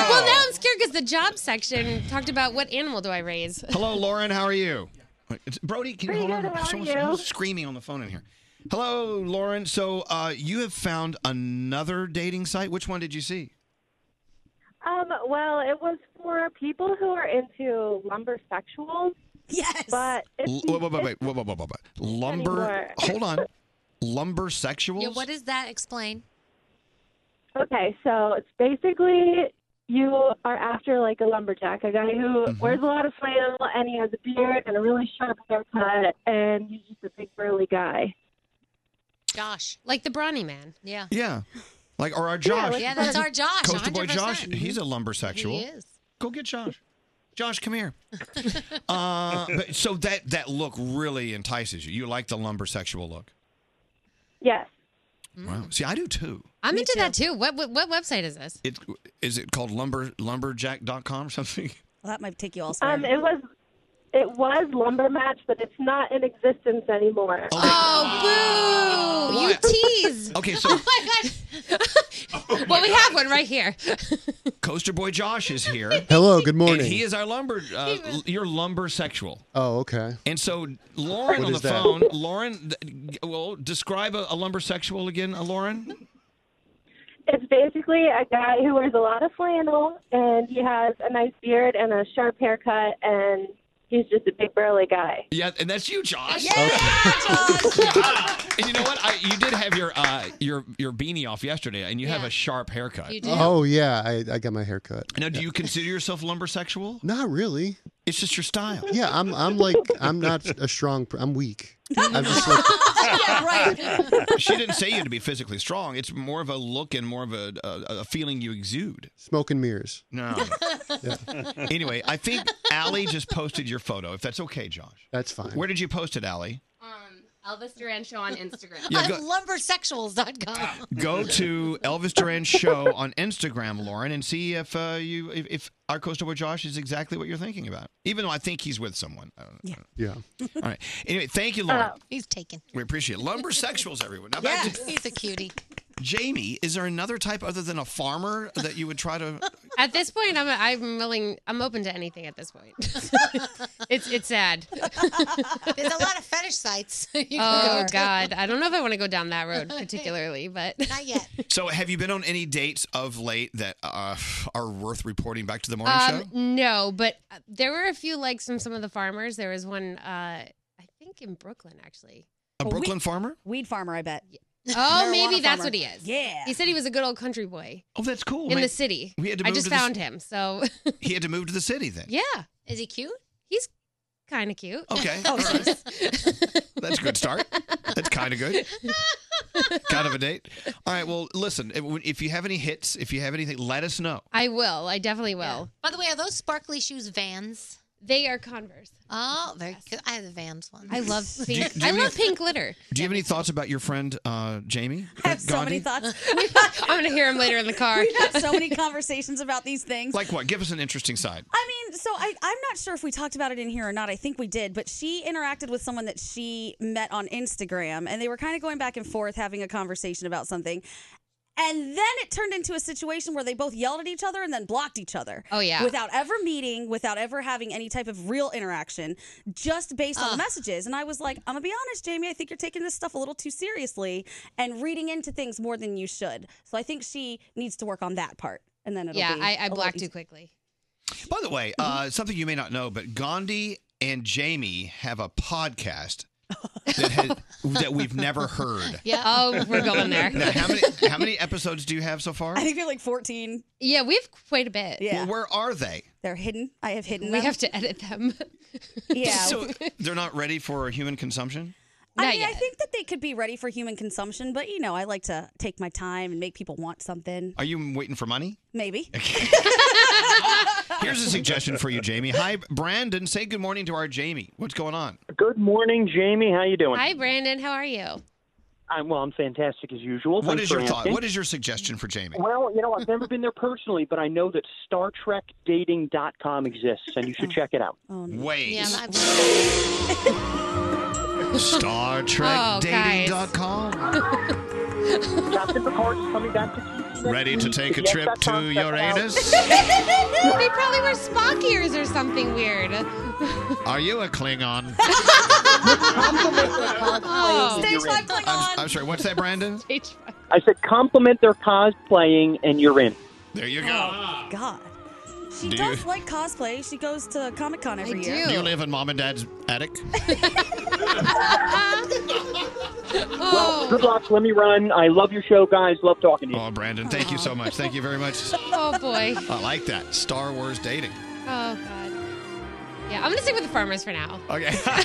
[SPEAKER 10] well, now I'm scared because the job section talked about what animal do I raise.
[SPEAKER 1] Hello, Lauren. How are you? It's- Brody, can you
[SPEAKER 10] Pretty
[SPEAKER 1] hold on?
[SPEAKER 10] good, how are
[SPEAKER 1] Someone's,
[SPEAKER 10] you?
[SPEAKER 1] someone's screaming on the phone in here. Hello, Lauren. So uh, you have found another dating site. Which one did you see?
[SPEAKER 22] Um, well, it was for people who are into lumber sexuals.
[SPEAKER 9] Yes.
[SPEAKER 22] But it's,
[SPEAKER 1] L- wait, wait, wait, wait, wait, wait, wait, wait. Lumber.
[SPEAKER 22] Anymore.
[SPEAKER 1] Hold on. Lumber sexuals.
[SPEAKER 6] Yeah, what is that? Explain.
[SPEAKER 22] okay, so it's basically you are after like a lumberjack, a guy who
[SPEAKER 1] Mm-hmm.
[SPEAKER 22] wears a lot of flannel and he has a beard and a really sharp haircut and he's just a big burly guy.
[SPEAKER 6] Gosh.
[SPEAKER 10] Like the brawny man.
[SPEAKER 6] Yeah.
[SPEAKER 1] Yeah. Like, or our Josh.
[SPEAKER 6] Yeah, that's our Josh,
[SPEAKER 1] Coastal Boy Josh,
[SPEAKER 6] 100%.
[SPEAKER 1] he's a lumbersexual.
[SPEAKER 6] He is.
[SPEAKER 1] Go get Josh. Josh, come here. Uh, but, so that, that look really entices you. You like the lumbersexual look.
[SPEAKER 22] Yes.
[SPEAKER 6] Mm-hmm.
[SPEAKER 1] Wow. See, I do too.
[SPEAKER 10] I'm into that too. What, what what website is this?
[SPEAKER 1] It, is it called lumber lumberjack.com or something?
[SPEAKER 9] Well, that might take you all.
[SPEAKER 22] Um, it was it was lumber match, but it's not in existence anymore.
[SPEAKER 4] Uh,
[SPEAKER 23] Oh,
[SPEAKER 10] Oh, boo! You tease.
[SPEAKER 1] Okay, so-
[SPEAKER 10] Oh my god. well, we have one right here.
[SPEAKER 1] Coaster Boy Josh is here.
[SPEAKER 2] Hello, good morning.
[SPEAKER 1] And he is our lumber, uh, l- your lumber sexual.
[SPEAKER 2] Oh, okay.
[SPEAKER 1] And so Lauren
[SPEAKER 2] What
[SPEAKER 1] on the
[SPEAKER 2] is that?
[SPEAKER 1] phone, Lauren, th- well, describe a, a lumber sexual again, uh, Lauren.
[SPEAKER 22] It's basically a guy who wears a lot of flannel and he has a nice beard and a sharp haircut and he's just a big burly guy.
[SPEAKER 1] Yeah, and that's you, Josh.
[SPEAKER 22] Yeah,
[SPEAKER 1] and you know what? I, you did have your uh, your your beanie off yesterday, and you have a sharp haircut.
[SPEAKER 2] Oh yeah, I, I got my hair cut.
[SPEAKER 1] Now, do you consider yourself lumbersexual?
[SPEAKER 2] Not really.
[SPEAKER 1] It's just your style.
[SPEAKER 2] Yeah, I'm I'm like I'm not a strong. pr- I'm weak. I'm just like
[SPEAKER 1] she didn't say you to be physically strong. It's more of a look and more of a, a, a feeling you exude.
[SPEAKER 2] smoke and mirrors.
[SPEAKER 1] No. Anyway, I think Allie just posted your photo. If that's okay, Josh.
[SPEAKER 2] That's fine.
[SPEAKER 1] Where did you post it, Allie?
[SPEAKER 8] Elvis Duran Show on Instagram.
[SPEAKER 1] Yeah, go-
[SPEAKER 6] On lumbersexuals.com.
[SPEAKER 1] Go to Elvis Duran Show on Instagram, Lauren, and see if uh, you if, if our coastal boy Josh is exactly what you're thinking about. Even though I think he's with someone. I don't know.
[SPEAKER 2] Yeah.
[SPEAKER 1] All right. Anyway, thank you, Lauren.
[SPEAKER 6] He's taken.
[SPEAKER 1] We appreciate it. Lumber sexuals, everyone. Now back to
[SPEAKER 6] he's a cutie.
[SPEAKER 1] Jamie. Is there another type other than a farmer that you would try to?
[SPEAKER 10] At this point, I'm I'm willing. I'm open to anything at this point. it's it's sad.
[SPEAKER 6] There's a lot of fetish sites. you can
[SPEAKER 10] oh
[SPEAKER 6] go to.
[SPEAKER 10] God, I don't know if I want to go down that road particularly, but not
[SPEAKER 6] yet.
[SPEAKER 1] So, have you been on any dates of late that uh, are worth reporting back to the morning show?
[SPEAKER 10] Um, no, but uh, there were a few likes from some of the farmers. There was one, uh, I think, in Brooklyn actually.
[SPEAKER 1] A Brooklyn farmer?
[SPEAKER 9] Weed farmer, I bet.
[SPEAKER 10] Oh,
[SPEAKER 9] Marijuana
[SPEAKER 10] maybe that's
[SPEAKER 9] farmer.
[SPEAKER 10] what he is.
[SPEAKER 9] Yeah.
[SPEAKER 10] He said he was a good old country boy.
[SPEAKER 1] Oh, that's cool.
[SPEAKER 10] In
[SPEAKER 1] man.
[SPEAKER 10] the city.
[SPEAKER 1] We had to
[SPEAKER 10] I
[SPEAKER 1] move
[SPEAKER 10] just
[SPEAKER 1] to the
[SPEAKER 10] found
[SPEAKER 1] c-
[SPEAKER 10] him. So,
[SPEAKER 1] He had to move to the city then.
[SPEAKER 10] yeah.
[SPEAKER 6] Is he cute?
[SPEAKER 10] He's kind of cute.
[SPEAKER 1] Okay. all right. That's a good start. That's kind of good. kind of a date. All right. Well, listen, if, if you have any hits, if you have anything, let us know.
[SPEAKER 10] I will. I definitely will.
[SPEAKER 6] By the way, are those sparkly shoes Vans?
[SPEAKER 10] They are Converse.
[SPEAKER 6] Oh, very good. I have the Vans ones.
[SPEAKER 10] I love
[SPEAKER 1] Do you-
[SPEAKER 10] pink.
[SPEAKER 1] do you
[SPEAKER 10] I
[SPEAKER 1] have
[SPEAKER 10] love pink glitter.
[SPEAKER 1] Do you have any thoughts about your friend uh, Jamie?
[SPEAKER 9] I have so many
[SPEAKER 1] Gandhi?
[SPEAKER 9] thoughts.
[SPEAKER 10] I'm gonna hear him later in the car.
[SPEAKER 9] We've had so many conversations about these things.
[SPEAKER 1] Like what? Give us an interesting side.
[SPEAKER 9] I mean, so I, I'm not sure if we talked about it in here or not. I think we did, but she interacted with someone that she met on Instagram, and they were kind of going back and forth having a conversation about something. And then it turned into a situation where they both yelled at each other and then blocked each other.
[SPEAKER 10] Oh, yeah.
[SPEAKER 9] Without ever meeting, without ever having any type of real interaction, just based on the messages. And I was like, I'm going to be honest, Jamie, I think you're taking this stuff a little too seriously and reading into things more than you should. So I think she needs to work on that part. And then it'll
[SPEAKER 10] Yeah,
[SPEAKER 9] be
[SPEAKER 10] I,
[SPEAKER 9] a
[SPEAKER 10] I
[SPEAKER 9] little
[SPEAKER 10] blocked
[SPEAKER 9] easier.
[SPEAKER 10] too quickly.
[SPEAKER 1] By the way, uh, something you may not know, but Gandhi and Jamie have a podcast that, had, that we've never heard.
[SPEAKER 10] Yeah. Oh, we're going there.
[SPEAKER 1] Now, how many how many episodes do you have so far?
[SPEAKER 9] I think we have like 14.
[SPEAKER 10] Yeah, we have quite a bit.
[SPEAKER 9] Yeah.
[SPEAKER 1] Well, where are they?
[SPEAKER 9] They're hidden. I have hidden.
[SPEAKER 10] We have to edit them.
[SPEAKER 9] Yeah.
[SPEAKER 1] So they're not ready for human consumption.
[SPEAKER 9] I mean, I think that they could be ready for human consumption, but you know, I like to take my time and make people want something.
[SPEAKER 1] Are you waiting for money?
[SPEAKER 9] Maybe.
[SPEAKER 1] Here's a suggestion for you, Jamie. Hi, Brandon. Say good morning to our Jamie. What's going on?
[SPEAKER 11] Good morning, Jamie. How you doing?
[SPEAKER 10] Hi, Brandon. How are you?
[SPEAKER 11] I'm well. I'm fantastic as usual.
[SPEAKER 1] What
[SPEAKER 11] Thanks
[SPEAKER 1] is
[SPEAKER 11] for
[SPEAKER 1] your thought?
[SPEAKER 11] asking.
[SPEAKER 1] What is your suggestion for Jamie?
[SPEAKER 11] Well, you know, I've never been there personally, but I know that Star Trek StarTrekDating.com exists, and you should check it out.
[SPEAKER 22] Oh.
[SPEAKER 1] Wait.
[SPEAKER 6] Yeah, I'm-
[SPEAKER 1] Star
[SPEAKER 11] Oh,
[SPEAKER 1] Trek
[SPEAKER 11] guys.
[SPEAKER 1] dating.com.
[SPEAKER 11] Captain Picard's coming back to
[SPEAKER 1] Ready to take a
[SPEAKER 11] Yes,
[SPEAKER 1] trip
[SPEAKER 11] that
[SPEAKER 1] to
[SPEAKER 11] sounds- that
[SPEAKER 1] Uranus?
[SPEAKER 10] they probably were Spock ears or something weird.
[SPEAKER 1] Are you a Klingon?
[SPEAKER 10] oh.
[SPEAKER 11] Stage five
[SPEAKER 1] I'm, I'm sorry. What's that, Brandon?
[SPEAKER 11] I said compliment their cosplaying, and you're in.
[SPEAKER 1] There you go.
[SPEAKER 9] Oh, God. She
[SPEAKER 1] Do
[SPEAKER 9] does
[SPEAKER 1] you-
[SPEAKER 9] like cosplay. She goes to Comic Con every year.
[SPEAKER 1] Do you live in mom and dad's attic?
[SPEAKER 11] Well,
[SPEAKER 10] Oh.
[SPEAKER 11] good luck. Let me run. I love your show, guys. Love talking to you.
[SPEAKER 1] Oh, Brandon, thank you so much. Thank you very much.
[SPEAKER 10] oh boy.
[SPEAKER 1] I like that. Star Wars dating.
[SPEAKER 10] Oh god. Yeah, I'm gonna stick with the farmers for now.
[SPEAKER 1] Okay.
[SPEAKER 10] I'm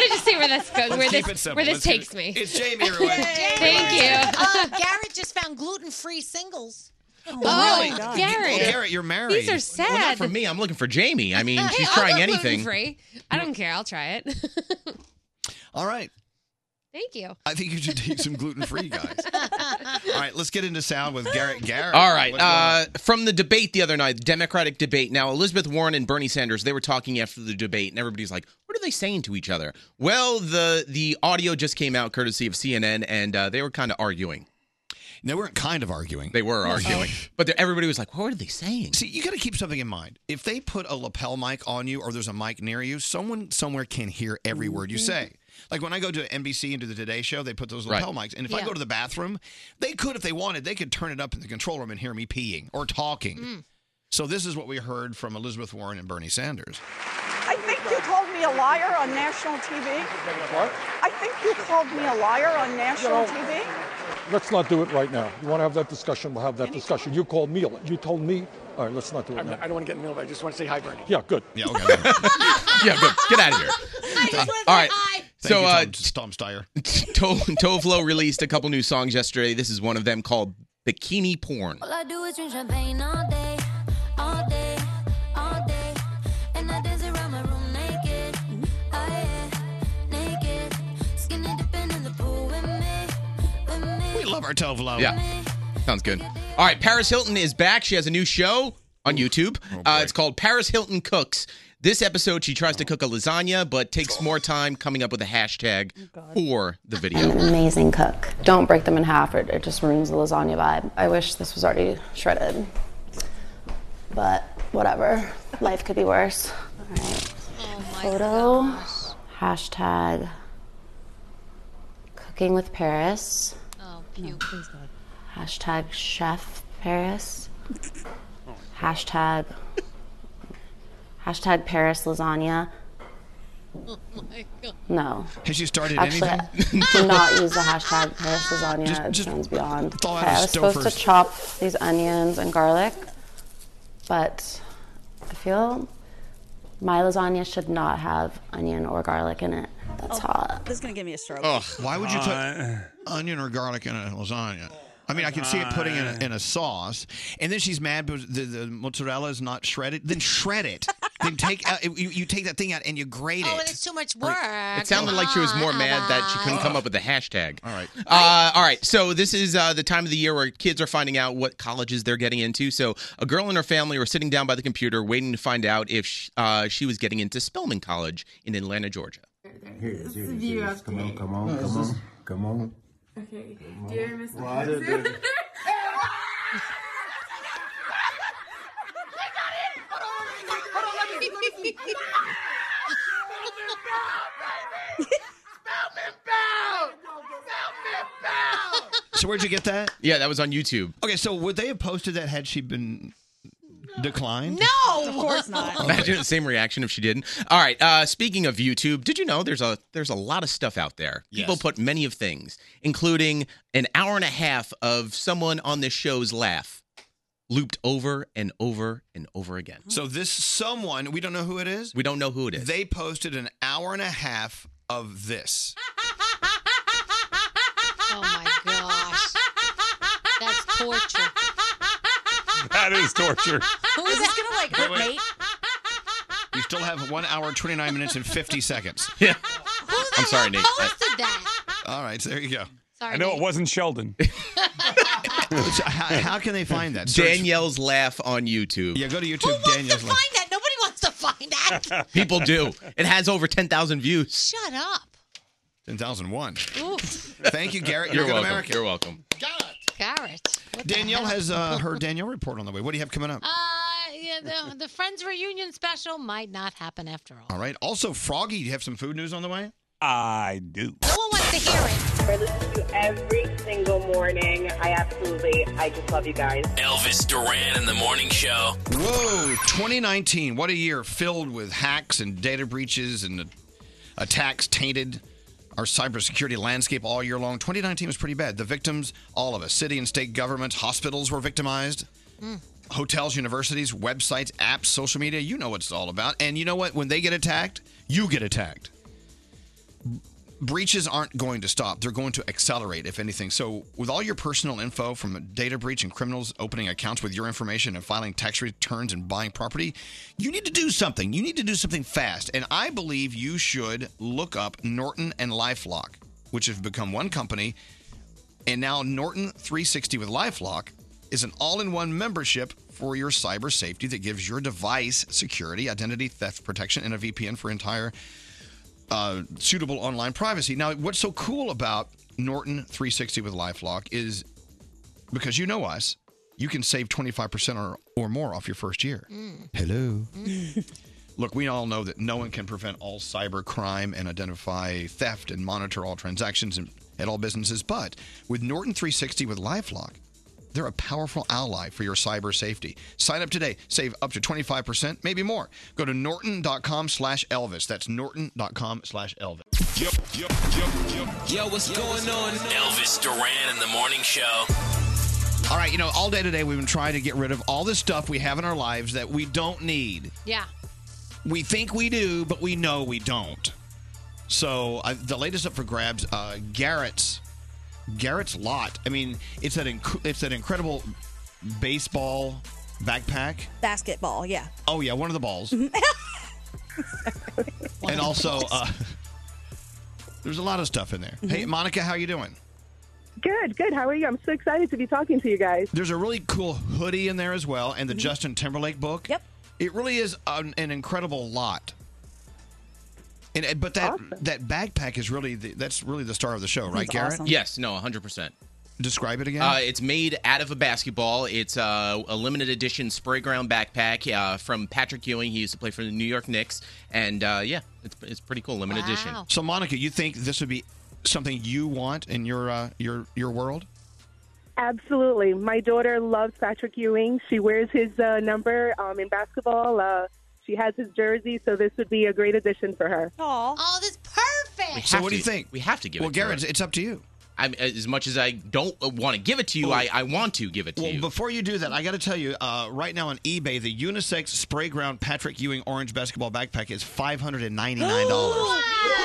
[SPEAKER 10] gonna just see where this goes,
[SPEAKER 1] Let's
[SPEAKER 10] where
[SPEAKER 1] keep it
[SPEAKER 10] this
[SPEAKER 1] simple.
[SPEAKER 10] where
[SPEAKER 1] Let's
[SPEAKER 10] this
[SPEAKER 1] keep
[SPEAKER 10] takes
[SPEAKER 1] it-
[SPEAKER 10] me.
[SPEAKER 1] It's Jamie Irwin.
[SPEAKER 10] Thank you.
[SPEAKER 6] Uh, Garrett just found gluten-free singles. Oh,
[SPEAKER 10] really?
[SPEAKER 6] my God.
[SPEAKER 10] Garrett.
[SPEAKER 26] Oh, Garrett, you're married.
[SPEAKER 10] These are
[SPEAKER 26] Well, not
[SPEAKER 10] sad.
[SPEAKER 26] for me. I'm looking for Jamie. I mean, she's
[SPEAKER 10] I'll
[SPEAKER 26] trying
[SPEAKER 10] go
[SPEAKER 26] anything.
[SPEAKER 10] gluten-free. I don't care. I'll try it.
[SPEAKER 1] All right.
[SPEAKER 10] Thank you.
[SPEAKER 1] I think you should take some gluten free, guys. All right, let's get into sound with Garrett Garrett.
[SPEAKER 26] All right.
[SPEAKER 1] What's going on?
[SPEAKER 26] Uh, from the debate the other night, Democratic debate. Now, Elizabeth Warren and Bernie Sanders, they were talking after the debate, and everybody's like, "What are they saying to each other?" Well, the the audio just came out courtesy of CNN, and uh, they were kind of arguing.
[SPEAKER 1] They weren't kind of arguing.
[SPEAKER 26] They were
[SPEAKER 1] No.
[SPEAKER 26] arguing, but they're- everybody was like, "What are they saying?"
[SPEAKER 1] See, you got to keep something in mind. If they put a lapel mic on you or there's a mic near you, someone somewhere can hear every word you
[SPEAKER 7] Mhm.
[SPEAKER 1] say. Like when I go to NBC and do the Today Show, they put those lapel
[SPEAKER 7] Right.
[SPEAKER 1] mics. And if I
[SPEAKER 7] Yeah.
[SPEAKER 1] go to the bathroom, they could, if they wanted, they could turn it up in the control room and hear me peeing or talking.
[SPEAKER 26] Mm.
[SPEAKER 1] So this is what we heard from Elizabeth Warren and Bernie Sanders.
[SPEAKER 19] I think you called me a liar on national TV. What? I think you called me a liar on national
[SPEAKER 15] You know-
[SPEAKER 19] TV.
[SPEAKER 15] Let's not do it right now. You want to have that discussion? We'll have that discussion. You called me. You told me. All right, let's not do it now.
[SPEAKER 19] don't want to get in the middle, but I just want to say hi, Bernie.
[SPEAKER 15] yeah, good.
[SPEAKER 1] Yeah, okay.
[SPEAKER 26] yeah, good. Get out of here. All right. So, uh,
[SPEAKER 1] Tom Steyer.
[SPEAKER 26] To- Tovlo released a couple new songs yesterday. This is one of them called "Bikini Porn."
[SPEAKER 28] All I do is drink champagne all day, all day, all day. And I dance around my room naked. Oh yeah, naked. Skinny dipping in the pool with me, with me.
[SPEAKER 1] We love our Tovlo.
[SPEAKER 26] Yeah. Sounds good. All right, Paris Hilton is back. She has a new show on YouTube. uh, it's called Paris Hilton Cooks. This episode, she tries to cook a lasagna, but takes more time coming up with a hashtag for the video.
[SPEAKER 29] Amazing cook. Don't break them in half, or it just ruins the lasagna vibe. I wish this was already shredded, but whatever. Life could be worse. All right. Photo. Hashtag. Cooking with Paris.
[SPEAKER 6] Oh, puke. please God.
[SPEAKER 29] Hashtag Chef Paris. Hashtag. Hashtag Paris lasagna.
[SPEAKER 6] Oh, my God.
[SPEAKER 29] No.
[SPEAKER 1] Has she started
[SPEAKER 29] Actually,
[SPEAKER 1] anything?
[SPEAKER 29] do not use the hashtag Paris lasagna.
[SPEAKER 1] Just-
[SPEAKER 29] it
[SPEAKER 1] just
[SPEAKER 29] sounds beyond.
[SPEAKER 1] thaw out
[SPEAKER 29] Okay, I
[SPEAKER 1] the
[SPEAKER 29] was
[SPEAKER 1] stove
[SPEAKER 29] supposed
[SPEAKER 1] first.
[SPEAKER 29] to chop these onions and garlic, but I feel my lasagna should not have onion or garlic in it. That's hot.
[SPEAKER 9] This is gonna give me a stroke.
[SPEAKER 1] Ugh, why would you
[SPEAKER 26] Uh,
[SPEAKER 1] put onion or garlic in a lasagna? I mean, I can see it putting in
[SPEAKER 26] Uh,
[SPEAKER 1] a, in a sauce, and then she's mad because the, the mozzarella is not shredded. Then shred it. then take out, you, you take that thing out and you grate
[SPEAKER 6] Oh,
[SPEAKER 1] it.
[SPEAKER 6] it's too much work.
[SPEAKER 26] It sounded like she was more mad that she couldn't come up with a hashtag. All
[SPEAKER 1] right.
[SPEAKER 26] Uh, all right. So, this is uh, the time of the year where kids are finding out what colleges they're getting into. So, a girl and her family were sitting down by the computer waiting to find out if sh uh, she was getting into Spelman College in Atlanta, Georgia.
[SPEAKER 13] Here, it is, here, it is, here it is. Come on, come No, on, it's come just- on, come on.
[SPEAKER 28] Okay, dear Mr.
[SPEAKER 13] Why did
[SPEAKER 28] President.
[SPEAKER 13] they-
[SPEAKER 1] So where'd you get that?
[SPEAKER 26] Yeah, that was on YouTube.
[SPEAKER 1] Okay, so would they have posted that had she been declined?
[SPEAKER 6] No,
[SPEAKER 9] of course not.
[SPEAKER 26] Imagine the same reaction if she didn't. All right. Uh, speaking of YouTube, did you know there's a there's a lot of stuff out there. People put many of things, including an hour and a half of someone on this show's laugh, looped over and over and over again.
[SPEAKER 1] So this someone we don't know who it is.
[SPEAKER 26] We don't know who it is.
[SPEAKER 1] They posted an hour and a half of this.
[SPEAKER 6] Oh, my gosh. That's torture.
[SPEAKER 1] That is torture.
[SPEAKER 9] Who is this gonna like hurt me?
[SPEAKER 1] You still have one hour, 29 minutes, and 50 seconds.
[SPEAKER 26] Yeah.
[SPEAKER 1] I'm sorry, Nate.
[SPEAKER 6] Did that.
[SPEAKER 1] All right, so there you go.
[SPEAKER 6] Sorry, I know it Nate.
[SPEAKER 1] wasn't Sheldon. how, how can they find that? Search-
[SPEAKER 26] Danielle's laugh on YouTube. Yeah,
[SPEAKER 1] go to YouTube.
[SPEAKER 26] Who wants Danielle's
[SPEAKER 6] Find that. Nobody wants to find that.
[SPEAKER 26] laugh. People do. It has over ten thousand views.
[SPEAKER 6] Shut up.
[SPEAKER 1] 10,001.
[SPEAKER 6] Ooh,
[SPEAKER 1] Thank you, Garrett.
[SPEAKER 26] You're
[SPEAKER 1] You're,
[SPEAKER 26] welcome.
[SPEAKER 1] American.
[SPEAKER 26] You're welcome.
[SPEAKER 6] Garrett. What the
[SPEAKER 1] Danielle
[SPEAKER 6] hell?
[SPEAKER 1] has uh, her Danielle report on the way. What do you have coming up?
[SPEAKER 6] Uh, yeah, the, the Friends reunion special might not happen after all.
[SPEAKER 1] All right. Also, Froggy, do you have some food news on the way?
[SPEAKER 30] I do.
[SPEAKER 22] I listen to you every single morning. I absolutely, I just love you guys.
[SPEAKER 3] Elvis Duran in the morning show.
[SPEAKER 1] Whoa, 2019. What a year filled with hacks and data breaches and attacks tainted our cybersecurity landscape all year long. 2019 was pretty bad. The victims, all of us, city and state governments, hospitals were victimized. hotels, universities, websites, apps, social media. You know what it's all about. And you know what? When they get attacked, you get attacked. Breaches aren't going to stop. They're going to accelerate, if anything. So, with all your personal info from a data breach and criminals opening accounts with your information and filing tax returns and buying property, you need to do something. You need to do something fast. And I believe you should look up Norton and Lifelock, which have become one company. And now Norton 360 with LifeLock is an all-in-one membership for your cyber safety that gives your device security, identity theft protection, and a VPN for entire uh, suitable online privacy. Now, what's so cool about Norton 360 with LifeLock is because you know us, you can save 25% or, or more off your first year. Hello. Look, we all know that no one can prevent all cyber crime and identify theft and monitor all transactions in- at all businesses. But with Norton 360 with Lifelock, they're a powerful ally for your cyber safety. Sign up today. Save up to 25%, maybe more. Go to norton.com slash Elvis. That's norton.com slash Elvis.
[SPEAKER 3] Yo, what's going on? Elvis Duran in the morning show.
[SPEAKER 1] All right, you know, all day today we've been trying to get rid of all this stuff we have in our lives that we don't need.
[SPEAKER 6] Yeah.
[SPEAKER 1] We think we do, but we know we don't. So I, the latest up for grabs, uh, Garrett's Garrett's lot. I mean, it's that inc- it's that incredible baseball backpack.
[SPEAKER 9] Basketball, yeah.
[SPEAKER 1] Oh yeah, one of the balls. and also, uh, there's a lot of stuff in there. Hey, Monica, how you doing?
[SPEAKER 4] Good, good. How are you? I'm so excited to be talking to you guys.
[SPEAKER 1] There's a really cool hoodie in there as well, and the Justin Timberlake book. Yep. It really is an, an incredible lot. And, and- but that that backpack is really the, that's really the star of the show, right, Garrett?
[SPEAKER 26] Yes, no, 100%.
[SPEAKER 1] Describe it again.
[SPEAKER 26] Uh, it's made out of a basketball. It's uh, a limited edition spray ground backpack uh, from Patrick Ewing. He used to play for the New York Knicks. And uh, yeah, it's, it's pretty cool, limited edition.
[SPEAKER 1] So, Monica, you think this would be something you want in your uh, your your world?
[SPEAKER 4] Absolutely. My daughter loves Patrick Ewing. She wears his uh, number um, in basketball. Uh, she has his jersey, so this would be a great addition for her.
[SPEAKER 6] Oh, this perfect.
[SPEAKER 1] So what do you think?
[SPEAKER 26] We have to give
[SPEAKER 1] Well,
[SPEAKER 26] it to
[SPEAKER 1] Garrett, it's up to you.
[SPEAKER 26] I'm, as much as I don't want to give it to you, I, I want to give it to
[SPEAKER 1] Well,
[SPEAKER 26] you.
[SPEAKER 1] before you do that, I got to tell you, uh, right now on eBay, the unisex spray ground Patrick Ewing orange basketball backpack is five hundred and ninety nine dollars.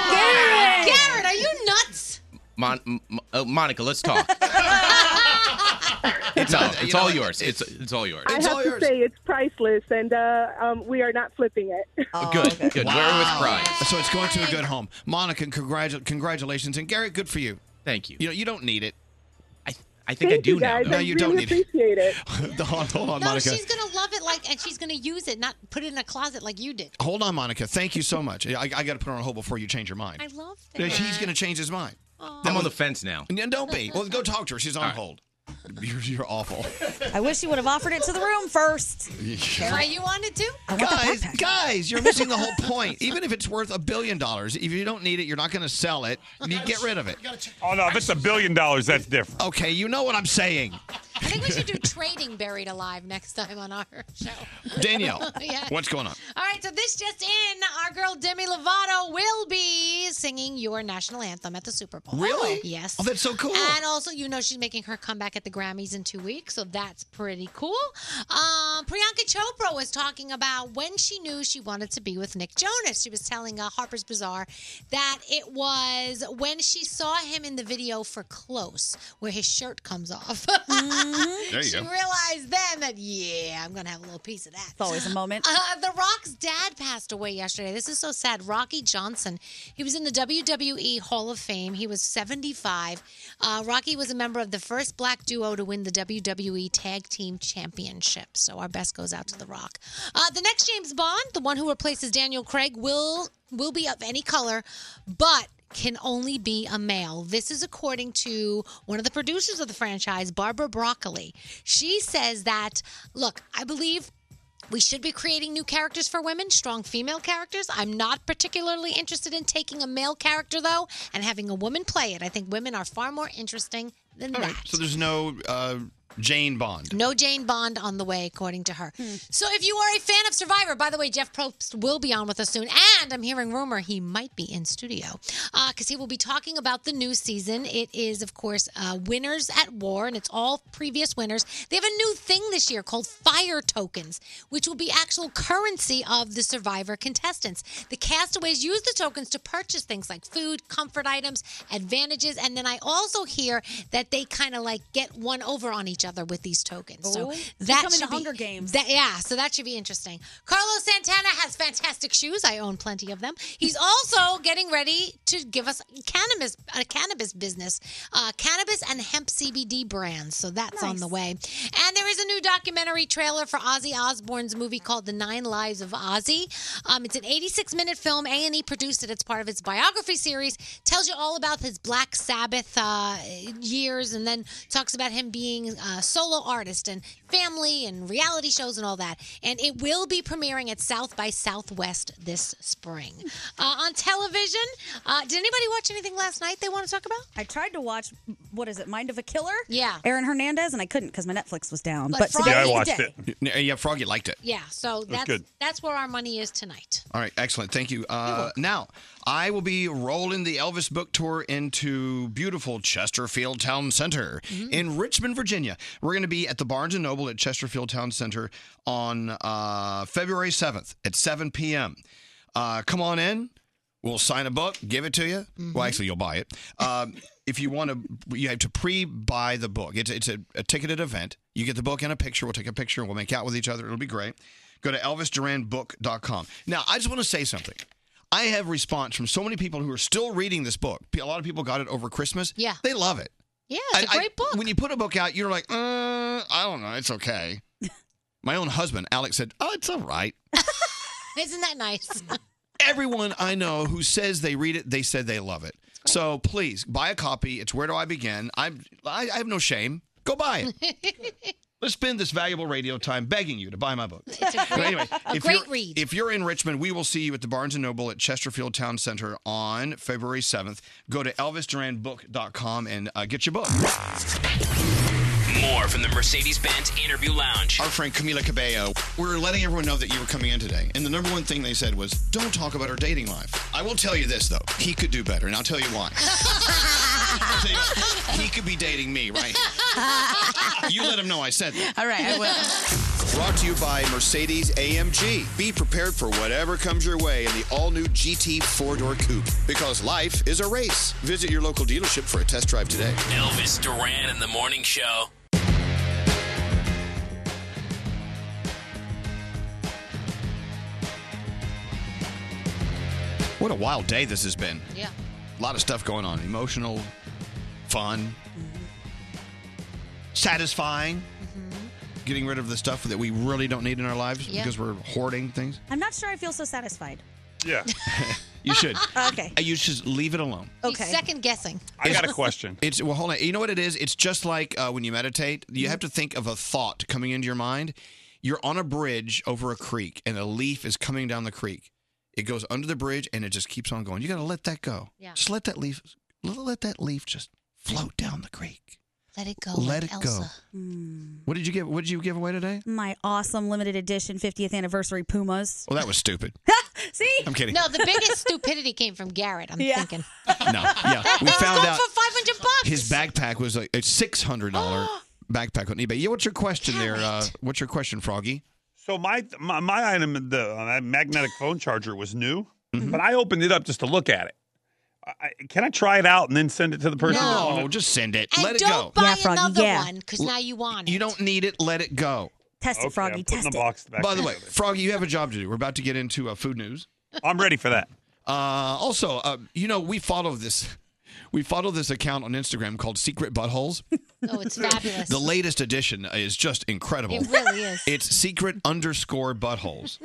[SPEAKER 6] Garrett! Garrett, are you nuts?
[SPEAKER 26] Mon- m- uh, Monica, let's talk. it's all, it's all yours. It's, it's all yours.
[SPEAKER 4] I have to say, it's priceless, and uh, um, we are not flipping it.
[SPEAKER 1] Oh.
[SPEAKER 26] Oh, good, good. Wear it with pride.
[SPEAKER 1] So it's going to a good home. Monica, congratu- congratulations, and Garrett, good for you.
[SPEAKER 26] Thank you.
[SPEAKER 1] You know, you don't need it. I, I
[SPEAKER 26] think I Thank do you now. guys.
[SPEAKER 1] No,
[SPEAKER 26] I
[SPEAKER 1] you
[SPEAKER 26] really
[SPEAKER 1] don't need
[SPEAKER 4] appreciate it.
[SPEAKER 1] hold, hold on,
[SPEAKER 6] no,
[SPEAKER 1] Oh, Monica.
[SPEAKER 6] she's gonna love it like, and she's gonna use it, not put it in a closet like you did.
[SPEAKER 1] Hold on, Monica. Thank you so much. I, I got to put her on hold before you change your mind.
[SPEAKER 6] I love
[SPEAKER 1] Yeah,
[SPEAKER 6] that.
[SPEAKER 1] He's going to change his mind.
[SPEAKER 26] I'm on the fence now.
[SPEAKER 1] Yeah, don't be. Well, go talk to her. She's on hold. You're, you're awful.
[SPEAKER 9] I wish you would have offered it to the room first.
[SPEAKER 6] Why you wanted to?
[SPEAKER 1] guys, guys, you're missing the whole point. Even if it's worth a billion dollars, if you don't need it, you're not going to sell it. You get rid of it.
[SPEAKER 18] Oh no, if it's a billion dollars, that's different.
[SPEAKER 1] Okay, you know what I'm saying.
[SPEAKER 6] I think we should do trading buried alive next time on our show.
[SPEAKER 1] Danielle,
[SPEAKER 6] Yeah.
[SPEAKER 1] what's going on?
[SPEAKER 6] All right, so this just in, our girl Demi Lovato will be singing your national anthem at the Super Bowl.
[SPEAKER 1] Really?
[SPEAKER 6] Yes.
[SPEAKER 1] Oh, that's so cool.
[SPEAKER 6] And also, you know, she's making her comeback at the Grammys in two weeks, so that's pretty cool. Um, Priyanka Chopra was talking about when she knew she wanted to be with Nick Jonas. She was telling uh, Harper's Bazaar that it was when she saw him in the video for Close, where his shirt comes off.
[SPEAKER 5] There you
[SPEAKER 6] she
[SPEAKER 5] go.
[SPEAKER 6] realized then that, yeah, I'm going to have a little piece of that. It's
[SPEAKER 9] always a moment.
[SPEAKER 6] Uh, the Rock's dad passed away yesterday. This is so sad. Rocky Johnson. He was in the WWE Hall of Fame. He was 75. Uh, Rocky was a member of the first black duo to win the WWE Tag Team Championship. So our best goes out to The Rock. Uh, the next James Bond, the one who replaces Daniel Craig, will will be of any color, but can only be a male. This is according to one of the producers of the franchise, Barbara Broccoli. She says that, look, I believe we should be creating new characters for women, strong female characters. I'm not particularly interested in taking a male character, though, and having a woman play it. I think women are far more interesting than
[SPEAKER 1] All
[SPEAKER 6] that.
[SPEAKER 1] right. So there's no uh, Jane Bond.
[SPEAKER 6] No Jane Bond on the way, according to her. So if you are a fan of Survivor, by the way, Jeff Probst will be on with us soon. And I'm hearing rumor he might be in studio because he will be talking about the new season. It is, of course, uh, Winners at War, and it's all previous winners. They have a new thing this year called Fire Tokens, which will be actual currency of the Survivor contestants. The castaways use the tokens to purchase things like food, comfort items, advantages, and then I also hear that they kind of like get one over on each other with these tokens.
[SPEAKER 9] Ooh.
[SPEAKER 6] So
[SPEAKER 9] It's
[SPEAKER 6] that
[SPEAKER 9] becoming
[SPEAKER 6] should
[SPEAKER 9] the Hunger
[SPEAKER 6] be,
[SPEAKER 9] Games.
[SPEAKER 6] that- yeah, so that should be interesting. Carlos Santana has fantastic shoes. I own plenty of them. He's also getting ready to give us cannabis a cannabis business, uh, cannabis and hemp CBD brands. So that's on the way. And there is a new documentary trailer for Ozzy Osbourne's movie called The Nine Lives of Ozzy. Um, it's an 86-minute film. A&E produced it. It's part of its biography series. Tells you all about his Black Sabbath uh, years, and then talks about him being a solo artist and family and reality shows and all that. And it will be premiering at South by Southwest this spring. Uh, on television, uh, did anybody watch anything last night they want to talk about?
[SPEAKER 9] I tried to watch, what is it, Mind of a Killer?
[SPEAKER 6] Yeah.
[SPEAKER 9] Aaron Hernandez, and I couldn't because my Netflix was down.
[SPEAKER 6] But
[SPEAKER 9] But,
[SPEAKER 6] Friday
[SPEAKER 9] today
[SPEAKER 6] Yeah, I
[SPEAKER 9] is the
[SPEAKER 6] watched
[SPEAKER 9] day.
[SPEAKER 6] it.
[SPEAKER 1] Yeah, yeah, Froggy liked it.
[SPEAKER 6] Yeah, so that's
[SPEAKER 1] good.
[SPEAKER 6] that's where our money is tonight.
[SPEAKER 1] All right, excellent. Thank you. Uh, now, I will be rolling the Elvis Book Tour into beautiful Chesterfield Town Center in Richmond, Virginia. We're going to be at the Barnes & Noble at Chesterfield Town Center on uh, February 7th at 7 p.m. Uh, come on in. We'll sign a book, give it to you. Well, actually, you'll buy it. Um, if you want to, you have to pre-buy the book. It's it's a, a ticketed event. You get the book and a picture. We'll take a picture. We'll make out with each other. It'll be great. Go to ElvisDuranBook.com. Now, I just want to say something. I have response from so many people who are still reading this book. A lot of people got it over Christmas. Yeah, they love it.
[SPEAKER 6] Yeah,
[SPEAKER 1] it's a great book. When you put a book out, you're like, uh, I don't know, it's okay. My own husband, Alex, said, Oh, it's all right.
[SPEAKER 6] Isn't that nice?
[SPEAKER 1] Everyone I know who says they read it, they said they love it. So please buy a copy. It's where do I begin? I'm, I, I have no shame. Go buy it. Let's spend this valuable radio time begging you to buy my book.
[SPEAKER 6] It's a
[SPEAKER 1] But
[SPEAKER 6] great,
[SPEAKER 1] anyway,
[SPEAKER 6] a
[SPEAKER 1] if
[SPEAKER 6] great
[SPEAKER 1] you're-
[SPEAKER 6] read.
[SPEAKER 1] If you're in Richmond, we will see you at the Barnes & Noble at Chesterfield Town Center on February 7th. Go to elvisduranbook.com and uh, get your book.
[SPEAKER 3] More from the Mercedes Benz Interview Lounge.
[SPEAKER 1] Our friend Camila Cabello, we're letting everyone know that you were coming in today. And the number one thing they said was, don't talk about her dating life. I will tell you this, though. He could do better, and I'll tell you why. I'll tell you what, he could be dating me, right? here. You let him know I said that.
[SPEAKER 5] All right, I will.
[SPEAKER 7] Brought to you by Mercedes AMG. Be prepared for whatever comes your way in the all new GT four door coupe because life is a race. Visit your local dealership for a test drive today.
[SPEAKER 3] Elvis Duran in the Morning Show.
[SPEAKER 1] What a wild day this has been.
[SPEAKER 6] Yeah.
[SPEAKER 1] A lot of stuff going on. Emotional, fun, satisfying. Getting rid of the stuff that we really don't need in our lives
[SPEAKER 9] Yeah.
[SPEAKER 1] because we're hoarding things.
[SPEAKER 9] I'm not sure I feel so satisfied.
[SPEAKER 1] Yeah. you should.
[SPEAKER 6] Ah,
[SPEAKER 9] Okay.
[SPEAKER 1] You should leave it alone.
[SPEAKER 6] Okay. second guessing.
[SPEAKER 1] I got
[SPEAKER 18] a question.
[SPEAKER 1] It's well, hold on. You know what it is? It's just like uh, when you meditate. You have to think of a thought coming into your mind. You're on a bridge over a creek, and a leaf is coming down the creek. It goes under the bridge, and it just keeps on going. You got to let that go.
[SPEAKER 6] Yeah.
[SPEAKER 1] Just let that leaf. Let, let that leaf just float down the creek.
[SPEAKER 6] Let it go.
[SPEAKER 1] let it
[SPEAKER 9] like Elsa.
[SPEAKER 1] go. What did you give? What did you give away today?
[SPEAKER 9] Hmm. My awesome limited edition 50th anniversary Pumas.
[SPEAKER 1] Well, that was stupid.
[SPEAKER 9] See?
[SPEAKER 1] I'm kidding.
[SPEAKER 6] No, the biggest stupidity came from Garrett. I'm thinking.
[SPEAKER 1] No, yeah, we
[SPEAKER 6] It's
[SPEAKER 1] found
[SPEAKER 6] going
[SPEAKER 1] out
[SPEAKER 6] for 500 bucks.
[SPEAKER 1] his backpack was a, a six hundred dollar backpack on eBay. Yeah, what's your question there? Uh, what's your question, Froggy?
[SPEAKER 18] So my my, my item, the uh, magnetic phone charger, was new,
[SPEAKER 1] Mm-hmm.
[SPEAKER 18] but I opened it up just to look at it. I, I- can I try it out and then send it to the person?
[SPEAKER 1] No,
[SPEAKER 18] that wanted-
[SPEAKER 1] just send it.
[SPEAKER 6] and
[SPEAKER 1] Let it
[SPEAKER 6] don't
[SPEAKER 1] go.
[SPEAKER 6] buy another one because now you want it.
[SPEAKER 1] You don't need it. Let it go.
[SPEAKER 6] Test it, Okay, Froggy, I'm putting test the it. box back
[SPEAKER 1] By the
[SPEAKER 6] in.
[SPEAKER 1] way, Froggy, you have a job to do. We're about to get into uh, food news.
[SPEAKER 18] I'm ready for that.
[SPEAKER 1] Uh, also, uh, you know, we follow this. We follow this account on Instagram called Secret Buttholes.
[SPEAKER 6] Oh, it's fabulous.
[SPEAKER 1] The latest edition is just incredible.
[SPEAKER 6] It really is.
[SPEAKER 1] It's secret underscore buttholes.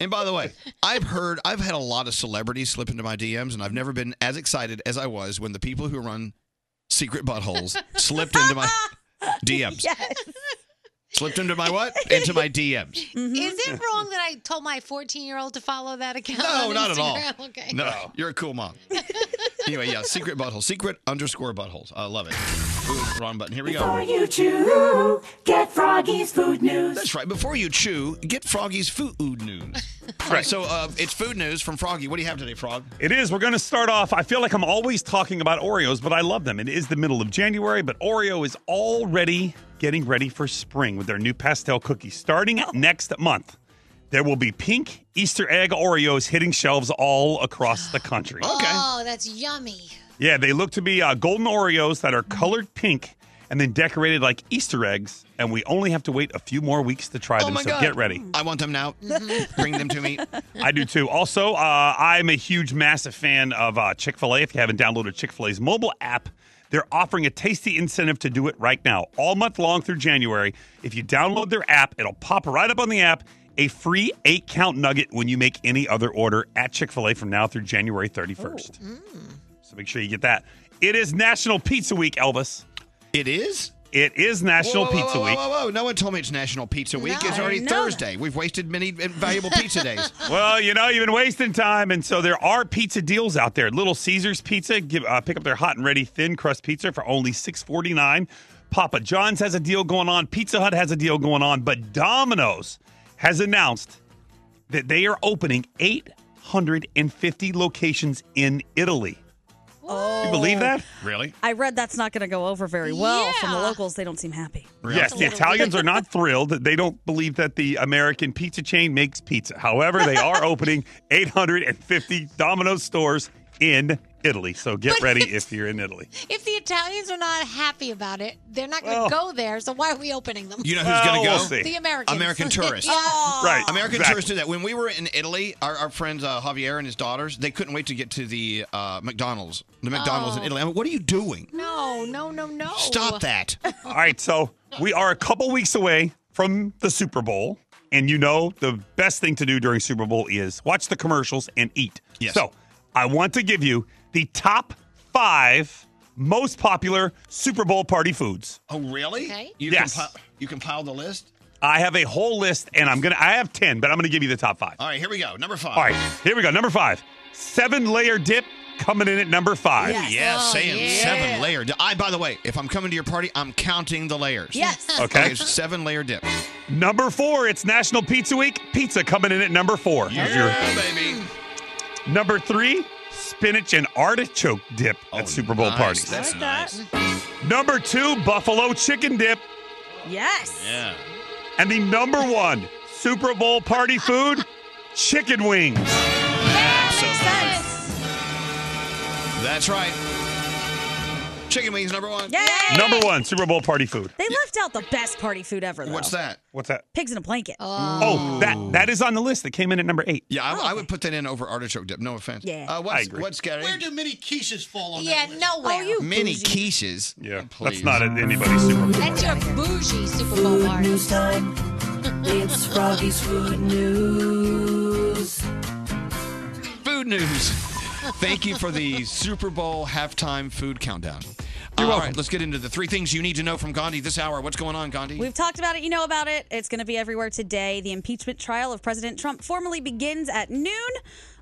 [SPEAKER 1] And by the way, I've heard, I've had a lot of celebrities slip into my DMs, and I've never been as excited as I was when the people who run secret buttholes slipped into my DMs. Slipped into my what? Into my DMs.
[SPEAKER 6] Is it wrong that I told my 14 year old to follow that account?
[SPEAKER 1] No,
[SPEAKER 6] on
[SPEAKER 1] not at all.
[SPEAKER 6] Instagram? Okay.
[SPEAKER 1] No, you're a cool mom. anyway, yeah, secret butthole, secret underscore buttholes. I love it. Ooh, wrong button. Here we go.
[SPEAKER 5] Before you chew, get Froggy's food news.
[SPEAKER 1] That's right. Before you chew, get Froggy's food news. All right. So uh, it's food news from Froggy. What do you have today, Frog?
[SPEAKER 18] It is. We're going to start off. I feel like I'm always talking about Oreos, but I love them. It is the middle of January, but Oreo is already getting ready for spring with their new pastel cookie starting
[SPEAKER 6] Oh.
[SPEAKER 18] next month. There will be pink Easter egg Oreos hitting shelves all across the country.
[SPEAKER 6] Oh, that's yummy.
[SPEAKER 18] Yeah, they look to be uh, golden Oreos that are colored pink and then decorated like Easter eggs, and we only have to wait a few more weeks to try
[SPEAKER 1] Oh
[SPEAKER 18] them.
[SPEAKER 1] my
[SPEAKER 18] so
[SPEAKER 1] God.
[SPEAKER 18] get ready.
[SPEAKER 1] I want them now.
[SPEAKER 18] Mm-hmm.
[SPEAKER 1] Bring them to me.
[SPEAKER 18] I do too. Also, uh, I'm a huge, massive fan of uh, Chick fil A. If you haven't downloaded Chick fil A's mobile app, they're offering a tasty incentive to do it right now, all month long through January. If you download their app, it'll pop right up on the app a free eight count nugget when you make any other order at Chick fil A from now through January
[SPEAKER 1] Oh.
[SPEAKER 18] 31st.
[SPEAKER 2] Oh, mm.
[SPEAKER 18] So make sure you get that. It is National Pizza Week, Elvis.
[SPEAKER 1] It is?
[SPEAKER 18] It is National
[SPEAKER 1] Whoa, whoa,
[SPEAKER 18] Pizza
[SPEAKER 1] whoa,
[SPEAKER 18] Week.
[SPEAKER 1] Whoa, whoa, whoa. No one told me it's National Pizza Week.
[SPEAKER 18] No, I
[SPEAKER 1] it's already
[SPEAKER 18] didn't know that.
[SPEAKER 1] Thursday. We've wasted many valuable pizza days.
[SPEAKER 18] Well, you know, you've been wasting time, and so there are pizza deals out there. Little Caesars Pizza, give, uh, pick up their hot and ready thin crust pizza for only six forty nine. Papa John's has a deal going on. Pizza Hut has a deal going on, but Domino's has announced that they are opening eight hundred and fifty locations in Italy.
[SPEAKER 9] Oh.
[SPEAKER 18] You believe that?
[SPEAKER 1] Really?
[SPEAKER 9] I read that's not going to go over very well from the locals. They don't seem happy.
[SPEAKER 18] Yes, the Italians are not thrilled. They don't believe that the American pizza chain makes pizza. However, they are opening 850 Domino's stores in Italy. So get ready if you're in Italy.
[SPEAKER 6] If the Italians are not happy about it, they're not going to go there. So why are we opening them?
[SPEAKER 1] Oh. You know who's going to go?
[SPEAKER 6] The Americans.
[SPEAKER 1] American tourists.
[SPEAKER 6] yeah.
[SPEAKER 18] Right,
[SPEAKER 1] American
[SPEAKER 18] exactly.
[SPEAKER 1] tourists do that. When we were in Italy, our, our friends uh, Javier and his daughters, they couldn't wait to get to the uh, McDonald's. The McDonald's in
[SPEAKER 6] Oh.
[SPEAKER 1] Italy. I mean, what are you doing?
[SPEAKER 6] No, no, no, no.
[SPEAKER 1] Stop that.
[SPEAKER 18] All right, so we are a couple weeks away from the Super Bowl. And you know, the best thing to do during Super Bowl is watch the commercials and eat. Yes. So I want to give you the top five most popular Super Bowl party foods.
[SPEAKER 1] Oh, really? You
[SPEAKER 18] Yes.
[SPEAKER 1] compi- you compiled the list?
[SPEAKER 18] I have a whole list, and I'm gonna. I have ten, but I'm gonna give you the top five.
[SPEAKER 1] All right, here we go. Number five.
[SPEAKER 18] All right, here we go. Number five, seven layer dip coming in at number five.
[SPEAKER 1] Ooh, yeah, Sam, seven layer. di- I, by the way, if I'm coming to your party, I'm counting the layers.
[SPEAKER 9] Yes.
[SPEAKER 18] Okay.
[SPEAKER 1] it's seven layer dips.
[SPEAKER 18] Number four, it's National Pizza Week. Pizza coming in at number four. Here's your-
[SPEAKER 1] baby.
[SPEAKER 18] Number three, spinach and artichoke dip at Super Bowl
[SPEAKER 1] Oh, nice.
[SPEAKER 18] parties.
[SPEAKER 1] That's I like nice.
[SPEAKER 18] Number two, buffalo chicken dip.
[SPEAKER 9] Yes.
[SPEAKER 1] Yeah.
[SPEAKER 18] And the number one Super Bowl party food, chicken wings.
[SPEAKER 1] That's right. Chicken wings, number one.
[SPEAKER 9] Yay!
[SPEAKER 18] Number one Super Bowl party food.
[SPEAKER 9] They left out the best party food ever, though.
[SPEAKER 1] What's that?
[SPEAKER 18] What's that?
[SPEAKER 9] Pigs in a blanket.
[SPEAKER 18] Oh, that that is on the list that came in at number eight.
[SPEAKER 1] Yeah, I, I
[SPEAKER 6] Oh.
[SPEAKER 1] would put that in over artichoke dip. No offense.
[SPEAKER 9] Yeah.
[SPEAKER 1] Uh,
[SPEAKER 18] I
[SPEAKER 1] what's,
[SPEAKER 18] agree.
[SPEAKER 1] what's Gary?
[SPEAKER 12] Where do mini quiches fall on
[SPEAKER 6] Yeah,
[SPEAKER 12] that list?
[SPEAKER 6] nowhere.
[SPEAKER 1] Mini quiches. Yeah,
[SPEAKER 18] That's not at anybody's Super Bowl.
[SPEAKER 6] That's your bougie Super Bowl party.
[SPEAKER 5] News time. It's Froggy's food news.
[SPEAKER 1] Food news. Thank you for the Super Bowl halftime food countdown. All right, let's get into the three things you need to know from Gandhi this hour. What's going on, Gandhi?
[SPEAKER 9] We've talked about it. You know about it. It's going to be everywhere today. The impeachment trial of President Trump formally begins at noon.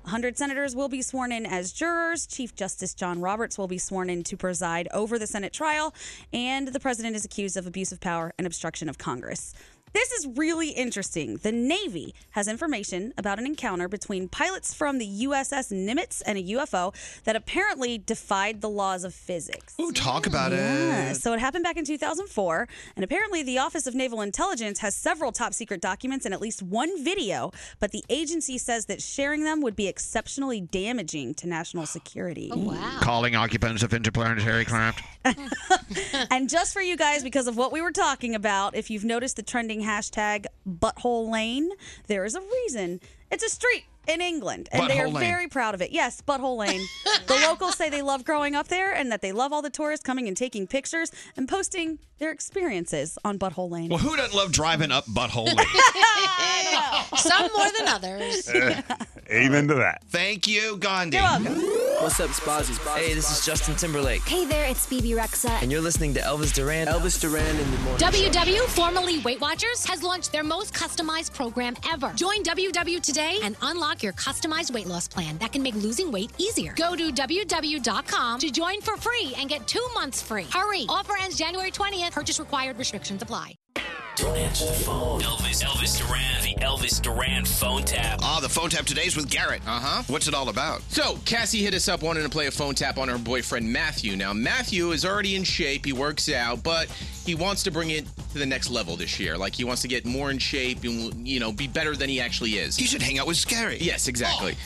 [SPEAKER 9] 100 senators will be sworn in as jurors. Chief Justice John Roberts will be sworn in to preside over the Senate trial. And the president is accused of abuse of power and obstruction of Congress. This is really interesting. The Navy has information about an encounter between pilots from the USS Nimitz and a UFO that apparently defied the laws of physics.
[SPEAKER 1] Ooh, talk about
[SPEAKER 9] Yeah,
[SPEAKER 1] it.
[SPEAKER 9] So it happened back in 2004, and apparently the Office of Naval Intelligence has several top secret documents and at least one video, but the agency says that sharing them would be exceptionally damaging to national security. Oh, wow.
[SPEAKER 1] Calling occupants of interplanetary craft.
[SPEAKER 9] and just for you guys, because of what we were talking about, if you've noticed the trending hashtag butthole lane, there is a reason. It's a street in England, and they are
[SPEAKER 17] Butthole Lane.
[SPEAKER 9] very proud of it. Yes, Butthole Lane. the locals say they love growing up there and that they love all the tourists coming and taking pictures and posting their experiences on Butthole Lane.
[SPEAKER 1] Well, who doesn't love driving up butthole?
[SPEAKER 6] Some more than others.
[SPEAKER 18] Eh, Amen to that.
[SPEAKER 1] Thank you, Gandhi.
[SPEAKER 9] You're welcome.
[SPEAKER 15] What's up, Spazzy? Hey, this is Justin Timberlake.
[SPEAKER 6] Hey there, it's BB Rexa.
[SPEAKER 15] And you're listening to Elvis Duran. Elvis Duran in the morning.
[SPEAKER 6] WW, formerly Weight Watchers, has launched their most customized program ever. Join WW today and unlock your customized weight loss plan that can make losing weight easier. Go to WW.com to join for free and get two months free. Hurry! Offer ends January 20th. Purchase required restrictions apply.
[SPEAKER 3] Don't answer the phone. Elvis, Elvis Duran, the Elvis Duran phone tap.
[SPEAKER 7] Ah, the phone tap today's with Garrett. Uh huh. What's it all about?
[SPEAKER 26] Uh-huh. So Cassie hit us up wanting to play a phone tap on her boyfriend Matthew. Now Matthew is already in shape; he works out, but he wants to bring it to the next level this year. Like he wants to get more in shape and you know be better than he actually is. You
[SPEAKER 7] should hang out with Scary. Oh.
[SPEAKER 26] Yes, exactly.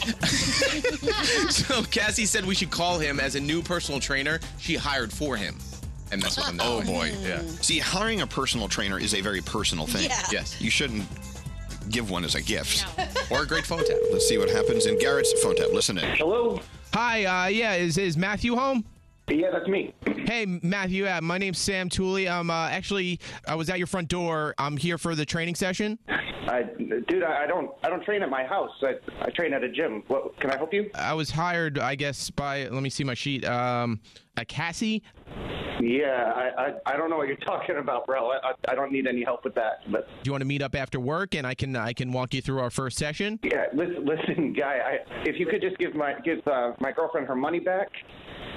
[SPEAKER 26] so Cassie said we should call him as a new personal trainer she hired for him, and that's what I'm.
[SPEAKER 7] Oh boy. Yeah. See, hiring a personal trainer is a very personal thing.
[SPEAKER 26] Yeah. Yes.
[SPEAKER 7] You shouldn't give one as a gift or a great phone tap. Let's see what happens in Garrett's phone tap. Listen in.
[SPEAKER 26] Hello. Hi. Uh, yeah. Is is Matthew home?
[SPEAKER 17] Yeah, that's me.
[SPEAKER 26] Hey, Matthew. Uh, my name's Sam Tooley. I'm uh, actually I was at your front door. I'm here for the training session.
[SPEAKER 17] I, dude, I, I don't, I don't train at my house. I, I train at a gym. What can I help you?
[SPEAKER 26] I was hired, I guess, by let me see my sheet. Um, a Cassie.
[SPEAKER 17] Yeah, I, I, I don't know what you're talking about, bro. I, I, I don't need any help with that. But
[SPEAKER 26] Do you want to meet up after work and I can I can walk you through our first session?
[SPEAKER 17] yeah, listen, listen guy. I, if you could just give my give uh, my girlfriend her money back.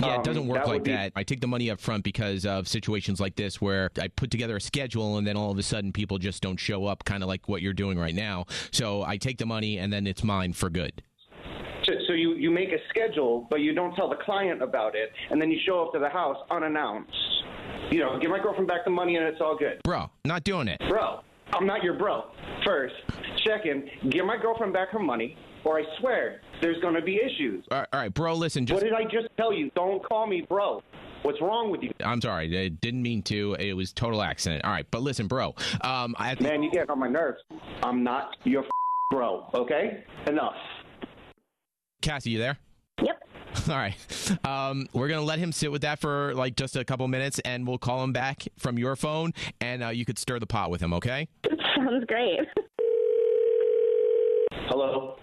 [SPEAKER 26] Yeah,
[SPEAKER 17] um,
[SPEAKER 26] it doesn't work
[SPEAKER 17] that
[SPEAKER 26] like
[SPEAKER 17] would be-
[SPEAKER 26] that. I take the money up front because of situations like this where I put together a schedule and then all of a sudden people just don't show up, kind of like what you're doing right now. So I take the money and then it's mine for good.
[SPEAKER 17] So, so you you make a schedule, but you don't tell the client about it, and then you show up to the house unannounced. You know, give my girlfriend back the money, and it's all good.
[SPEAKER 26] Bro, not doing it.
[SPEAKER 17] Bro, I'm not your bro. First. Second, give my girlfriend back her money, or I swear there's going to be issues.
[SPEAKER 26] All right, all right, bro, listen. Just,
[SPEAKER 17] What did I just tell you? Don't call me bro. What's wrong with you?
[SPEAKER 26] I'm sorry. I didn't mean to. It was total accident. All right, but listen, bro. Um, I,
[SPEAKER 17] Man, you get on my nerves. I'm not your bro, okay? Enough.
[SPEAKER 26] Cassie, you there?
[SPEAKER 17] Yep.
[SPEAKER 26] All right. Um, we're going to let him sit with that for like just a couple minutes and we'll call him back from your phone and uh, you could stir the pot with him, okay?
[SPEAKER 21] Sounds great.
[SPEAKER 17] Hello.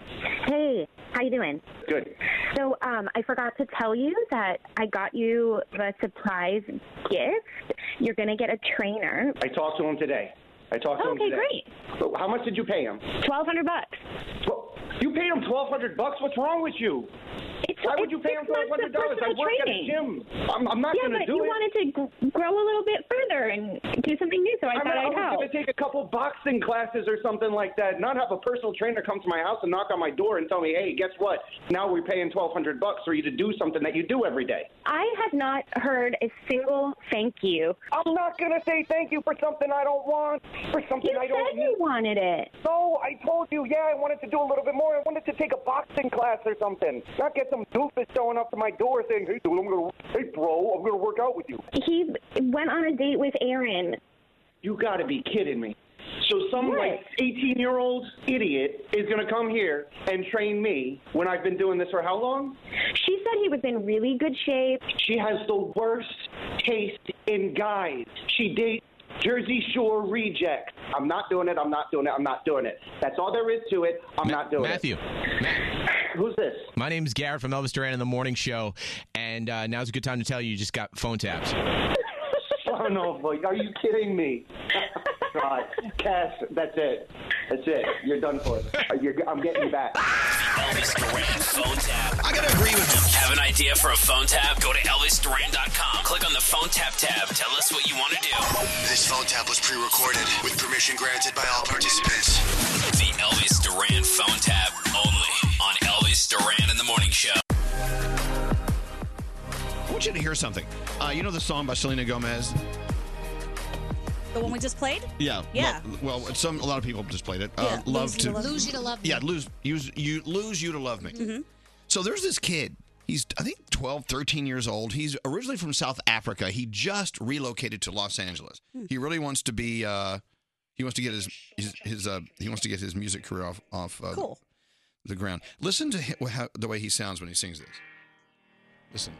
[SPEAKER 21] Hey, how you doing?
[SPEAKER 17] Good.
[SPEAKER 21] So, um, I forgot to tell you that I got you a surprise gift. You're gonna get a trainer.
[SPEAKER 17] I talked to him today. I talked to him
[SPEAKER 21] Okay,
[SPEAKER 17] today. great. How much did you pay him?
[SPEAKER 21] Twelve hundred bucks.
[SPEAKER 17] You paid him twelve hundred bucks. What's wrong with you? Why would you pay him twelve hundred dollars? I work
[SPEAKER 21] training.
[SPEAKER 17] at a gym. I'm, I'm not
[SPEAKER 21] yeah,
[SPEAKER 17] going to
[SPEAKER 21] but
[SPEAKER 17] do
[SPEAKER 21] you
[SPEAKER 17] it.
[SPEAKER 21] wanted to gr- grow a little bit further and do something new, so I
[SPEAKER 17] I'm,
[SPEAKER 21] thought
[SPEAKER 17] I
[SPEAKER 21] I'd
[SPEAKER 17] was
[SPEAKER 21] help.
[SPEAKER 17] going to take a couple boxing classes or something like that. Not have a personal trainer come to my house and knock on my door and tell me, "Hey, guess what? Now we're paying twelve hundred bucks for you to do something that you do every day."
[SPEAKER 21] I have not heard a single thank you.
[SPEAKER 17] I'm not going to say thank you for something I don't want, for something
[SPEAKER 21] you
[SPEAKER 17] I don't
[SPEAKER 21] said you wanted it.
[SPEAKER 17] No, Oh, I told you, yeah, I wanted to do a little bit more. I wanted to take a boxing class or something. Not get some doofus showing up to my door saying, "Hey, dude, I'm going to, hey, bro, I'm going to work out with you."
[SPEAKER 21] He went on a date with Aaron.
[SPEAKER 17] You got to be kidding me. So some like 18-year-old idiot is going to come here and train me when I've been doing this for how long?
[SPEAKER 21] She said he was in really good shape.
[SPEAKER 17] She has the worst taste in guys. She dates Jersey Shore rejects. I'm not doing it. I'm not doing it. I'm not doing it. That's all there is to it. I'm not doing
[SPEAKER 26] Matthew.
[SPEAKER 17] it. Who's this?
[SPEAKER 26] My name's Garrett from Elvis Duran in the Morning Show, and uh, now's a good time to tell you you just got phone taps.
[SPEAKER 17] Son of a, are you kidding me? God, Cass, that's it. That's it. You're done for. You're, I'm getting you back.
[SPEAKER 3] Elvis Duran phone tap. I gotta agree with you. Have an idea for a phone tap? Go to ElvisDuran.com. Click on the phone tap tab. Tell us what you want to do.
[SPEAKER 24] This phone tap was pre-recorded with permission granted by all participants.
[SPEAKER 3] The Elvis Duran phone tap only on Elvis Duran in the Morning Show.
[SPEAKER 1] I want you to hear something. Uh, you know the song by Selena Gomez?
[SPEAKER 9] The one we just played?
[SPEAKER 1] Yeah.
[SPEAKER 9] Yeah.
[SPEAKER 1] Well, well, some a lot of people just played it. Uh,
[SPEAKER 9] Yeah,
[SPEAKER 1] love
[SPEAKER 9] Lose You
[SPEAKER 1] to
[SPEAKER 9] to Love Me. Lose You to Love Me. Mm-hmm.
[SPEAKER 1] Yeah, lose use you lose you to love me. So there's this kid. He's I think 12, 13 years old. He's originally from South Africa. He just relocated to Los Angeles.
[SPEAKER 28] Hmm.
[SPEAKER 1] He really wants to be. Uh, he wants to get his his, his uh, he wants to get his music career off off uh,
[SPEAKER 28] Cool.
[SPEAKER 1] the ground. Listen to hi- how, the way he sounds when he sings this. Listen.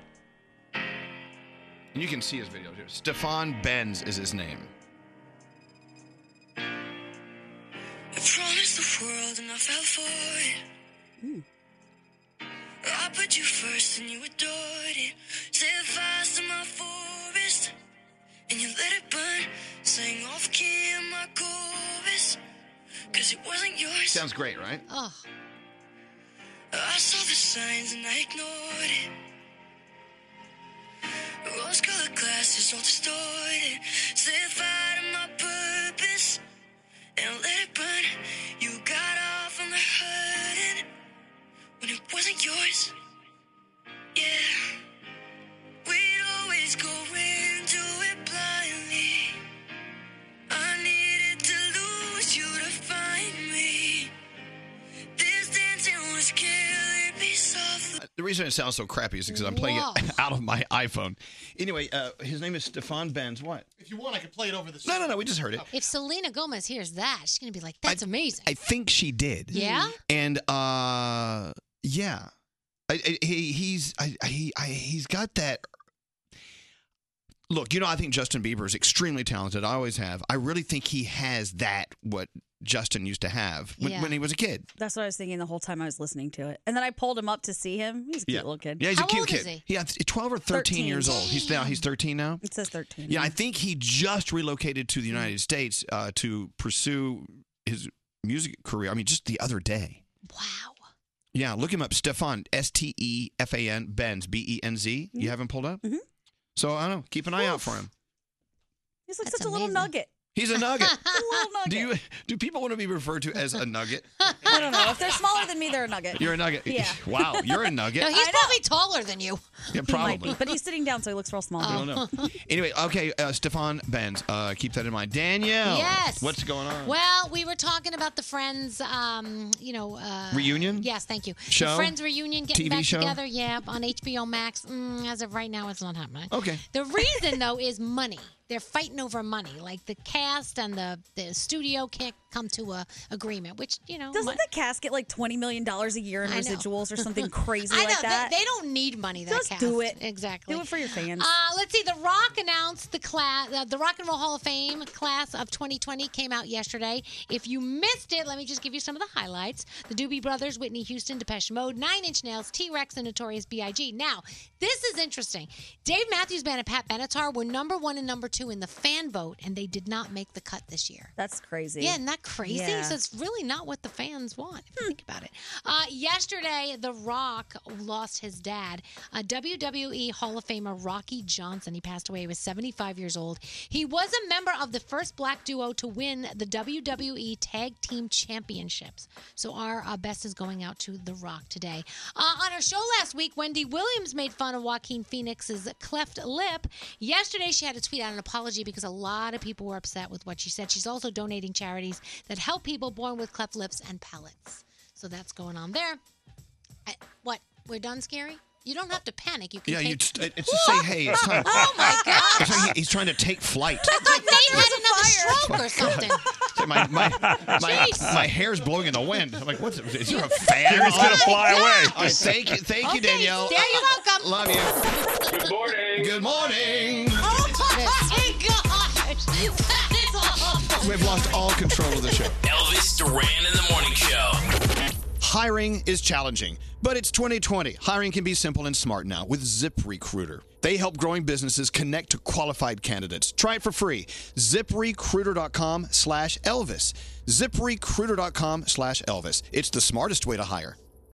[SPEAKER 1] And you can see his video here. Stefan Benz is his name.
[SPEAKER 28] I promised the world and I fell for it. I put you first and you adored it. Set fires to my forest and you let it burn. Sang off key in my chorus because it wasn't yours.
[SPEAKER 1] Sounds great, right?
[SPEAKER 6] Oh.
[SPEAKER 28] I saw the signs and I ignored it. Rose colored glasses all distorted. Set fire to my purpose and let it burn. You got off on the hurting when it wasn't yours. Yeah, we'd always go into it blindly. I needed to lose you to find me. This dancing was killing me softly.
[SPEAKER 1] The reason it sounds so crappy is because I'm playing
[SPEAKER 28] Wow.
[SPEAKER 1] it out of my iPhone. Anyway, uh, his name is Stefan Benz. What?
[SPEAKER 6] If you want, I can play it over the.
[SPEAKER 1] No, no, no. We just heard it.
[SPEAKER 6] If Selena Gomez hears that, she's gonna be like, "That's amazing."
[SPEAKER 1] I think she did.
[SPEAKER 6] Yeah?
[SPEAKER 1] And uh, yeah, I, I, he he's I, I, he I, he's got that. Look, you know, I think Justin Bieber is extremely talented. I always have. I really think he has that what Justin used to have when,
[SPEAKER 9] Yeah.
[SPEAKER 1] when he was a kid.
[SPEAKER 9] That's what I was thinking the whole time I was listening to it. And then I pulled him up to see him. He's a cute
[SPEAKER 1] yeah.
[SPEAKER 9] little kid.
[SPEAKER 1] Yeah, he's a cute kid. Yeah, th- twelve or thirteen,
[SPEAKER 9] 13.
[SPEAKER 1] years old. He's now he's thirteen now.
[SPEAKER 9] It says 13.
[SPEAKER 1] Yeah, I think he just relocated to the United States uh, to pursue his music career. I mean, just the other day. Wow. Yeah, look him up, Stefan S T E F A N Benz B E N Z. You have him pulled up. Mm-hmm. So I don't know. Keep an eye out for him.
[SPEAKER 9] He's like such a little nugget.
[SPEAKER 1] He's a nugget.
[SPEAKER 9] a little nugget.
[SPEAKER 1] do you do people want to be referred to as a nugget?
[SPEAKER 9] I don't know. If they're smaller than me, they're a nugget.
[SPEAKER 1] You're a nugget.
[SPEAKER 9] Yeah.
[SPEAKER 1] Wow, you're a nugget.
[SPEAKER 9] No, he's probably taller than you.
[SPEAKER 1] Yeah,
[SPEAKER 9] He might
[SPEAKER 1] probably.
[SPEAKER 9] be, but he's sitting down, so he looks real small.
[SPEAKER 1] I don't
[SPEAKER 6] Oh.
[SPEAKER 1] know. anyway, okay, uh, Stefan Benz. Uh, keep that in mind. Danielle.
[SPEAKER 6] Yes.
[SPEAKER 1] What's going on?
[SPEAKER 6] Well, we were talking about the Friends, um, you know, uh,
[SPEAKER 1] Reunion?
[SPEAKER 6] Yes, thank you. The
[SPEAKER 1] Show?
[SPEAKER 6] Friends reunion getting
[SPEAKER 1] TV
[SPEAKER 6] back
[SPEAKER 1] show?
[SPEAKER 6] together. Yeah, on HBO Max. Mm, as of right now, it's not happening.
[SPEAKER 1] Okay.
[SPEAKER 6] The reason though is money. They're fighting over money. Like the cast and the the studio can't come to a agreement, which you know.
[SPEAKER 9] Doesn't the cast get like $20 million a year in
[SPEAKER 6] I know.
[SPEAKER 9] residuals or something crazy
[SPEAKER 6] I know
[SPEAKER 9] like
[SPEAKER 6] they-
[SPEAKER 9] that?
[SPEAKER 6] They, don't need money. That
[SPEAKER 9] Just
[SPEAKER 6] cast.
[SPEAKER 9] do it.
[SPEAKER 6] exactly.
[SPEAKER 9] Do it for your fans.
[SPEAKER 6] Uh, let's see. The Rock announced the class, uh, the Rock and Roll Hall of Fame class of 2020 came out yesterday. If you missed it, let me just give you some of the highlights: the Doobie Brothers, Whitney Houston, Depeche Mode, Nine Inch Nails, T Rex, and Notorious B.I.G. Now, this is interesting. Dave Matthews Band and Pat Benatar were number one and number two in the fan vote, and they did not make the cut this year.
[SPEAKER 9] That's crazy.
[SPEAKER 6] Yeah, isn't that crazy?
[SPEAKER 9] Yeah.
[SPEAKER 6] So it's really not what the fans want, if you think about it. Uh, yesterday, The Rock lost his dad, uh, WWE Hall of Famer Rocky Johnson. He passed away. He was 75 years old. He was a member of the first black duo to win the WWE Tag Team Championships. So our uh, best is going out to The Rock today. Uh, on our show last week, Wendy Williams made fun of Joaquin Phoenix's cleft lip. Yesterday, she had to tweet out an apology because a lot of people were upset with what she said. She's also donating charities that help people born with cleft lips and palates. So that's going on there. I, what? We're done, Scary? You don't have to panic. You can
[SPEAKER 1] Yeah,
[SPEAKER 6] take
[SPEAKER 1] you just, it- it's to say, hey, it's time.
[SPEAKER 6] Oh, my God.
[SPEAKER 1] It's like he- he's trying to take flight.
[SPEAKER 6] Like they had another
[SPEAKER 1] Oh
[SPEAKER 6] stroke or something.
[SPEAKER 1] It's like my, my, my,
[SPEAKER 6] Jeez.
[SPEAKER 1] my hair's blowing in the wind. I'm like, what's is there a fan?
[SPEAKER 18] You're just gonna
[SPEAKER 1] on? Oh
[SPEAKER 18] fly away.
[SPEAKER 1] All right, thank you, thank you, Danielle.
[SPEAKER 6] there you're welcome.
[SPEAKER 1] Love you. Good morning. Good morning.
[SPEAKER 6] Oh my Oh gosh. That is awful.
[SPEAKER 1] We've lost all control of the show.
[SPEAKER 3] Elvis Duran in the morning show.
[SPEAKER 1] Hiring is challenging, but it's 2020. Hiring can be simple and smart now with ZipRecruiter. They help growing businesses connect to qualified candidates. Try it for free. ZipRecruiter.com slash Elvis. ZipRecruiter.com slash Elvis. It's the smartest way to hire.